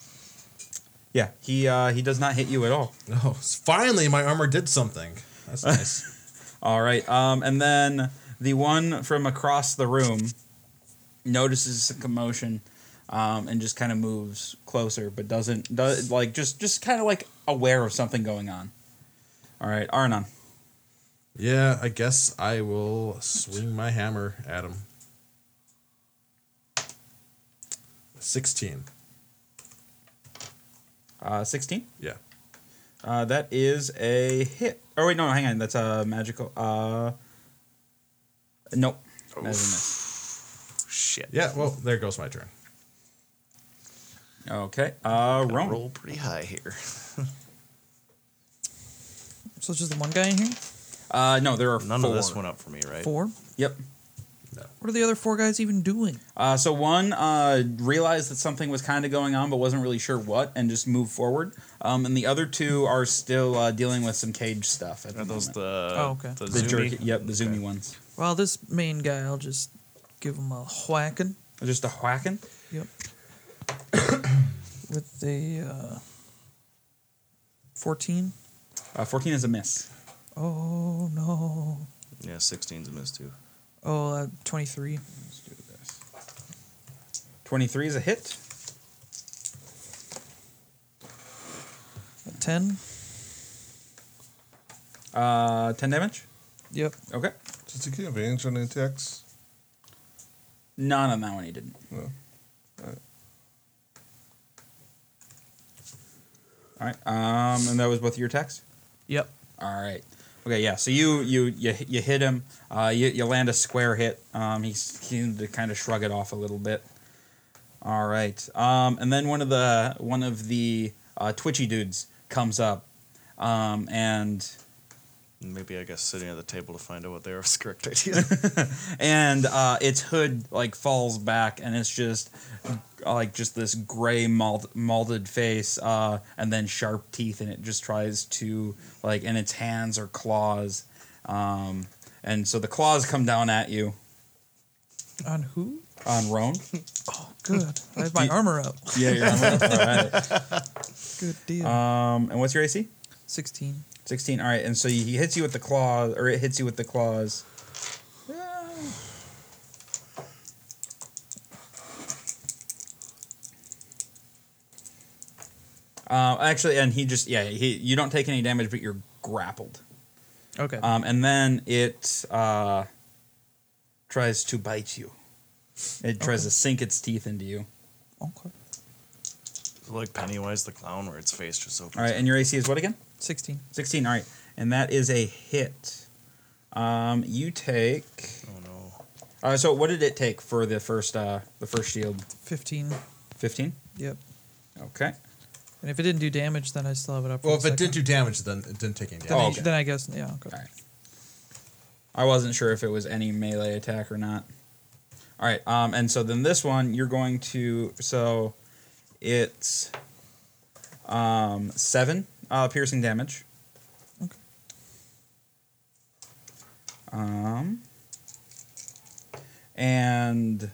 [SPEAKER 1] [LAUGHS] yeah. He uh, he does not hit you at all.
[SPEAKER 2] Oh, s- finally, my armor did something. [LAUGHS] That's nice.
[SPEAKER 1] All right. Um, and then the one from across the room notices a commotion um, and just kind of moves closer, but doesn't does like just just kind of like aware of something going on. All right, Arnon.
[SPEAKER 2] yeah, I guess I will swing my hammer at him. 16.
[SPEAKER 1] Uh, 16.
[SPEAKER 2] Yeah.
[SPEAKER 1] Uh, that is a hit. Oh, wait, no, hang on. That's a magical. Uh, nope. That is a miss.
[SPEAKER 4] Shit.
[SPEAKER 2] Yeah, well, there goes my turn.
[SPEAKER 1] Okay. Uh,
[SPEAKER 4] Gotta
[SPEAKER 1] Rome.
[SPEAKER 4] Roll pretty high here.
[SPEAKER 5] So it's just the one guy in here?
[SPEAKER 1] Uh, no, there are
[SPEAKER 4] None
[SPEAKER 1] four.
[SPEAKER 4] of this went up for me, right?
[SPEAKER 5] Four?
[SPEAKER 1] Yep.
[SPEAKER 5] What are the other four guys even doing?
[SPEAKER 1] Uh, so one uh, realized that something was kind of going on, but wasn't really sure what, and just moved forward. Um, and the other two are still uh, dealing with some cage stuff. At the
[SPEAKER 4] Are
[SPEAKER 1] moment.
[SPEAKER 4] those the
[SPEAKER 5] Oh, okay.
[SPEAKER 4] the,
[SPEAKER 1] the
[SPEAKER 4] zoomy?
[SPEAKER 1] jerky? Yep, the zoomy ones.
[SPEAKER 5] Well, this main guy, I'll just give him a whacking.
[SPEAKER 1] Just a whacking.
[SPEAKER 5] Yep. With the uh, 14.
[SPEAKER 1] Uh, Fourteen is a miss.
[SPEAKER 5] Oh, no.
[SPEAKER 4] Yeah, 16's a miss too.
[SPEAKER 5] Oh, uh, 23.
[SPEAKER 1] Twenty-three is a hit.
[SPEAKER 5] A 10.
[SPEAKER 1] Uh, Ten damage.
[SPEAKER 5] Yep.
[SPEAKER 1] Okay.
[SPEAKER 3] Does he get advantage on the attacks?
[SPEAKER 1] None on that one. He didn't.
[SPEAKER 3] No.
[SPEAKER 1] All right. Um, and that was both of your attacks.
[SPEAKER 5] Yep.
[SPEAKER 1] All right. Okay. Yeah. So you you you you hit him. Uh, you, you land a square hit. Um, he seemed to kind of shrug it off a little bit. All right. Um, and then one of the one of the uh, twitchy dudes comes up, um, and
[SPEAKER 4] Maybe I guess sitting at the table to find out what they are was a correct idea.
[SPEAKER 1] [LAUGHS] and uh, its hood like falls back, and it's just uh, like just this gray malt- malted face, uh, and then sharp teeth, and it just tries to like, and its hands are claws, um, and so the claws come down at you
[SPEAKER 5] On who?
[SPEAKER 1] on Roan.
[SPEAKER 5] Oh, good. I have my armor up.
[SPEAKER 1] yeah, you're on Roan. [LAUGHS] All
[SPEAKER 5] Good deal.
[SPEAKER 1] right. Um, and what's your AC?
[SPEAKER 5] 16.
[SPEAKER 1] Sixteen. All right, and so he hits you with the claw, or it hits you with the claws. Uh, actually, and he just yeah he you don't take any damage, but you're grappled.
[SPEAKER 5] Okay.
[SPEAKER 1] Um, and then it uh, tries to bite you. It tries to sink its teeth into you.
[SPEAKER 5] okay.
[SPEAKER 4] like Pennywise the clown, where its face just opens.
[SPEAKER 1] All right, and your AC is what again?
[SPEAKER 5] 16.
[SPEAKER 1] Sixteen. All right, and that is a hit. Um, you take.
[SPEAKER 4] Oh no!
[SPEAKER 1] Uh, so what did it take for the first uh the first shield?
[SPEAKER 5] 15.
[SPEAKER 1] Fifteen.
[SPEAKER 5] Yep.
[SPEAKER 1] Okay.
[SPEAKER 5] And if it didn't do damage, then I still have it up. for
[SPEAKER 2] Well,
[SPEAKER 5] the
[SPEAKER 2] if it
[SPEAKER 5] second.
[SPEAKER 2] didn't do damage, then it didn't take any
[SPEAKER 5] Then,
[SPEAKER 2] damage.
[SPEAKER 1] Oh, okay.
[SPEAKER 5] I, then I guess, yeah. Okay.
[SPEAKER 1] All right. I wasn't sure if it was any melee attack or not. All right. Um, and so then this one you're going to so it's um seven uh piercing damage.
[SPEAKER 5] Okay.
[SPEAKER 1] Um. And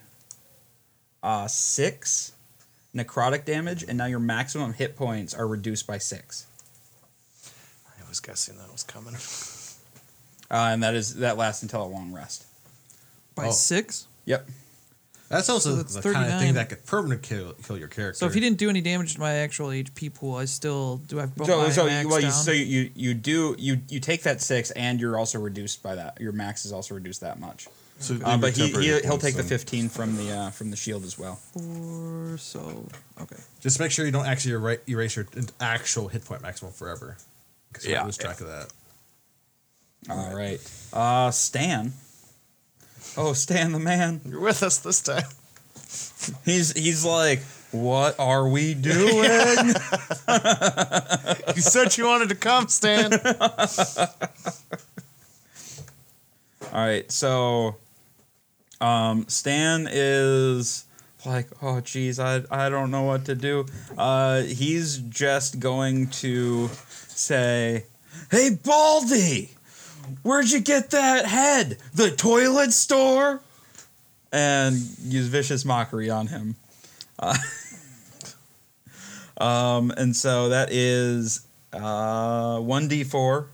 [SPEAKER 1] uh six necrotic damage, and now your maximum hit points are reduced by six.
[SPEAKER 4] I was guessing that was coming. [LAUGHS]
[SPEAKER 1] Uh, and that is that lasts until a long rest.
[SPEAKER 5] By
[SPEAKER 2] Oh.
[SPEAKER 5] 6?
[SPEAKER 1] Yep.
[SPEAKER 2] That's also
[SPEAKER 5] So that's
[SPEAKER 2] the kind of
[SPEAKER 5] 39.
[SPEAKER 2] thing that could permanently kill, kill your character.
[SPEAKER 5] So if he didn't do any damage to my actual HP pool, I still do. I have bumped
[SPEAKER 1] so
[SPEAKER 5] my
[SPEAKER 1] so
[SPEAKER 5] max
[SPEAKER 1] you, well you
[SPEAKER 5] down.
[SPEAKER 1] so you you do you you take that six and you're also reduced by that your max is also reduced that much.
[SPEAKER 3] So
[SPEAKER 1] Uh, but he,
[SPEAKER 3] temporary
[SPEAKER 1] he he'll
[SPEAKER 3] points
[SPEAKER 1] take the
[SPEAKER 3] then.
[SPEAKER 1] fifteen from the uh, from the shield as well.
[SPEAKER 5] Four, so okay.
[SPEAKER 2] Just make sure you don't actually era- erase your actual hit point maximum forever. Because you
[SPEAKER 1] Yeah.
[SPEAKER 2] might lose track of that.
[SPEAKER 1] All right, uh, Stan. Oh, Stan the man.
[SPEAKER 4] You're with us this time.
[SPEAKER 1] He's he's like, what are we
[SPEAKER 5] [LAUGHS]
[SPEAKER 1] doing?
[SPEAKER 4] You said you wanted to come, Stan.
[SPEAKER 1] All right, so um, Stan is like, oh geez, I I don't know what to do. Uh, he's just going to say, hey Baldy, where'd you get that head? The toilet store? And use vicious mockery on him. Uh, [LAUGHS] um, and so that is uh, 1d4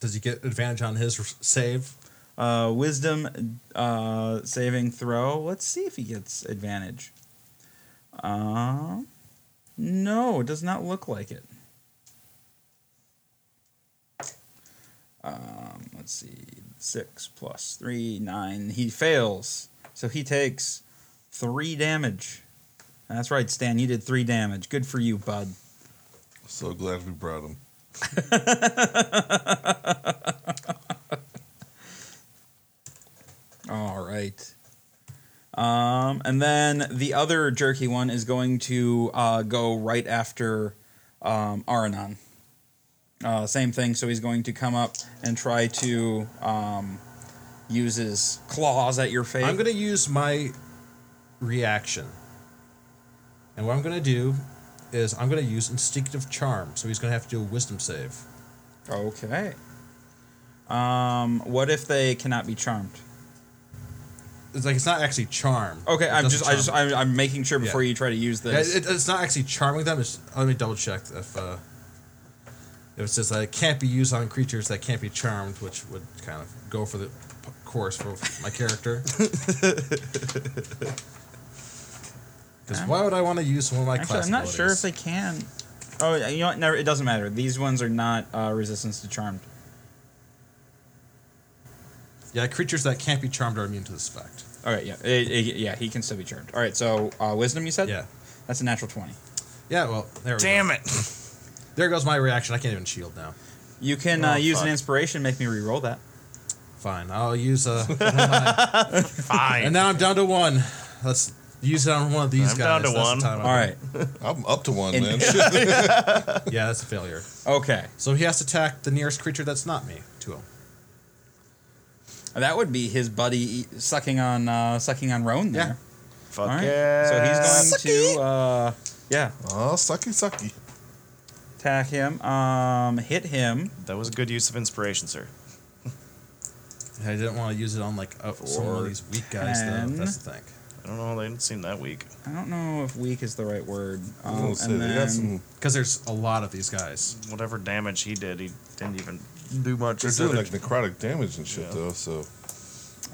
[SPEAKER 2] Does he get advantage on his r- save?
[SPEAKER 1] uh, wisdom uh, saving throw. Let's see if he gets advantage. Uh, no, it does not look like it. Um, let's see. Six plus three, nine. He fails. So he takes three damage. That's right, Stan. You did three damage. Good for you, bud.
[SPEAKER 3] So glad we brought him.
[SPEAKER 1] All right. Um, and then the other jerky one is going to uh, go right after um, Aranon. Uh, same thing. So he's going to come up and try to um, uses claws at your face.
[SPEAKER 2] I'm gonna use my reaction, and what I'm gonna do is I'm gonna use instinctive charm. So he's gonna have to do a wisdom save.
[SPEAKER 1] Okay. Um, what if they cannot be charmed?
[SPEAKER 2] It's like it's not actually charm.
[SPEAKER 1] Okay,
[SPEAKER 2] It
[SPEAKER 1] I'm
[SPEAKER 2] doesn't
[SPEAKER 1] just, I just,
[SPEAKER 2] charm.
[SPEAKER 1] I'm, I'm making sure before
[SPEAKER 2] Yeah.
[SPEAKER 1] you try to use
[SPEAKER 2] Yeah,
[SPEAKER 1] this.
[SPEAKER 2] it, it's not actually charming them. It's, let me double check if uh, if it says that it can't be used on creatures that can't be charmed, which would kind of go for the p- course for my character. Because why would I want to use one of my
[SPEAKER 1] Actually,
[SPEAKER 2] class
[SPEAKER 1] I'm not sure if
[SPEAKER 2] abilities?
[SPEAKER 1] they can. Oh, you know what? Never. It doesn't matter. These ones are not uh, resistance to charmed.
[SPEAKER 2] Yeah, creatures that can't be charmed are immune to this effect.
[SPEAKER 1] All right. Yeah. It, it- yeah. He can still be charmed. All right. So uh, wisdom, you said.
[SPEAKER 2] Yeah.
[SPEAKER 1] That's a natural twenty.
[SPEAKER 2] Yeah, well, there we go.
[SPEAKER 4] [LAUGHS] Damn it!
[SPEAKER 2] There goes my reaction. I can't even shield now.
[SPEAKER 1] You can
[SPEAKER 4] Oh,
[SPEAKER 1] uh, use an
[SPEAKER 4] fuck.
[SPEAKER 1] inspiration. Make me re-roll that.
[SPEAKER 2] Fine, I'll use uh,
[SPEAKER 4] Fine.
[SPEAKER 2] and now I'm down to one. Let's use it on one of these guys.
[SPEAKER 4] I'm down to
[SPEAKER 2] That's the
[SPEAKER 4] one.
[SPEAKER 2] time I'm-
[SPEAKER 1] All right.
[SPEAKER 3] I'm up to one,
[SPEAKER 1] In- [LAUGHS]
[SPEAKER 3] man.
[SPEAKER 2] Yeah, that's a failure.
[SPEAKER 1] Okay.
[SPEAKER 2] So he has to attack the nearest creature that's not me to him.
[SPEAKER 1] That would be his buddy e- sucking on uh, sucking on Roan there.
[SPEAKER 2] Yeah.
[SPEAKER 4] Fuck
[SPEAKER 1] All right. So
[SPEAKER 4] yeah.
[SPEAKER 1] he's going to uh, yeah
[SPEAKER 3] oh, sucky, sucky.
[SPEAKER 1] attack him. Um, hit him.
[SPEAKER 4] That was a good use of inspiration, sir.
[SPEAKER 2] I didn't want to use it on like uh, some of these weak guys. Though.
[SPEAKER 1] ten.
[SPEAKER 2] That's the thing.
[SPEAKER 4] I don't know. They didn't seem that weak.
[SPEAKER 1] I don't know if weak is the right word.
[SPEAKER 3] I was
[SPEAKER 1] Um,
[SPEAKER 3] gonna say,
[SPEAKER 1] and
[SPEAKER 3] they got
[SPEAKER 1] then
[SPEAKER 3] some-
[SPEAKER 2] Because there's a lot of these guys.
[SPEAKER 4] Whatever damage he did, he didn't even do much.
[SPEAKER 3] they're
[SPEAKER 4] He said
[SPEAKER 3] doing like
[SPEAKER 4] it-
[SPEAKER 3] necrotic damage and shit
[SPEAKER 4] Yeah.
[SPEAKER 3] though. So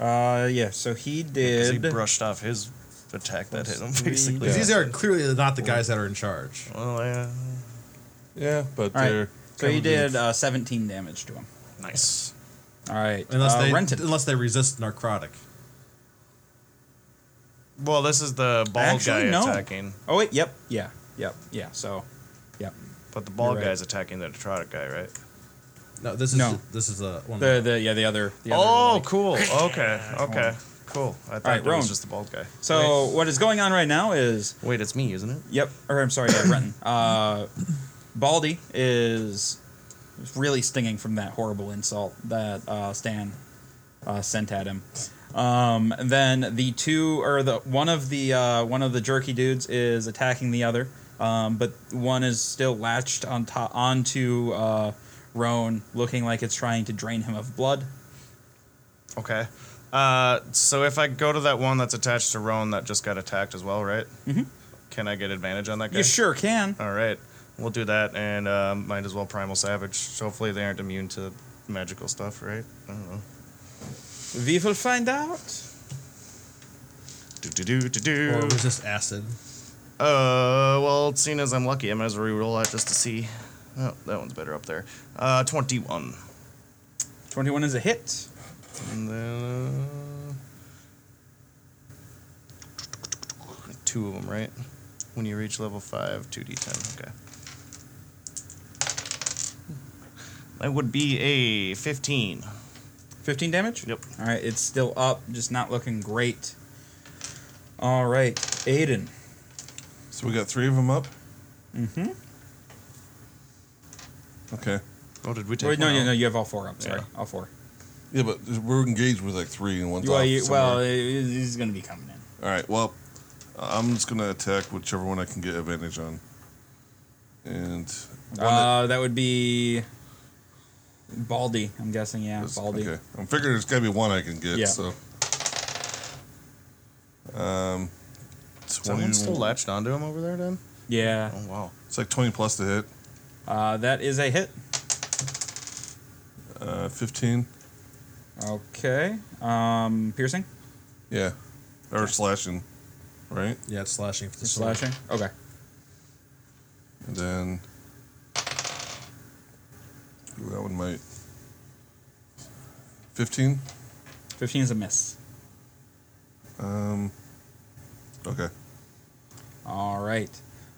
[SPEAKER 1] uh, yeah. So he
[SPEAKER 4] 'cause he
[SPEAKER 1] did.
[SPEAKER 4] brushed off his attack that hit him,
[SPEAKER 1] Three.
[SPEAKER 4] basically.
[SPEAKER 2] 'Cause These are clearly not the guys that are in charge.
[SPEAKER 4] Well, yeah.
[SPEAKER 3] yeah, but
[SPEAKER 1] All right.
[SPEAKER 3] they're
[SPEAKER 1] So he
[SPEAKER 3] covered in-
[SPEAKER 1] did uh, 17 damage to him.
[SPEAKER 4] Nice.
[SPEAKER 1] All right.
[SPEAKER 2] Unless
[SPEAKER 1] uh,
[SPEAKER 2] they
[SPEAKER 1] rented.
[SPEAKER 2] unless they resist narcotic.
[SPEAKER 4] Well, this is the bald
[SPEAKER 1] Actually,
[SPEAKER 4] guy
[SPEAKER 1] no.
[SPEAKER 4] attacking,
[SPEAKER 1] Oh wait. Yep. Yeah. Yep. Yeah. So, yep.
[SPEAKER 4] but the bald
[SPEAKER 1] You're right.
[SPEAKER 4] guy's attacking the Detroit guy, right?
[SPEAKER 2] No, this is
[SPEAKER 1] No.
[SPEAKER 2] this is a one.
[SPEAKER 1] The the yeah the other. The other
[SPEAKER 4] Oh,
[SPEAKER 1] like- [LAUGHS]
[SPEAKER 4] cool. Okay, okay, cool. I thought
[SPEAKER 1] right,
[SPEAKER 4] it
[SPEAKER 1] Rowan.
[SPEAKER 4] was just the bald guy.
[SPEAKER 1] So what is going on right now is
[SPEAKER 4] Wait, it's me, isn't it?
[SPEAKER 1] yep. Or I'm sorry, [COUGHS] yeah, Renton. Uh, Baldy is really stinging from that horrible insult that uh, Stan uh, sent at him. Um, and then the two or the one of the uh, one of the jerky dudes is attacking the other, um, but one is still latched on top onto uh, Roan, looking like it's trying to drain him of blood.
[SPEAKER 4] Okay. Uh, so if I go to that one that's attached to Roan that just got attacked as well, right? Mm-hmm. Can I get advantage on that guy?
[SPEAKER 1] You sure can.
[SPEAKER 4] All right, we'll do that, and uh, might as well primal savage. So hopefully they aren't immune to magical stuff, right? I don't know.
[SPEAKER 1] We will find out.
[SPEAKER 4] Do do do do
[SPEAKER 2] or
[SPEAKER 4] do.
[SPEAKER 2] resist acid.
[SPEAKER 4] Uh, well, seeing as I'm lucky, I might as well reroll that just to see. Oh, that one's better up there. Uh, 21.
[SPEAKER 1] Twenty-one is a hit.
[SPEAKER 4] And then, uh, two of them, right? When you reach level five, two d10. Okay. That would be a 15.
[SPEAKER 1] 15 damage?
[SPEAKER 4] Yep.
[SPEAKER 1] All right, it's still up, just not looking great. All right, Aiden.
[SPEAKER 3] So we got three of them up.
[SPEAKER 1] Mm-hmm.
[SPEAKER 3] Okay.
[SPEAKER 4] Oh, did we take
[SPEAKER 1] Wait, no,
[SPEAKER 4] one
[SPEAKER 1] no,
[SPEAKER 4] out?
[SPEAKER 1] no, you have all four up. Sorry,
[SPEAKER 4] Yeah.
[SPEAKER 1] all four.
[SPEAKER 3] Yeah, but we're engaged with like three and one.
[SPEAKER 1] Well, you, well, it- it- he's going to be coming in.
[SPEAKER 3] All right. Well, I'm just gonna attack whichever one I can get advantage on. And one that-
[SPEAKER 1] Uh, that would be Baldy, I'm guessing, yeah,
[SPEAKER 3] is-
[SPEAKER 1] Baldy.
[SPEAKER 3] okay. I'm figuring there's gotta be one I can get.
[SPEAKER 1] Yeah.
[SPEAKER 3] So. Um. 20,
[SPEAKER 4] Someone still latched onto him over there, then?
[SPEAKER 1] Yeah,
[SPEAKER 4] Oh, wow.
[SPEAKER 3] it's like 20 plus to hit.
[SPEAKER 1] uh, that is a hit.
[SPEAKER 3] Uh, 15.
[SPEAKER 1] Okay, um, piercing,
[SPEAKER 3] Yeah. Or slashing, right?
[SPEAKER 2] Yeah, it's slashing. For the sword.
[SPEAKER 1] slashing, okay.
[SPEAKER 3] And then Ooh, that one might. Fifteen.
[SPEAKER 1] 15 is a miss.
[SPEAKER 3] Um. Okay.
[SPEAKER 1] All right.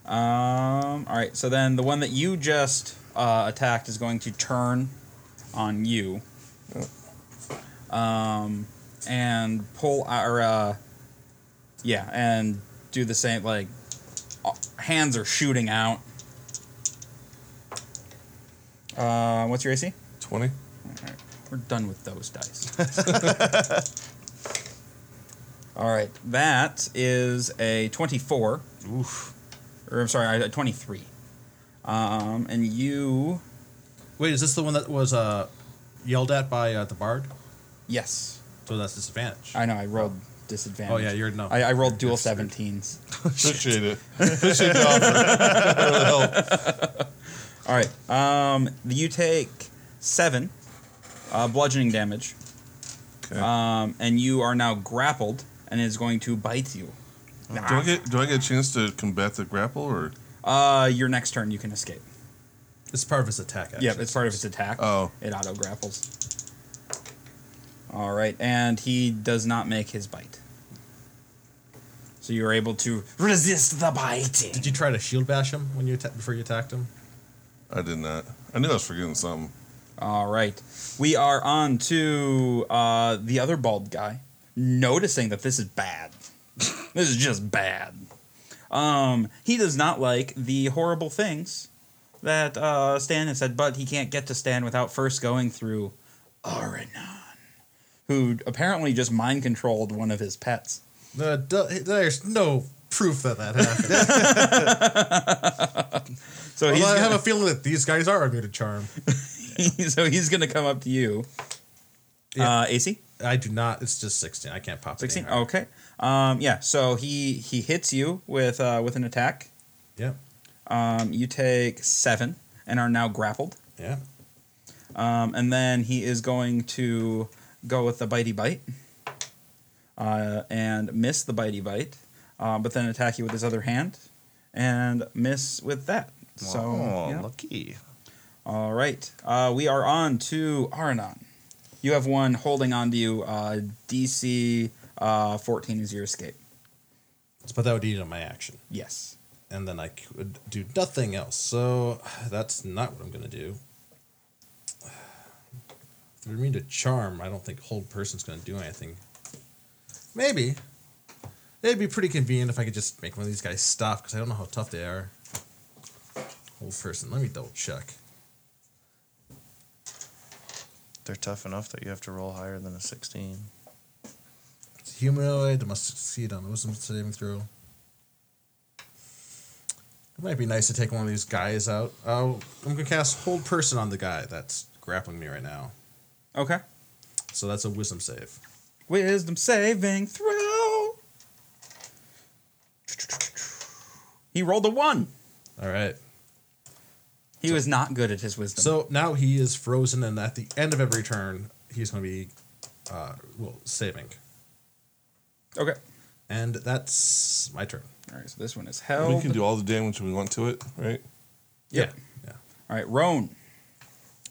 [SPEAKER 1] Um, all right. So then the one that you just uh, attacked is going to turn on you. Um, and pull our. Uh, yeah, and do the same. Like, uh, hands are shooting out. Uh, what's your AC?
[SPEAKER 3] Twenty.
[SPEAKER 1] All right. We're done with those dice. [LAUGHS] All right, that is a 24. Oof. Or I'm sorry, a 23. Um, and you,
[SPEAKER 2] Wait, is this the one that was uh, yelled at by uh, the bard?
[SPEAKER 1] yes.
[SPEAKER 2] So that's disadvantage.
[SPEAKER 1] I know I rolled disadvantage.
[SPEAKER 2] Oh, yeah, you're- no.
[SPEAKER 1] I, I rolled dual
[SPEAKER 2] You're screwed.
[SPEAKER 1] 17s.
[SPEAKER 3] [LAUGHS] Appreciate it. Appreciate the offer. Really help.
[SPEAKER 1] All right. Um, you take seven uh, bludgeoning damage,
[SPEAKER 3] Okay.
[SPEAKER 1] um, and you are now grappled, and is going to bite you.
[SPEAKER 3] do I get do I get a chance to combat the grapple or
[SPEAKER 1] Uh, your next turn, you can escape.
[SPEAKER 2] [LAUGHS] It's part of his attack. Actually.
[SPEAKER 1] Yep, it's part of its attack.
[SPEAKER 3] Oh.
[SPEAKER 1] It auto grapples. All right, and he does not make his bite. So you are able to resist the biting.
[SPEAKER 2] Did you try to shield bash him when you atta- before you attacked him?
[SPEAKER 3] I did not. I knew I was forgetting something.
[SPEAKER 1] All right. We are on to uh, the other bald guy, noticing that this is bad. [LAUGHS] this is just bad. Um, he does not like the horrible things that uh, Stan has said, but he can't get to Stan without first going through Aranon, who apparently just mind controlled one of his pets.
[SPEAKER 2] Uh, d- there's no proof that
[SPEAKER 1] [LAUGHS]
[SPEAKER 2] that happened.
[SPEAKER 1] So he's
[SPEAKER 2] Although I
[SPEAKER 1] gonna,
[SPEAKER 2] have a feeling that these guys are immune to charm.
[SPEAKER 1] [LAUGHS] so he's going to come up to you.
[SPEAKER 2] Yeah.
[SPEAKER 1] Uh, AC?
[SPEAKER 2] I do not. It's just sixteen. I can't pop it
[SPEAKER 1] 16
[SPEAKER 2] any higher.
[SPEAKER 1] okay um, yeah so he he hits you with uh, with an attack
[SPEAKER 2] Yep.
[SPEAKER 1] um, you take seven and are now grappled
[SPEAKER 2] Yeah.
[SPEAKER 1] um, and then he is going to go with the bitey bite uh, and miss the bitey bite uh, but then attack you with his other hand and miss with that so
[SPEAKER 4] oh,
[SPEAKER 1] yeah.
[SPEAKER 4] lucky.
[SPEAKER 1] all right uh, we are on to Aranon you have one holding on to you uh, DC uh, 14 is your escape
[SPEAKER 2] But that would eat on my action,
[SPEAKER 1] yes
[SPEAKER 2] and then I could do nothing else. So that's not what I'm gonna do. If you're immune to charm, I don't think hold person's gonna do anything. Maybe. It'd be pretty convenient if I could just make one of these guys stop because I don't know how tough they are. Hold person. Let me double check.
[SPEAKER 4] They're tough enough that you have to roll higher than a 16.
[SPEAKER 2] It's humanoid. It must succeed on a wisdom saving throw. It might be nice to take one of these guys out. Uh, I'm gonna cast hold person on the guy that's grappling me right now.
[SPEAKER 1] okay
[SPEAKER 2] So that's a wisdom save.
[SPEAKER 1] Wisdom saving throw. He rolled a one.
[SPEAKER 2] All right.
[SPEAKER 1] He was not good at his wisdom.
[SPEAKER 2] So now he is frozen, and at the end of every turn, he's gonna be, uh, well, saving.
[SPEAKER 1] okay.
[SPEAKER 2] And that's my turn.
[SPEAKER 1] All right. So this one is
[SPEAKER 3] We
[SPEAKER 1] held.
[SPEAKER 3] can do all the damage we want to it, right?
[SPEAKER 1] Yep.
[SPEAKER 2] Yeah.
[SPEAKER 1] All right, Roan.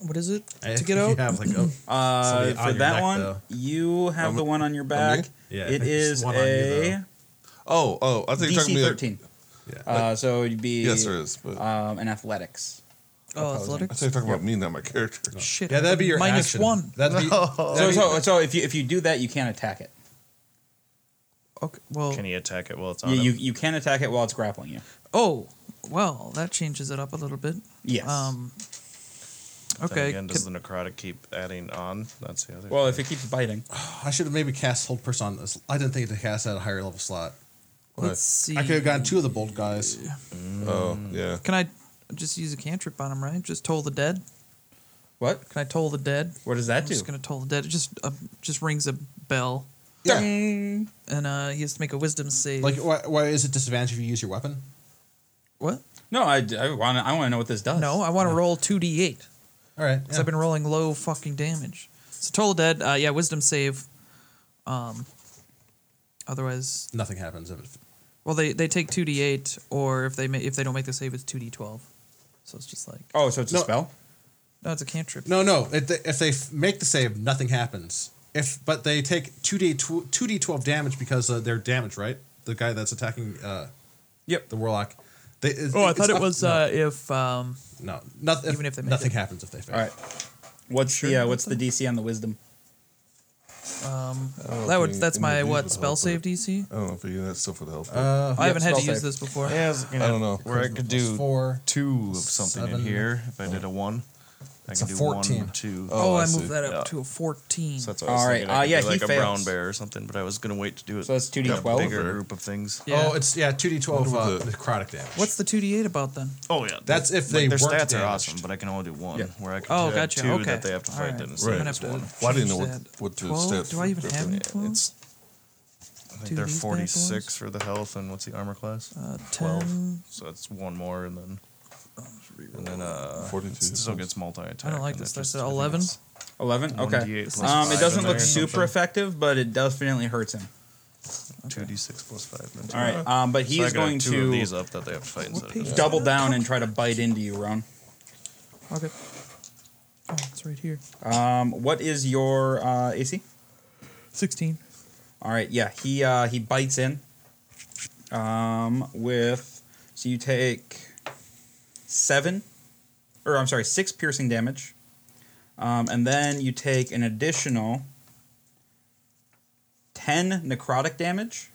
[SPEAKER 5] What is it
[SPEAKER 2] I
[SPEAKER 5] to
[SPEAKER 2] think [LAUGHS]
[SPEAKER 5] get
[SPEAKER 2] You
[SPEAKER 5] out?
[SPEAKER 2] have like a,
[SPEAKER 1] Uh,
[SPEAKER 2] Somebody on
[SPEAKER 1] for
[SPEAKER 2] your
[SPEAKER 1] that
[SPEAKER 2] neck,
[SPEAKER 1] one,
[SPEAKER 2] though.
[SPEAKER 1] you have
[SPEAKER 3] On
[SPEAKER 1] the
[SPEAKER 3] me?
[SPEAKER 1] one on your
[SPEAKER 3] On me?
[SPEAKER 1] back.
[SPEAKER 2] Yeah, I
[SPEAKER 1] It
[SPEAKER 2] [LAUGHS] think it's
[SPEAKER 1] is
[SPEAKER 2] one on you,
[SPEAKER 1] a
[SPEAKER 3] Oh, oh, I think you're talking
[SPEAKER 1] DC
[SPEAKER 3] about
[SPEAKER 1] thirteen.
[SPEAKER 2] yeah.
[SPEAKER 1] Uh, so it'd be
[SPEAKER 3] Yes, there is. But
[SPEAKER 1] um an athletics.
[SPEAKER 5] Oh,
[SPEAKER 3] I
[SPEAKER 5] athletics.
[SPEAKER 3] thought you were talking about me, not my character.
[SPEAKER 5] Shit.
[SPEAKER 2] yeah, that'd be your
[SPEAKER 5] minus
[SPEAKER 2] action.
[SPEAKER 5] one.
[SPEAKER 2] That'd be.
[SPEAKER 1] So,
[SPEAKER 2] that'd be-
[SPEAKER 1] so, so if you if you do that, you can't attack it.
[SPEAKER 5] Okay. Well.
[SPEAKER 4] Can he attack it while it's on
[SPEAKER 1] You, you
[SPEAKER 4] him?
[SPEAKER 1] you can attack it while it's grappling you.
[SPEAKER 5] Oh, well, that changes it up a little bit.
[SPEAKER 1] Yes.
[SPEAKER 5] Um.
[SPEAKER 4] Then
[SPEAKER 5] Okay. can-
[SPEAKER 4] again, does the necrotic keep adding on? That's the other.
[SPEAKER 1] well, if it keeps biting.
[SPEAKER 2] I should have maybe cast hold person on this. I didn't think to cast at a higher level slot.
[SPEAKER 5] let's see.
[SPEAKER 2] I could have gotten two of the bold guys.
[SPEAKER 3] Oh, yeah.
[SPEAKER 5] Can I just use a cantrip on him? Right? Just toll the dead.
[SPEAKER 1] What?
[SPEAKER 5] Can I toll the dead?
[SPEAKER 1] What does
[SPEAKER 5] I'm
[SPEAKER 1] that do?
[SPEAKER 5] just gonna toll the dead. It just uh, just rings a bell,
[SPEAKER 2] Yeah.
[SPEAKER 5] and uh, he has to make a wisdom save.
[SPEAKER 2] Like, why, why is it disadvantage if you use your weapon?
[SPEAKER 5] what?
[SPEAKER 1] No, I, I want to I want to know what this does.
[SPEAKER 5] No, I want to roll two d eight
[SPEAKER 2] All right.
[SPEAKER 5] because I've been rolling low fucking damage. So toll the dead. Uh, yeah, wisdom save. Um. Otherwise,
[SPEAKER 2] Nothing happens. If it,
[SPEAKER 5] well, they they take two d eight, or if they ma- if they don't make the save, it's two d twelve. So it's just like
[SPEAKER 1] Oh, so it's a
[SPEAKER 2] No.
[SPEAKER 1] spell.
[SPEAKER 5] no, it's a cantrip.
[SPEAKER 2] no, no. If they, if they f- make the save, nothing happens. If but they take two d two d twelve damage because uh, they're damaged, right? The guy that's attacking uh,
[SPEAKER 1] Yep.
[SPEAKER 2] the warlock. They, it's-
[SPEAKER 5] Oh, I
[SPEAKER 2] it's
[SPEAKER 5] thought it
[SPEAKER 2] up-
[SPEAKER 5] was
[SPEAKER 2] no,
[SPEAKER 5] uh, if um,
[SPEAKER 2] no, nothing.
[SPEAKER 5] even if they make
[SPEAKER 2] nothing
[SPEAKER 5] it.
[SPEAKER 2] happens if they fail.
[SPEAKER 1] All right. What's
[SPEAKER 5] Sure.
[SPEAKER 1] the uh, what's the DC on the wisdom?
[SPEAKER 5] um
[SPEAKER 3] don't
[SPEAKER 5] that
[SPEAKER 3] know
[SPEAKER 5] would
[SPEAKER 3] if
[SPEAKER 5] that's
[SPEAKER 3] any
[SPEAKER 5] my
[SPEAKER 3] of these
[SPEAKER 5] what
[SPEAKER 3] would
[SPEAKER 5] spell
[SPEAKER 3] help,
[SPEAKER 5] save
[SPEAKER 3] but-
[SPEAKER 5] DC.
[SPEAKER 3] I don't know if you that stuff would help. but-
[SPEAKER 4] Oh,
[SPEAKER 2] Uh,
[SPEAKER 5] I haven't had
[SPEAKER 1] spell
[SPEAKER 5] to use
[SPEAKER 1] save.
[SPEAKER 5] this before.
[SPEAKER 4] Yeah, I, was
[SPEAKER 3] I don't know.
[SPEAKER 4] Where I could do
[SPEAKER 2] four.
[SPEAKER 4] two of something
[SPEAKER 2] seven,
[SPEAKER 4] in here if I did a one. I
[SPEAKER 6] It's
[SPEAKER 4] can
[SPEAKER 6] a
[SPEAKER 4] do
[SPEAKER 6] 14.
[SPEAKER 4] one, two.
[SPEAKER 5] Oh,
[SPEAKER 3] Oh, I
[SPEAKER 5] I,
[SPEAKER 3] see.
[SPEAKER 5] moved that up
[SPEAKER 4] Yeah.
[SPEAKER 5] to a 14.
[SPEAKER 4] So that's what I was
[SPEAKER 1] All right,
[SPEAKER 4] thinking.
[SPEAKER 1] uh,
[SPEAKER 4] I could do
[SPEAKER 1] yeah, he
[SPEAKER 4] like a brown
[SPEAKER 1] fails.
[SPEAKER 4] bear or something, but I was gonna wait to do it.
[SPEAKER 1] So that's
[SPEAKER 4] in a
[SPEAKER 1] 2d12?
[SPEAKER 4] Bigger group of things.
[SPEAKER 5] Yeah.
[SPEAKER 6] Oh, it's yeah, two d twelve
[SPEAKER 3] Wonder what
[SPEAKER 2] uh,
[SPEAKER 3] the-
[SPEAKER 6] necrotic damage.
[SPEAKER 5] What's the 2d8 about then?
[SPEAKER 4] Oh yeah,
[SPEAKER 6] That's if they
[SPEAKER 4] their
[SPEAKER 6] weren't
[SPEAKER 4] stats are
[SPEAKER 6] damaged.
[SPEAKER 4] awesome, but I can only do one.
[SPEAKER 3] Yeah.
[SPEAKER 4] Where I can
[SPEAKER 5] Oh,
[SPEAKER 4] add
[SPEAKER 5] gotcha.
[SPEAKER 4] two
[SPEAKER 5] okay.
[SPEAKER 4] that they have to
[SPEAKER 5] All
[SPEAKER 4] fight.
[SPEAKER 5] right.
[SPEAKER 4] Then
[SPEAKER 5] I'm
[SPEAKER 4] instead
[SPEAKER 3] Right.
[SPEAKER 5] gonna
[SPEAKER 4] of
[SPEAKER 5] have
[SPEAKER 4] just
[SPEAKER 5] to
[SPEAKER 4] one.
[SPEAKER 3] Well, I didn't know
[SPEAKER 5] change
[SPEAKER 3] what-
[SPEAKER 5] that.
[SPEAKER 3] what the
[SPEAKER 5] 12?
[SPEAKER 3] stats
[SPEAKER 5] Do I even
[SPEAKER 3] were
[SPEAKER 5] have
[SPEAKER 3] for
[SPEAKER 5] any
[SPEAKER 3] that.
[SPEAKER 5] 12?
[SPEAKER 4] It's I
[SPEAKER 5] Do
[SPEAKER 4] think they're
[SPEAKER 5] these bad boys?
[SPEAKER 4] forty six for the health and what's the armor class?
[SPEAKER 5] uh, 10.
[SPEAKER 4] Twelve. So that's one more, and then
[SPEAKER 5] oh,
[SPEAKER 4] and then uh,
[SPEAKER 3] 42
[SPEAKER 4] it still gets multi attack.
[SPEAKER 5] I don't like this. That's at 11.
[SPEAKER 1] 11? Okay.
[SPEAKER 4] 1d8 plus
[SPEAKER 1] Um, it
[SPEAKER 4] five
[SPEAKER 1] doesn't
[SPEAKER 4] in there
[SPEAKER 1] look
[SPEAKER 4] or
[SPEAKER 1] super
[SPEAKER 4] something.
[SPEAKER 1] effective, but it definitely hurts him.
[SPEAKER 4] Two d six plus five. then two.
[SPEAKER 1] All right. Um, but
[SPEAKER 4] So I
[SPEAKER 1] he's
[SPEAKER 4] could have
[SPEAKER 1] going
[SPEAKER 4] two of
[SPEAKER 1] to
[SPEAKER 4] these up that they have to fight
[SPEAKER 5] What
[SPEAKER 4] instead of
[SPEAKER 5] page
[SPEAKER 4] just-
[SPEAKER 1] double down and try to bite into you, Ron.
[SPEAKER 5] Okay. Oh, it's right here.
[SPEAKER 1] Um, what is your uh, AC?
[SPEAKER 5] 16.
[SPEAKER 1] All right, yeah, he uh, he bites in. Um, with so you take seven, or I'm sorry, six piercing damage, um, and then you take an additional ten necrotic damage,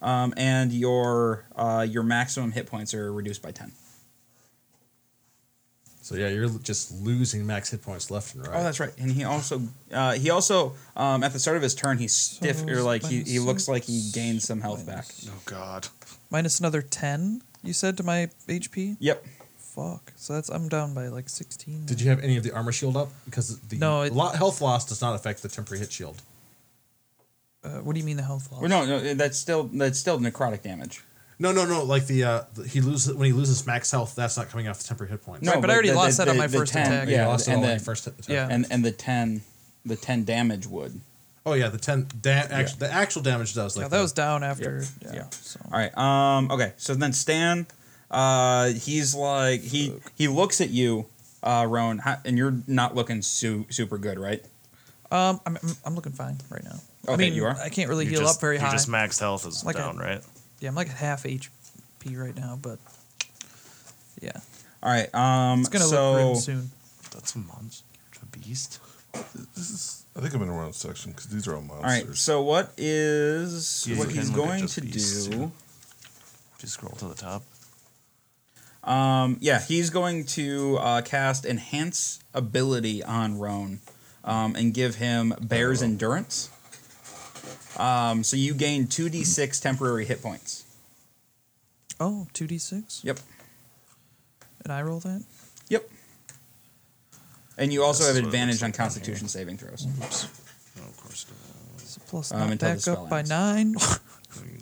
[SPEAKER 1] um, and your uh, your maximum hit points are reduced by ten.
[SPEAKER 6] So yeah, you're l- just losing max hit points left and right.
[SPEAKER 1] Oh, that's right. And he also uh, he also um, at the start of his turn he's stiff or like he, he looks like he gained some health back.
[SPEAKER 4] Oh God.
[SPEAKER 5] Minus another 10, you said, to my HP?
[SPEAKER 1] Yep.
[SPEAKER 5] Fuck. So that's I'm down by like 16.
[SPEAKER 6] Did you have any of the armor shield up? Because the
[SPEAKER 5] No, it-
[SPEAKER 6] lo- health loss does not affect the temporary hit shield.
[SPEAKER 5] Uh, what do you mean the health loss?
[SPEAKER 1] Well, no, no, that's still that's still necrotic damage.
[SPEAKER 6] No, no, no. Like the, uh, the- he loses when he loses max health, that's not coming off the temporary hit points.
[SPEAKER 1] No,
[SPEAKER 5] Right, but I already lost that on my first
[SPEAKER 1] 10
[SPEAKER 5] attack.
[SPEAKER 6] yeah,
[SPEAKER 1] Yeah,
[SPEAKER 6] you lost it
[SPEAKER 1] and
[SPEAKER 6] all
[SPEAKER 1] the,
[SPEAKER 6] on your first hit. attack.
[SPEAKER 5] yeah.
[SPEAKER 1] and and the ten, the ten damage would.
[SPEAKER 6] Oh yeah, the ten da- act- the actual damage does. Like
[SPEAKER 5] yeah, that was down after.
[SPEAKER 1] Yeah.
[SPEAKER 5] Yeah.
[SPEAKER 1] Yeah.
[SPEAKER 5] So.
[SPEAKER 1] All right. Um. Okay. So then Stan, uh, he's like he he looks at you, uh, Roan, ho- and you're not looking su- super good, right?
[SPEAKER 5] Um, I'm, I'm, I'm looking fine right now. I
[SPEAKER 1] Okay,
[SPEAKER 5] mean,
[SPEAKER 1] you are?
[SPEAKER 5] I can't really
[SPEAKER 4] You
[SPEAKER 5] heal
[SPEAKER 4] just-
[SPEAKER 5] up very
[SPEAKER 4] you
[SPEAKER 5] high.
[SPEAKER 4] just max health is
[SPEAKER 5] Like a-
[SPEAKER 4] down, right?
[SPEAKER 5] yeah, I'm like at half HP right now, but yeah,
[SPEAKER 1] All right. Um.
[SPEAKER 5] it's gonna
[SPEAKER 1] so,
[SPEAKER 5] look grim soon.
[SPEAKER 4] That's a monster, a beast.
[SPEAKER 3] This is, I think I'm in the wrong section because these are all
[SPEAKER 1] All right.
[SPEAKER 3] monsters.
[SPEAKER 1] So what is
[SPEAKER 4] Yeah,
[SPEAKER 1] what
[SPEAKER 4] you
[SPEAKER 1] he's
[SPEAKER 4] can look at
[SPEAKER 1] going
[SPEAKER 4] just
[SPEAKER 1] to
[SPEAKER 4] beasts,
[SPEAKER 1] do?
[SPEAKER 4] yeah. Just scroll to the top.
[SPEAKER 1] Um, yeah, he's going to uh, cast Enhance Ability on Roan um, and give him Bear's Endurance. Um, so you gain 2d6 temporary hit points.
[SPEAKER 5] Oh, 2d6?
[SPEAKER 1] Yep.
[SPEAKER 5] And I roll that?
[SPEAKER 1] Yep. And you also
[SPEAKER 4] This
[SPEAKER 1] have
[SPEAKER 4] is what it looks
[SPEAKER 1] advantage
[SPEAKER 4] like
[SPEAKER 1] on
[SPEAKER 4] down here.
[SPEAKER 1] Constitution saving throws.
[SPEAKER 4] Oh, of course. uh,
[SPEAKER 5] So plus
[SPEAKER 1] Um,
[SPEAKER 5] knock
[SPEAKER 1] until the
[SPEAKER 5] back
[SPEAKER 1] spell
[SPEAKER 5] up by
[SPEAKER 1] ends. [LAUGHS]
[SPEAKER 5] 9.
[SPEAKER 4] you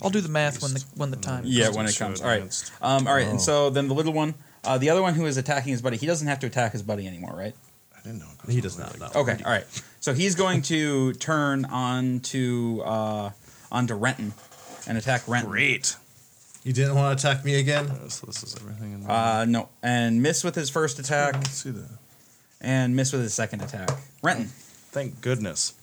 [SPEAKER 5] I'll do
[SPEAKER 4] choose
[SPEAKER 5] the math when the
[SPEAKER 4] beast.
[SPEAKER 5] when the time
[SPEAKER 1] Yeah,
[SPEAKER 5] comes.
[SPEAKER 1] when it
[SPEAKER 4] Sure,
[SPEAKER 1] comes. All right.
[SPEAKER 4] advanced.
[SPEAKER 1] Um, all right.
[SPEAKER 4] Oh.
[SPEAKER 1] And so then the little one, uh, the other one who is attacking his buddy, he doesn't have to attack his buddy anymore, right?
[SPEAKER 4] I didn't know. it goes
[SPEAKER 6] He
[SPEAKER 4] all
[SPEAKER 6] does
[SPEAKER 4] the way
[SPEAKER 6] not
[SPEAKER 4] like
[SPEAKER 6] know.
[SPEAKER 1] Okay, all right. So he's going to turn on to uh, onto Renton and attack
[SPEAKER 4] that.
[SPEAKER 1] Renton.
[SPEAKER 4] Great.
[SPEAKER 6] You didn't want to attack me again.
[SPEAKER 4] Uh, so this is everything. In
[SPEAKER 1] Uh, no, and miss with his first attack
[SPEAKER 3] I see that.
[SPEAKER 1] and miss with his second attack. Renton,
[SPEAKER 4] Thank goodness.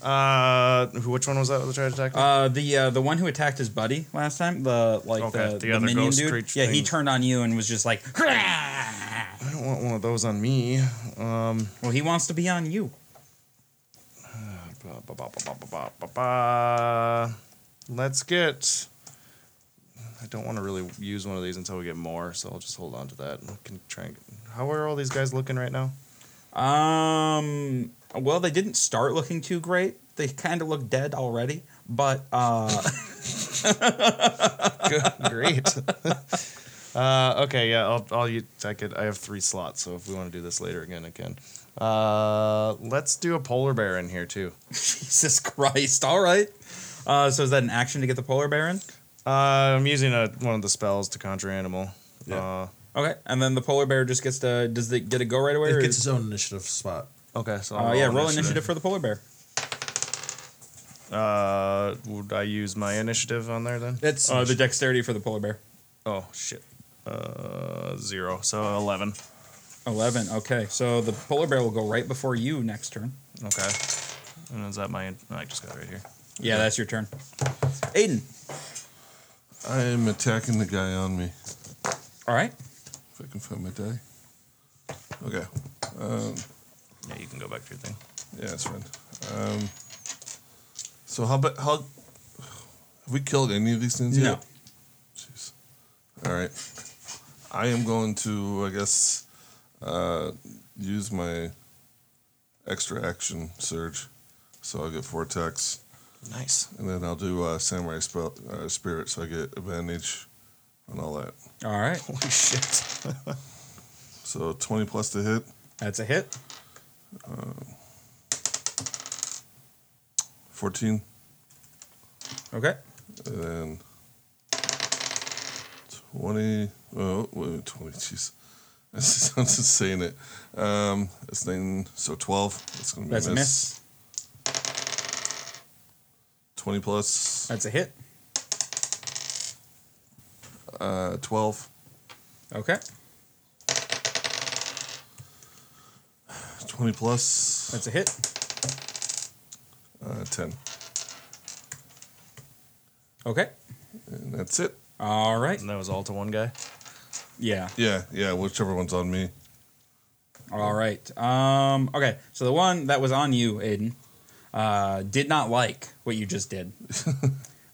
[SPEAKER 4] Uh, who- which one was that? that tried to attack? me?
[SPEAKER 1] uh, the uh, the one who attacked his buddy last time, the like
[SPEAKER 4] Okay,
[SPEAKER 1] the,
[SPEAKER 4] the
[SPEAKER 1] the,
[SPEAKER 4] other
[SPEAKER 1] minion
[SPEAKER 4] ghost
[SPEAKER 1] dude.
[SPEAKER 4] creature
[SPEAKER 1] Yeah, he
[SPEAKER 4] thing.
[SPEAKER 1] turned on you and was just like, "Hurrah!"
[SPEAKER 4] I don't want one of those on me. Um,
[SPEAKER 1] well, he wants to be on you.
[SPEAKER 4] ba- ba- ba- ba- ba- ba- ba- ba. let's get. I don't want to really use one of these until we get more, so I'll just hold on to that. and can try and. How are all these guys looking right now?
[SPEAKER 1] Um, well, they didn't start looking too great. They kind of look dead already, but uh, [LAUGHS]
[SPEAKER 4] [LAUGHS] Great. uh, okay, yeah, I'll, I'll use, I could, I have three slots, so if we want to do this later again, I can. Uh, let's do a polar bear in here too.
[SPEAKER 1] Jesus Christ! All right. Uh, so is that an action to get the polar bear in?
[SPEAKER 4] Uh, I'm using a, one of the spells to conjure animal. Uh,
[SPEAKER 6] Yeah.
[SPEAKER 1] Okay, and then the polar bear just gets to does it get a go right away?
[SPEAKER 6] It
[SPEAKER 1] or
[SPEAKER 6] gets
[SPEAKER 1] is-
[SPEAKER 6] his own initiative spot.
[SPEAKER 4] Uh, okay, so
[SPEAKER 1] uh, yeah, roll initiative for the polar bear.
[SPEAKER 4] Uh, would I use my initiative on there then?
[SPEAKER 6] It's
[SPEAKER 1] Uh, the dexterity for the polar bear.
[SPEAKER 4] Oh shit. Uh, zero. So eleven.
[SPEAKER 1] 11. Okay. So the polar bear will go right before you next turn.
[SPEAKER 4] Okay. And is that my? no, I just got it right here.
[SPEAKER 1] Yeah, that's your turn. Aiden.
[SPEAKER 3] I am attacking the guy on me.
[SPEAKER 1] All right.
[SPEAKER 3] If I can find my die. Okay. Um,
[SPEAKER 4] Yeah, you can go back to your thing.
[SPEAKER 3] yeah, that's fine. Um, so how about how have we killed any of these things
[SPEAKER 1] No.
[SPEAKER 3] yet? Jeez. All right. I am going to, I guess, Uh, use my extra action surge, so I get vortex,
[SPEAKER 4] Nice.
[SPEAKER 3] and then I'll do uh, samurai spell uh, spirit, so I get advantage on all that.
[SPEAKER 1] All right.
[SPEAKER 4] Holy shit.
[SPEAKER 3] So twenty plus to hit.
[SPEAKER 1] That's a hit.
[SPEAKER 3] 14
[SPEAKER 1] Okay.
[SPEAKER 3] and then 20 oh wait 20 jeez [LAUGHS] that's I'm just saying it um it's nine so 12 that's gonna be
[SPEAKER 1] That's
[SPEAKER 3] a
[SPEAKER 1] a
[SPEAKER 3] miss.
[SPEAKER 1] miss.
[SPEAKER 3] 20 plus
[SPEAKER 1] That's a hit.
[SPEAKER 3] uh 12
[SPEAKER 1] Okay.
[SPEAKER 3] 20 plus
[SPEAKER 1] That's a hit.
[SPEAKER 3] uh 10
[SPEAKER 1] Okay.
[SPEAKER 3] and that's it
[SPEAKER 1] All right.
[SPEAKER 4] And that was all to one guy.
[SPEAKER 1] Yeah.
[SPEAKER 3] yeah yeah whichever one's on me
[SPEAKER 1] All right. Um, okay. So the one that was on you, Aiden, uh, did not like what you just [LAUGHS] did,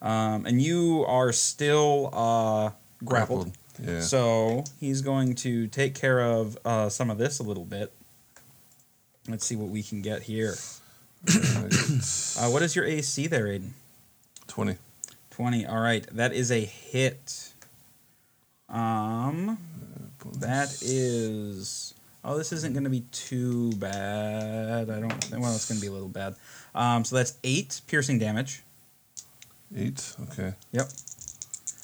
[SPEAKER 1] um, and you are still uh, grappled.
[SPEAKER 3] yeah
[SPEAKER 1] So he's going to take care of uh, some of this a little bit. Let's see what we can get here. [COUGHS] Uh, what is your AC there, Aiden?
[SPEAKER 3] 20
[SPEAKER 1] Twenty. All right. That is a hit. Um. That is. Oh, this isn't going to be too bad. I don't. Well, it's going to be a little bad. Um, so that's eight piercing damage.
[SPEAKER 3] 8 okay
[SPEAKER 1] Yep.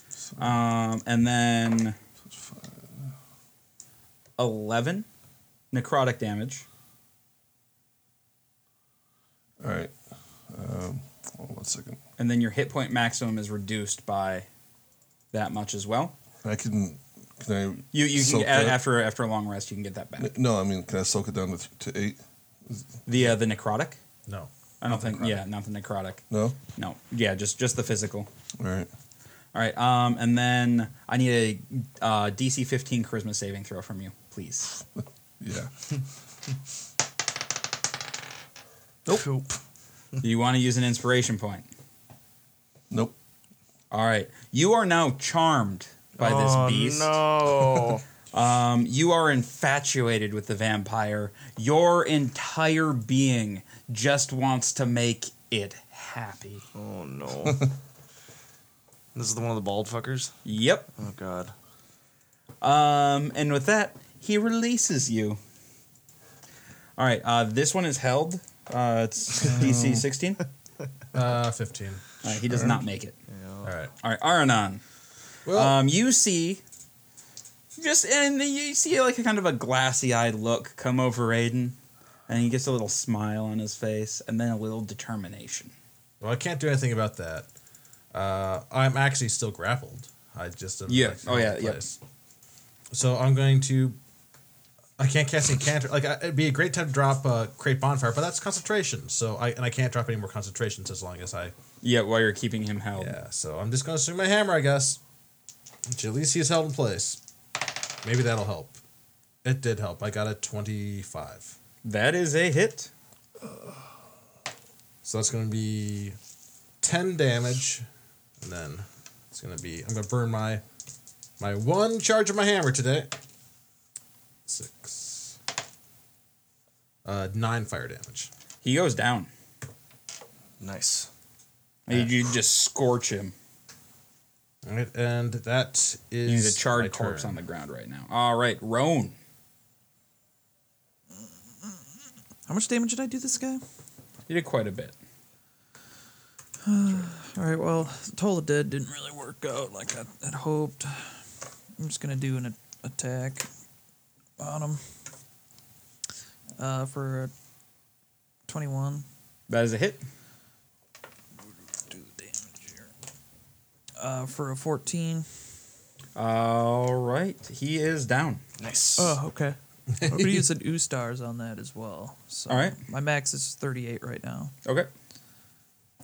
[SPEAKER 3] so
[SPEAKER 1] Um, and then
[SPEAKER 3] that's five.
[SPEAKER 1] eleven necrotic damage.
[SPEAKER 3] all right um hold on one second
[SPEAKER 1] And then your hit point maximum is reduced by that much as well.
[SPEAKER 3] i can can i
[SPEAKER 1] You you can
[SPEAKER 3] Soak
[SPEAKER 1] a
[SPEAKER 3] that?
[SPEAKER 1] after after a long rest you can get that back.
[SPEAKER 3] N- No, I mean, can I soak it down to, to eight?
[SPEAKER 1] The uh, the necrotic.
[SPEAKER 2] No.
[SPEAKER 1] I don't think. Yeah, not the necrotic.
[SPEAKER 3] No?
[SPEAKER 1] No. Yeah, just just the physical.
[SPEAKER 3] All right.
[SPEAKER 1] All right. Um, and then I need a uh, DC 15 charisma saving throw from you, [LAUGHS] please.
[SPEAKER 3] Yeah.
[SPEAKER 4] Nope.
[SPEAKER 1] you want to use an inspiration point.
[SPEAKER 3] Nope.
[SPEAKER 1] All right. You are now charmed by
[SPEAKER 4] oh,
[SPEAKER 1] this beast.
[SPEAKER 4] [LAUGHS] No.
[SPEAKER 1] Um, you are infatuated with the vampire. Your entire being just wants to make it happy.
[SPEAKER 4] oh no. This is the one of the bald fuckers?
[SPEAKER 1] Yep.
[SPEAKER 4] Oh god.
[SPEAKER 1] Um, and with that, he releases you. All right. Uh, this one is held. Uh, it's DC 16.
[SPEAKER 2] Uh, 15.
[SPEAKER 1] All right, he does not make it.
[SPEAKER 2] All right.
[SPEAKER 1] All right, Aranon.
[SPEAKER 2] Well-
[SPEAKER 1] um, you see, just and you see like a kind of a glassy-eyed look come over Aiden, and he gets a little smile on his face, and then a little determination.
[SPEAKER 2] Well, I can't do anything about that. Uh, I'm actually still grappled. I just am,
[SPEAKER 1] Yeah. Oh,
[SPEAKER 2] all
[SPEAKER 1] yeah,
[SPEAKER 2] over the
[SPEAKER 1] yeah.
[SPEAKER 2] place. So I'm going to. I can't cast any cantrip. Like I, it'd be a great time to drop uh, create bonfire, but that's concentration. So I and I can't drop any more concentrations as long as I.
[SPEAKER 1] Yeah, while you're keeping him held.
[SPEAKER 2] Yeah. So I'm just going to swing my hammer, I guess. Which at least he's held in place. Maybe that'll help. It did help. I got a twenty-five.
[SPEAKER 1] That is a hit.
[SPEAKER 2] So that's going to be 10 damage. And then it's going to be, I'm going to burn my my one charge of my hammer today. Six. Uh, nine fire damage.
[SPEAKER 1] He goes down.
[SPEAKER 4] Nice.
[SPEAKER 1] You, you just scorch him.
[SPEAKER 2] All right, and that is.
[SPEAKER 1] He's a charred
[SPEAKER 2] my
[SPEAKER 1] corpse
[SPEAKER 2] turn.
[SPEAKER 1] on the ground right now. All right, Roan.
[SPEAKER 5] How much damage did I do this guy?
[SPEAKER 1] You did quite a bit.
[SPEAKER 5] All right, well, Toll of Dead didn't really work out like I had hoped. I'm just going to do an a- attack on him uh, for a 21.
[SPEAKER 1] That is a hit.
[SPEAKER 5] Do the damage here. Uh, for a 14.
[SPEAKER 1] All right, he is down.
[SPEAKER 4] Nice.
[SPEAKER 5] Oh, okay. I'm going to [LAUGHS] use an ooh stars on that as well. So
[SPEAKER 1] All right.
[SPEAKER 5] My max is 38 right now.
[SPEAKER 1] Okay.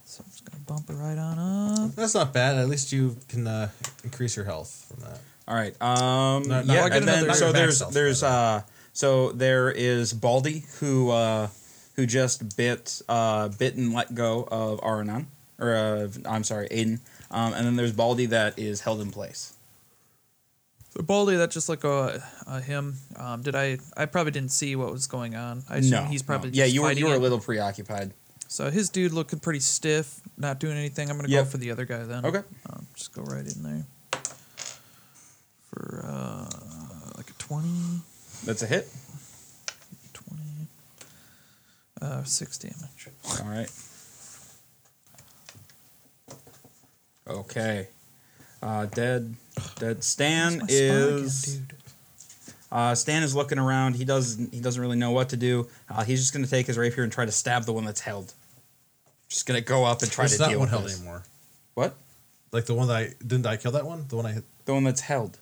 [SPEAKER 5] So I'm just going to bump it right on up.
[SPEAKER 2] That's not bad. At least you can uh, increase your health from that.
[SPEAKER 1] All right. Um,
[SPEAKER 2] No, no,
[SPEAKER 1] yeah,
[SPEAKER 2] I
[SPEAKER 1] and
[SPEAKER 2] get
[SPEAKER 1] then-
[SPEAKER 2] another-
[SPEAKER 1] so
[SPEAKER 2] back
[SPEAKER 1] there's
[SPEAKER 2] self,
[SPEAKER 1] there's uh, so there is Baldy who uh, who just bit uh, bit and let go of Aranon or of, I'm sorry Aiden, um, and then there's Baldy that is held in place.
[SPEAKER 5] The Baldy, that's just like a, a him. Um, did I? I probably didn't see what was going on. I
[SPEAKER 1] no,
[SPEAKER 5] assume he's probably
[SPEAKER 1] no. yeah.
[SPEAKER 5] just
[SPEAKER 1] You were
[SPEAKER 5] fighting
[SPEAKER 1] you were a
[SPEAKER 5] it.
[SPEAKER 1] little preoccupied.
[SPEAKER 5] So his dude looking pretty stiff, not doing anything. I'm gonna
[SPEAKER 1] Yep.
[SPEAKER 5] go for the other guy then.
[SPEAKER 1] Okay.
[SPEAKER 5] Um, just go right in there for uh, like a 20,
[SPEAKER 1] That's a hit.
[SPEAKER 5] 20, uh, six damage.
[SPEAKER 1] All right. Okay. Uh, dead. Dead. Stan
[SPEAKER 5] That's my spot again,
[SPEAKER 1] is.
[SPEAKER 5] dude.
[SPEAKER 1] Uh, Stan is looking around. He doesn't. He doesn't really know what to do. Uh, he's just going to take his rapier and try to stab the one that's held. Just going to go up and try
[SPEAKER 6] It's
[SPEAKER 1] to
[SPEAKER 6] not
[SPEAKER 1] deal
[SPEAKER 6] one
[SPEAKER 1] with
[SPEAKER 6] held
[SPEAKER 1] this.
[SPEAKER 6] anymore.
[SPEAKER 1] What?
[SPEAKER 6] Like the one that I didn't I kill that one? The one I hit
[SPEAKER 1] The one that's held.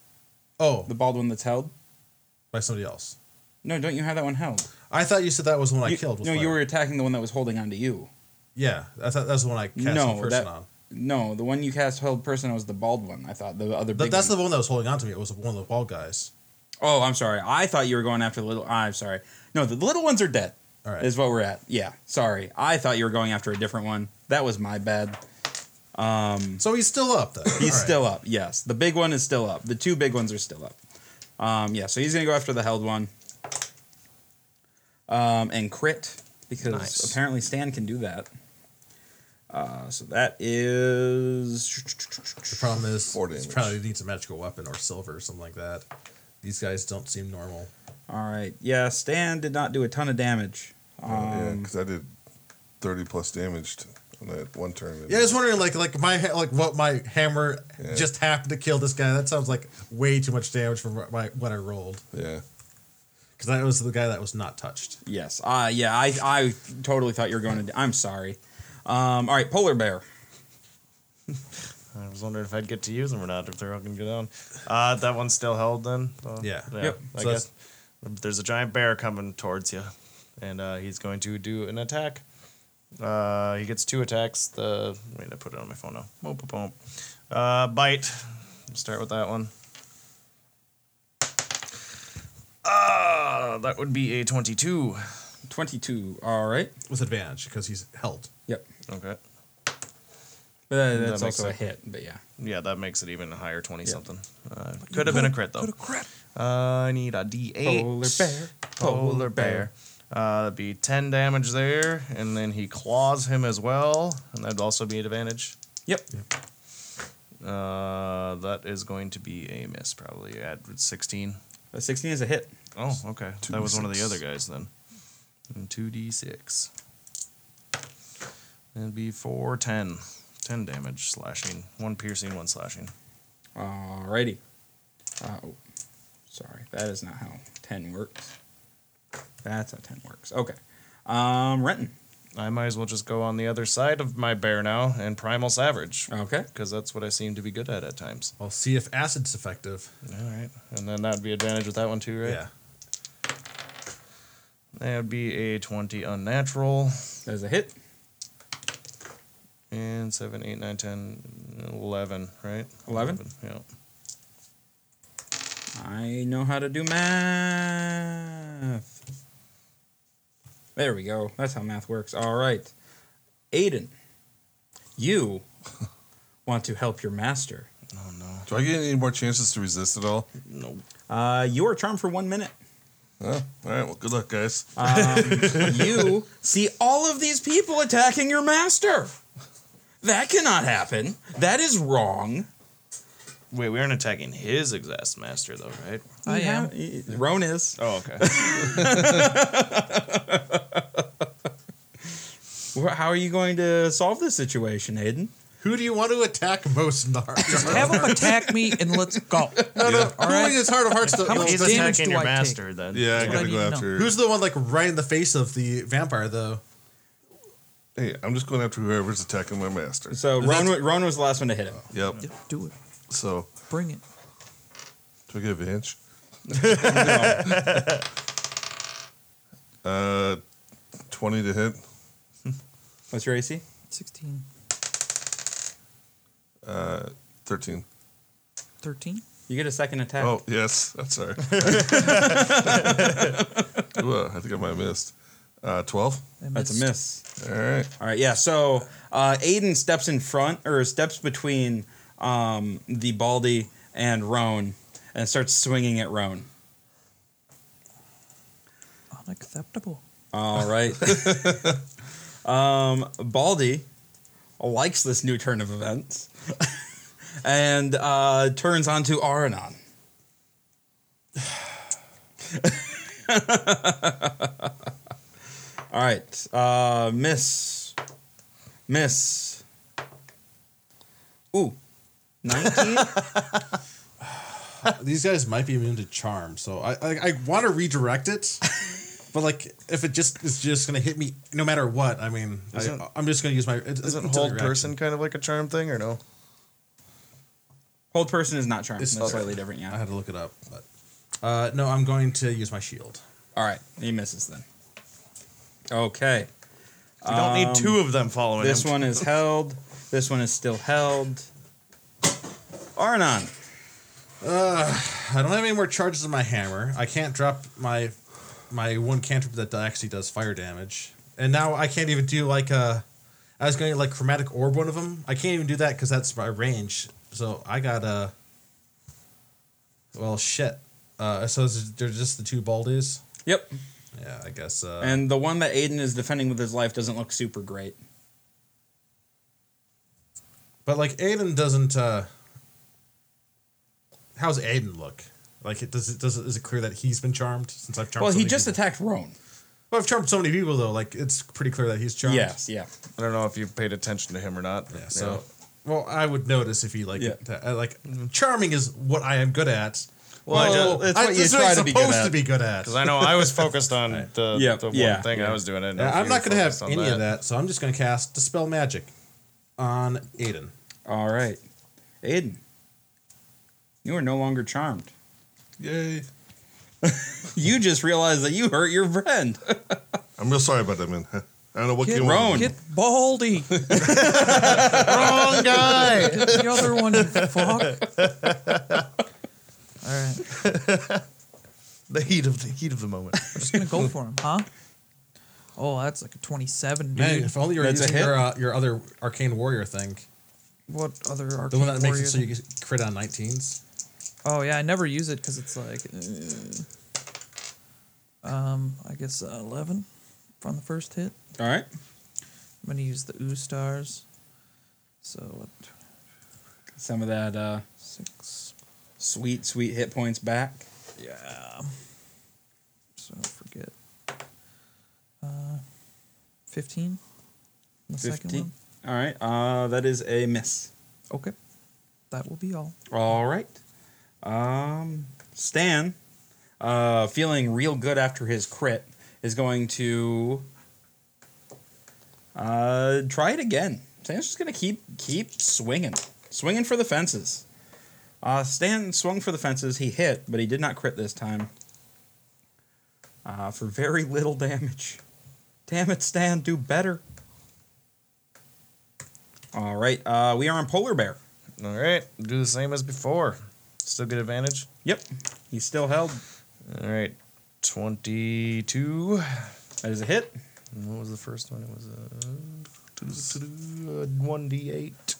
[SPEAKER 6] Oh,
[SPEAKER 1] The bald one that's held.
[SPEAKER 6] by somebody else.
[SPEAKER 1] No, don't you have that one held?
[SPEAKER 6] I thought you said that was the one
[SPEAKER 1] You-
[SPEAKER 6] I killed. with
[SPEAKER 1] No, you
[SPEAKER 6] fire.
[SPEAKER 1] were attacking the one that was holding onto you.
[SPEAKER 6] Yeah, I thought that's the one I cast
[SPEAKER 1] No,
[SPEAKER 6] no, person
[SPEAKER 1] that-
[SPEAKER 6] on.
[SPEAKER 1] No, the one you cast held person was the bald one. I thought the other.
[SPEAKER 6] That,
[SPEAKER 1] Big
[SPEAKER 6] that's
[SPEAKER 1] one.
[SPEAKER 6] the one that was holding on to me. It was one of the wall guys.
[SPEAKER 1] Oh, I'm sorry. I thought you were going after the little. I'm sorry. No, the little ones are dead.
[SPEAKER 6] All right.
[SPEAKER 1] Is what we're at. Yeah. Sorry. I thought you were going after a different one. That was my bad.
[SPEAKER 6] So he's still up though.
[SPEAKER 1] He's still up. Yes, the big one is still up. The two big ones are still up. Um, yeah, so he's gonna go after the held one. Um, and crit because
[SPEAKER 4] Nice.
[SPEAKER 1] apparently Stan can do that. Uh, so that is
[SPEAKER 6] The problem is,
[SPEAKER 3] Four
[SPEAKER 6] he
[SPEAKER 3] damage.
[SPEAKER 6] probably needs a magical weapon or silver or something like that. These guys don't seem normal.
[SPEAKER 1] all right. Yeah, Stan did not do a ton of damage.
[SPEAKER 3] Uh, yeah, because I did thirty plus damage to, on that one turn.
[SPEAKER 6] Yeah, I was wondering, like, like my ha- like what my hammer
[SPEAKER 3] Yeah.
[SPEAKER 6] just happened to kill this guy. That sounds like way too much damage for what, my, what I rolled
[SPEAKER 3] yeah.
[SPEAKER 6] because that was the guy that was not touched.
[SPEAKER 1] Yes. Uh, yeah, I, I totally thought you were going to. I'm sorry. Um, all right, polar bear.
[SPEAKER 4] I was wondering if I'd get to use them or not, if they're all going to go down. Uh, that one's still held then? Uh,
[SPEAKER 6] Yeah.
[SPEAKER 1] Yep.
[SPEAKER 4] I
[SPEAKER 6] So
[SPEAKER 4] guess. There's a giant bear coming towards you, and uh, he's going to do an attack. Uh, he gets two attacks. The Wait, I put it on my phone now. Boom, boom, boom. Uh, bite. We'll start with that one. Ah, that would be a 22.
[SPEAKER 1] 22. All right.
[SPEAKER 6] with advantage because he's held.
[SPEAKER 1] Yep.
[SPEAKER 4] Okay.
[SPEAKER 1] But that-
[SPEAKER 4] That
[SPEAKER 1] that's
[SPEAKER 4] makes
[SPEAKER 1] also a
[SPEAKER 4] sense.
[SPEAKER 1] hit, but yeah.
[SPEAKER 4] Yeah, that makes it even higher 20 something. Uh, could have been a crit though. Uh, I need a D8.
[SPEAKER 1] Polar bear,
[SPEAKER 4] Polar
[SPEAKER 1] polar
[SPEAKER 4] bear.
[SPEAKER 1] bear.
[SPEAKER 4] Uh, that'd be 10 damage there, and then he claws him as well, and that'd also be an advantage.
[SPEAKER 1] Yep.
[SPEAKER 4] Uh, that is going to be a miss, probably at 16.
[SPEAKER 1] A 16 is a hit.
[SPEAKER 4] Oh, okay. that was one of the
[SPEAKER 3] 2d6.
[SPEAKER 4] other guys then. And 2d6. That'd be 4, 10. 10 damage, slashing. One piercing, one slashing.
[SPEAKER 1] Alrighty. Uh, oh, sorry. That is not how 10 works. That's how 10 works. Okay. Um, Renton.
[SPEAKER 4] I might as well just go on the other side of my bear now and primal savage.
[SPEAKER 1] Okay.
[SPEAKER 4] Because that's what I seem to be good at at times.
[SPEAKER 6] I'll see if acid's effective.
[SPEAKER 4] All right. And then that'd be advantage with that one too, right?
[SPEAKER 6] Yeah,
[SPEAKER 4] That would be a 20 unnatural.
[SPEAKER 1] That is a hit.
[SPEAKER 4] And 7, 8, 9, 10, 11, right?
[SPEAKER 1] 11?
[SPEAKER 4] Yeah.
[SPEAKER 1] I know how to do math. There we go. That's how math works. All right. Aiden, you [LAUGHS] want to help your master.
[SPEAKER 4] Oh, no.
[SPEAKER 3] Do I get any more chances to resist at all?
[SPEAKER 4] No.
[SPEAKER 1] Uh, you are charmed for one minute.
[SPEAKER 3] Huh? All right. Well, good luck, guys.
[SPEAKER 1] you see all of these people attacking your master. That cannot happen. That is wrong.
[SPEAKER 4] Wait, we aren't attacking his exhaust master, though, right?
[SPEAKER 5] I am.
[SPEAKER 1] [LAUGHS] Roan is.
[SPEAKER 4] Oh, okay.
[SPEAKER 1] Wh- How are you going to solve this situation, Aiden?
[SPEAKER 6] who do you want to attack most in the heart?
[SPEAKER 5] Have him attack me and let's go.
[SPEAKER 6] no, no,
[SPEAKER 5] [LAUGHS] All
[SPEAKER 6] who
[SPEAKER 5] right.
[SPEAKER 6] in his heart of hearts? The,
[SPEAKER 5] [LAUGHS] How much
[SPEAKER 4] He's
[SPEAKER 5] damage
[SPEAKER 4] attacking
[SPEAKER 5] do
[SPEAKER 4] your
[SPEAKER 5] I take?
[SPEAKER 4] master, then.
[SPEAKER 3] Yeah, I
[SPEAKER 5] what I
[SPEAKER 3] gotta
[SPEAKER 5] need
[SPEAKER 3] go
[SPEAKER 5] to know.
[SPEAKER 3] after.
[SPEAKER 6] who's the one like right in the face of the vampire though?
[SPEAKER 3] hey, I'm just going after whoever's attacking my master.
[SPEAKER 1] So Roan, wa- Roan was the last one to hit him.
[SPEAKER 3] Yep.
[SPEAKER 5] Yep, do it.
[SPEAKER 3] So
[SPEAKER 5] Bring it.
[SPEAKER 3] do I get [LAUGHS] advantage? Uh, twenty to hit.
[SPEAKER 1] What's your AC?
[SPEAKER 5] 16,
[SPEAKER 3] Thirteen.
[SPEAKER 5] 13.
[SPEAKER 1] You get a second attack.
[SPEAKER 3] Oh yes, I'm [LAUGHS] sorry. Ooh, uh, I think I might have missed. Uh, Twelve.
[SPEAKER 5] I
[SPEAKER 1] That's
[SPEAKER 5] missed.
[SPEAKER 1] a miss.
[SPEAKER 3] All right.
[SPEAKER 1] All right, yeah. So uh, Aiden steps in front or steps between um, the Baldy and Roan, and starts swinging at Roan.
[SPEAKER 5] Unacceptable.
[SPEAKER 1] All right. um, Baldy likes this new turn of events [LAUGHS] and uh, turns onto Aranon. [LAUGHS] All right, uh, Miss, Miss. Ooh, nineteen.
[SPEAKER 2] These guys might be immune to charm, so I I, I want to redirect
[SPEAKER 4] [LAUGHS]
[SPEAKER 2] it, but like if it just is just gonna hit me no matter what, I mean,
[SPEAKER 4] Isn't-
[SPEAKER 2] I, I'm just gonna use my. It,
[SPEAKER 4] Isn't
[SPEAKER 2] it's a
[SPEAKER 4] hold
[SPEAKER 2] reaction.
[SPEAKER 4] person kind of like a charm thing or no?
[SPEAKER 1] Hold person is not charmed.
[SPEAKER 2] It's
[SPEAKER 1] It's
[SPEAKER 2] not
[SPEAKER 1] slightly different.
[SPEAKER 2] I
[SPEAKER 1] Yeah.
[SPEAKER 2] had to look it up, but uh, no, I'm going to use my shield.
[SPEAKER 1] All right, he misses then. Okay.
[SPEAKER 4] You don't need two of them following
[SPEAKER 1] This
[SPEAKER 4] him.
[SPEAKER 1] one is held. This one is still held. Arnon.
[SPEAKER 2] I don't have any more charges in my hammer. I can't drop my my one cantrip that actually does fire damage, and now I can't even do like a. I was going to like chromatic orb one of them. I can't even do that because that's my range. So I got a. Well, shit. Uh, so is- they're just the two baldies.
[SPEAKER 1] Yep.
[SPEAKER 2] Yeah, I guess. Uh,
[SPEAKER 1] And the one that Aiden is defending with his life doesn't look super great.
[SPEAKER 2] but like Aiden doesn't. Uh, how's Aiden look? Like it does. It does. it- Is it clear that he's been charmed since I've charmed?
[SPEAKER 1] Well,
[SPEAKER 2] so
[SPEAKER 1] he
[SPEAKER 2] many
[SPEAKER 1] just
[SPEAKER 2] people?
[SPEAKER 1] attacked Roan.
[SPEAKER 2] Well, I've charmed so many people though. Like it's pretty clear that he's charmed.
[SPEAKER 1] Yes. Yeah.
[SPEAKER 4] I don't know if you paid attention to him or not.
[SPEAKER 2] Yeah. So, well, I would notice if he like
[SPEAKER 1] Yeah.
[SPEAKER 2] ta- I like charming is what I am good at.
[SPEAKER 1] Well,
[SPEAKER 2] don't-
[SPEAKER 1] it's what you
[SPEAKER 2] this is I'm
[SPEAKER 1] try to be good
[SPEAKER 2] supposed
[SPEAKER 1] at.
[SPEAKER 2] to be good at.
[SPEAKER 4] Because I know I was
[SPEAKER 2] [LAUGHS]
[SPEAKER 4] focused on the,
[SPEAKER 1] Yeah,
[SPEAKER 4] the one
[SPEAKER 1] yeah,
[SPEAKER 4] thing I was doing. I didn't know
[SPEAKER 2] Yeah,
[SPEAKER 4] if
[SPEAKER 2] I'm
[SPEAKER 4] you
[SPEAKER 2] not
[SPEAKER 4] were
[SPEAKER 2] going to have
[SPEAKER 4] focused on
[SPEAKER 2] any of that, so I'm just going to cast dispel magic on Aiden.
[SPEAKER 1] All right. Aiden. You are no longer charmed.
[SPEAKER 3] Yay.
[SPEAKER 1] [LAUGHS] You just realized that you hurt your friend.
[SPEAKER 3] I'm real sorry about that, man. [LAUGHS] I don't know what
[SPEAKER 5] Get
[SPEAKER 3] came over
[SPEAKER 1] Roan.
[SPEAKER 3] me.
[SPEAKER 5] Get
[SPEAKER 4] [LAUGHS]
[SPEAKER 5] Baldy.
[SPEAKER 4] Wrong guy.
[SPEAKER 5] Get the other one. you Fuck. All right.
[SPEAKER 4] [LAUGHS] the heat of the heat of the moment.
[SPEAKER 5] I'm just gonna go for him, huh? Oh, that's like a 27, dude.
[SPEAKER 2] Man, if only you were
[SPEAKER 1] That's a
[SPEAKER 2] using
[SPEAKER 1] hit?
[SPEAKER 2] your, uh, your other arcane warrior thing,
[SPEAKER 5] What other arcane
[SPEAKER 2] the one that makes it so
[SPEAKER 5] warrior-
[SPEAKER 2] you get crit on 19s.
[SPEAKER 5] Oh yeah, I never use it because it's like, uh, um, I guess uh, 11 from the first hit.
[SPEAKER 1] All right.
[SPEAKER 5] I'm gonna use the ooh stars. So what?
[SPEAKER 1] Some of that uh,
[SPEAKER 5] Six.
[SPEAKER 1] sweet, sweet hit points back.
[SPEAKER 5] Yeah. So I forget. Uh, 15. The second
[SPEAKER 1] 15.
[SPEAKER 5] one.
[SPEAKER 1] All right. Uh, that is a miss.
[SPEAKER 5] Okay. That will be all.
[SPEAKER 1] All right. Um, Stan, uh, feeling real good after his crit, is going to uh, try it again. Stan's just gonna keep keep swinging, swinging for the fences. Uh, Stan swung for the fences. He hit, but he did not crit this time. Uh, for very little damage. Damn it, Stan, do better. All right, uh, we are on Polar Bear.
[SPEAKER 4] All right, do the same as before. Still get advantage.
[SPEAKER 1] Yep. He's still held.
[SPEAKER 4] All right, twenty-two.
[SPEAKER 1] That is a hit.
[SPEAKER 4] What was the first one? It was a one d eight.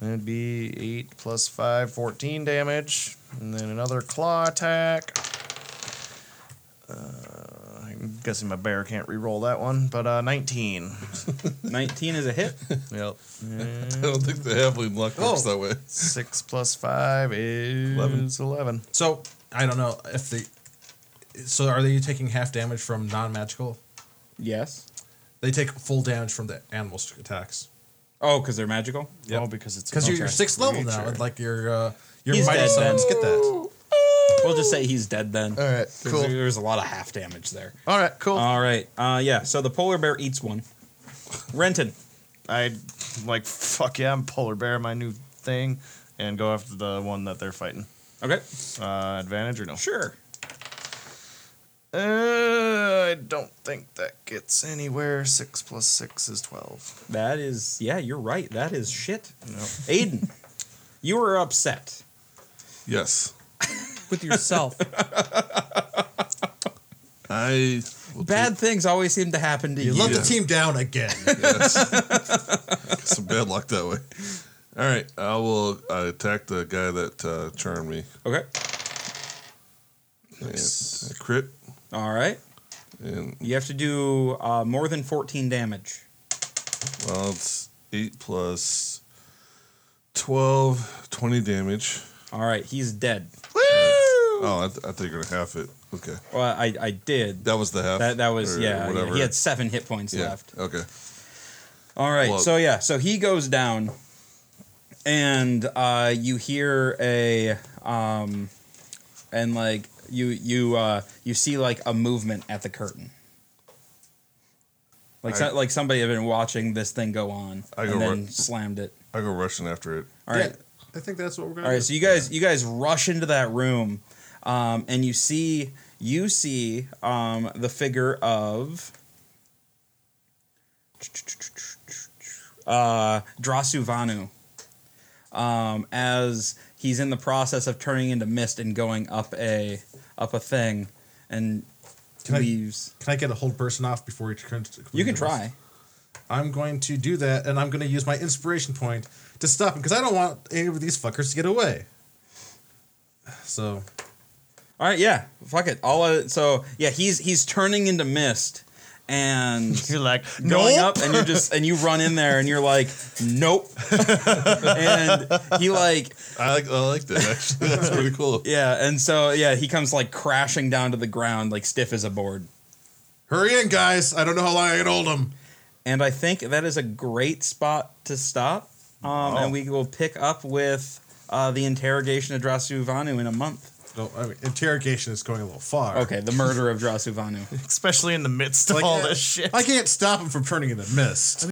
[SPEAKER 4] That'd be eight plus five, 14 damage, and then another claw attack. Uh, I'm guessing my bear can't re-roll that one, but uh, 19.
[SPEAKER 1] 19 is a hit.
[SPEAKER 4] Yep.
[SPEAKER 3] I don't think the halfling luck
[SPEAKER 1] Oh.
[SPEAKER 3] works that way.
[SPEAKER 4] Six plus five is
[SPEAKER 3] 11.
[SPEAKER 4] 11. 11.
[SPEAKER 2] So, I don't know if the. So, are they taking half damage from non magical?
[SPEAKER 1] Yes.
[SPEAKER 2] They take full damage from the animal attacks.
[SPEAKER 1] Oh, because they're magical?
[SPEAKER 4] Oh, because it's
[SPEAKER 2] Because you're, you're
[SPEAKER 1] Okay.
[SPEAKER 2] sixth level now,
[SPEAKER 1] Creature.
[SPEAKER 2] and like your uh, your
[SPEAKER 1] He's
[SPEAKER 2] mighty
[SPEAKER 1] dead then.
[SPEAKER 2] sons get that.
[SPEAKER 1] We'll just say he's dead then.
[SPEAKER 4] All right,
[SPEAKER 1] 'Cause
[SPEAKER 4] cool.
[SPEAKER 1] There's a lot of half damage there.
[SPEAKER 4] All right, cool.
[SPEAKER 1] All right. Uh, yeah, so the polar bear eats one. Renton.
[SPEAKER 4] I like fuck yeah, I'm polar bear, my new thing, and go after the one that they're fighting.
[SPEAKER 1] Okay.
[SPEAKER 4] Uh, advantage or no?
[SPEAKER 1] Sure.
[SPEAKER 4] Uh, I don't think that gets anywhere. Six plus six is twelve. [LAUGHS]
[SPEAKER 1] That is, yeah, you're right. That is shit.
[SPEAKER 4] No.
[SPEAKER 1] Aiden, you were upset.
[SPEAKER 3] Yes.
[SPEAKER 5] With yourself.
[SPEAKER 3] I will
[SPEAKER 1] Bad things always seem to happen to you.
[SPEAKER 2] You let
[SPEAKER 3] Yeah.
[SPEAKER 1] [LAUGHS]
[SPEAKER 2] the team down again.
[SPEAKER 3] take- yes. Some bad luck that way. All right, I will uh, attack the guy that uh, charmed me.
[SPEAKER 1] Okay.
[SPEAKER 3] And I crit,
[SPEAKER 1] All right.
[SPEAKER 3] and
[SPEAKER 1] You have to do uh, more than 14 damage.
[SPEAKER 3] well, it's 8 plus 12, 20 damage.
[SPEAKER 1] All right. He's dead.
[SPEAKER 3] Oh, I, th- I think you're going to half it. Okay.
[SPEAKER 1] Well, I, I did.
[SPEAKER 3] That was the half.
[SPEAKER 1] That, that was,
[SPEAKER 3] or
[SPEAKER 1] yeah, yeah. He had seven hit points
[SPEAKER 3] yeah.
[SPEAKER 1] left.
[SPEAKER 3] Okay.
[SPEAKER 1] All right.
[SPEAKER 3] Well-
[SPEAKER 1] so yeah, so he goes down, and uh, you hear a um, and like you you uh, you see like a movement at the curtain. Like so, like somebody had been watching this thing go on
[SPEAKER 3] I go
[SPEAKER 1] and then
[SPEAKER 3] run-
[SPEAKER 1] slammed it.
[SPEAKER 3] I go rushing after it.
[SPEAKER 1] All right.
[SPEAKER 2] I think that's what we're going
[SPEAKER 1] All right, so you guys, you guys rush into that room, um, and you see, you see um, the figure of uh, Drasu Vanu, um, as he's in the process of turning into mist and going up a up a thing, and
[SPEAKER 2] Can I-
[SPEAKER 1] leaves.
[SPEAKER 2] Can I get a hold person off before he turns?
[SPEAKER 1] you can try.
[SPEAKER 2] I'm going to do that, and I'm going to use my inspiration point to stop him because I don't want any of these fuckers to get away. So
[SPEAKER 1] All right, yeah, fuck it. All of, so yeah, he's he's turning into mist, and
[SPEAKER 4] [LAUGHS] You're like,
[SPEAKER 1] going
[SPEAKER 4] "Nope."
[SPEAKER 1] up and you're just and you run in there and you're like
[SPEAKER 4] [LAUGHS]
[SPEAKER 1] nope and he like
[SPEAKER 3] I like I like that
[SPEAKER 1] [LAUGHS]
[SPEAKER 3] actually. [LAUGHS] That's pretty cool.
[SPEAKER 1] yeah and so yeah he comes like crashing down to the ground like stiff as a board
[SPEAKER 2] hurry in, guys! I don't know how long I can hold him.
[SPEAKER 1] and i think that is a great spot to stop um, and we will pick up with uh, the interrogation of Drasu Vanu in a month
[SPEAKER 2] No, I mean, interrogation is going a little far.
[SPEAKER 1] okay the murder of Drasu Vanu
[SPEAKER 4] especially in the midst of
[SPEAKER 2] Like,
[SPEAKER 4] all
[SPEAKER 2] uh,
[SPEAKER 4] this shit.
[SPEAKER 2] I can't stop him from turning into mist.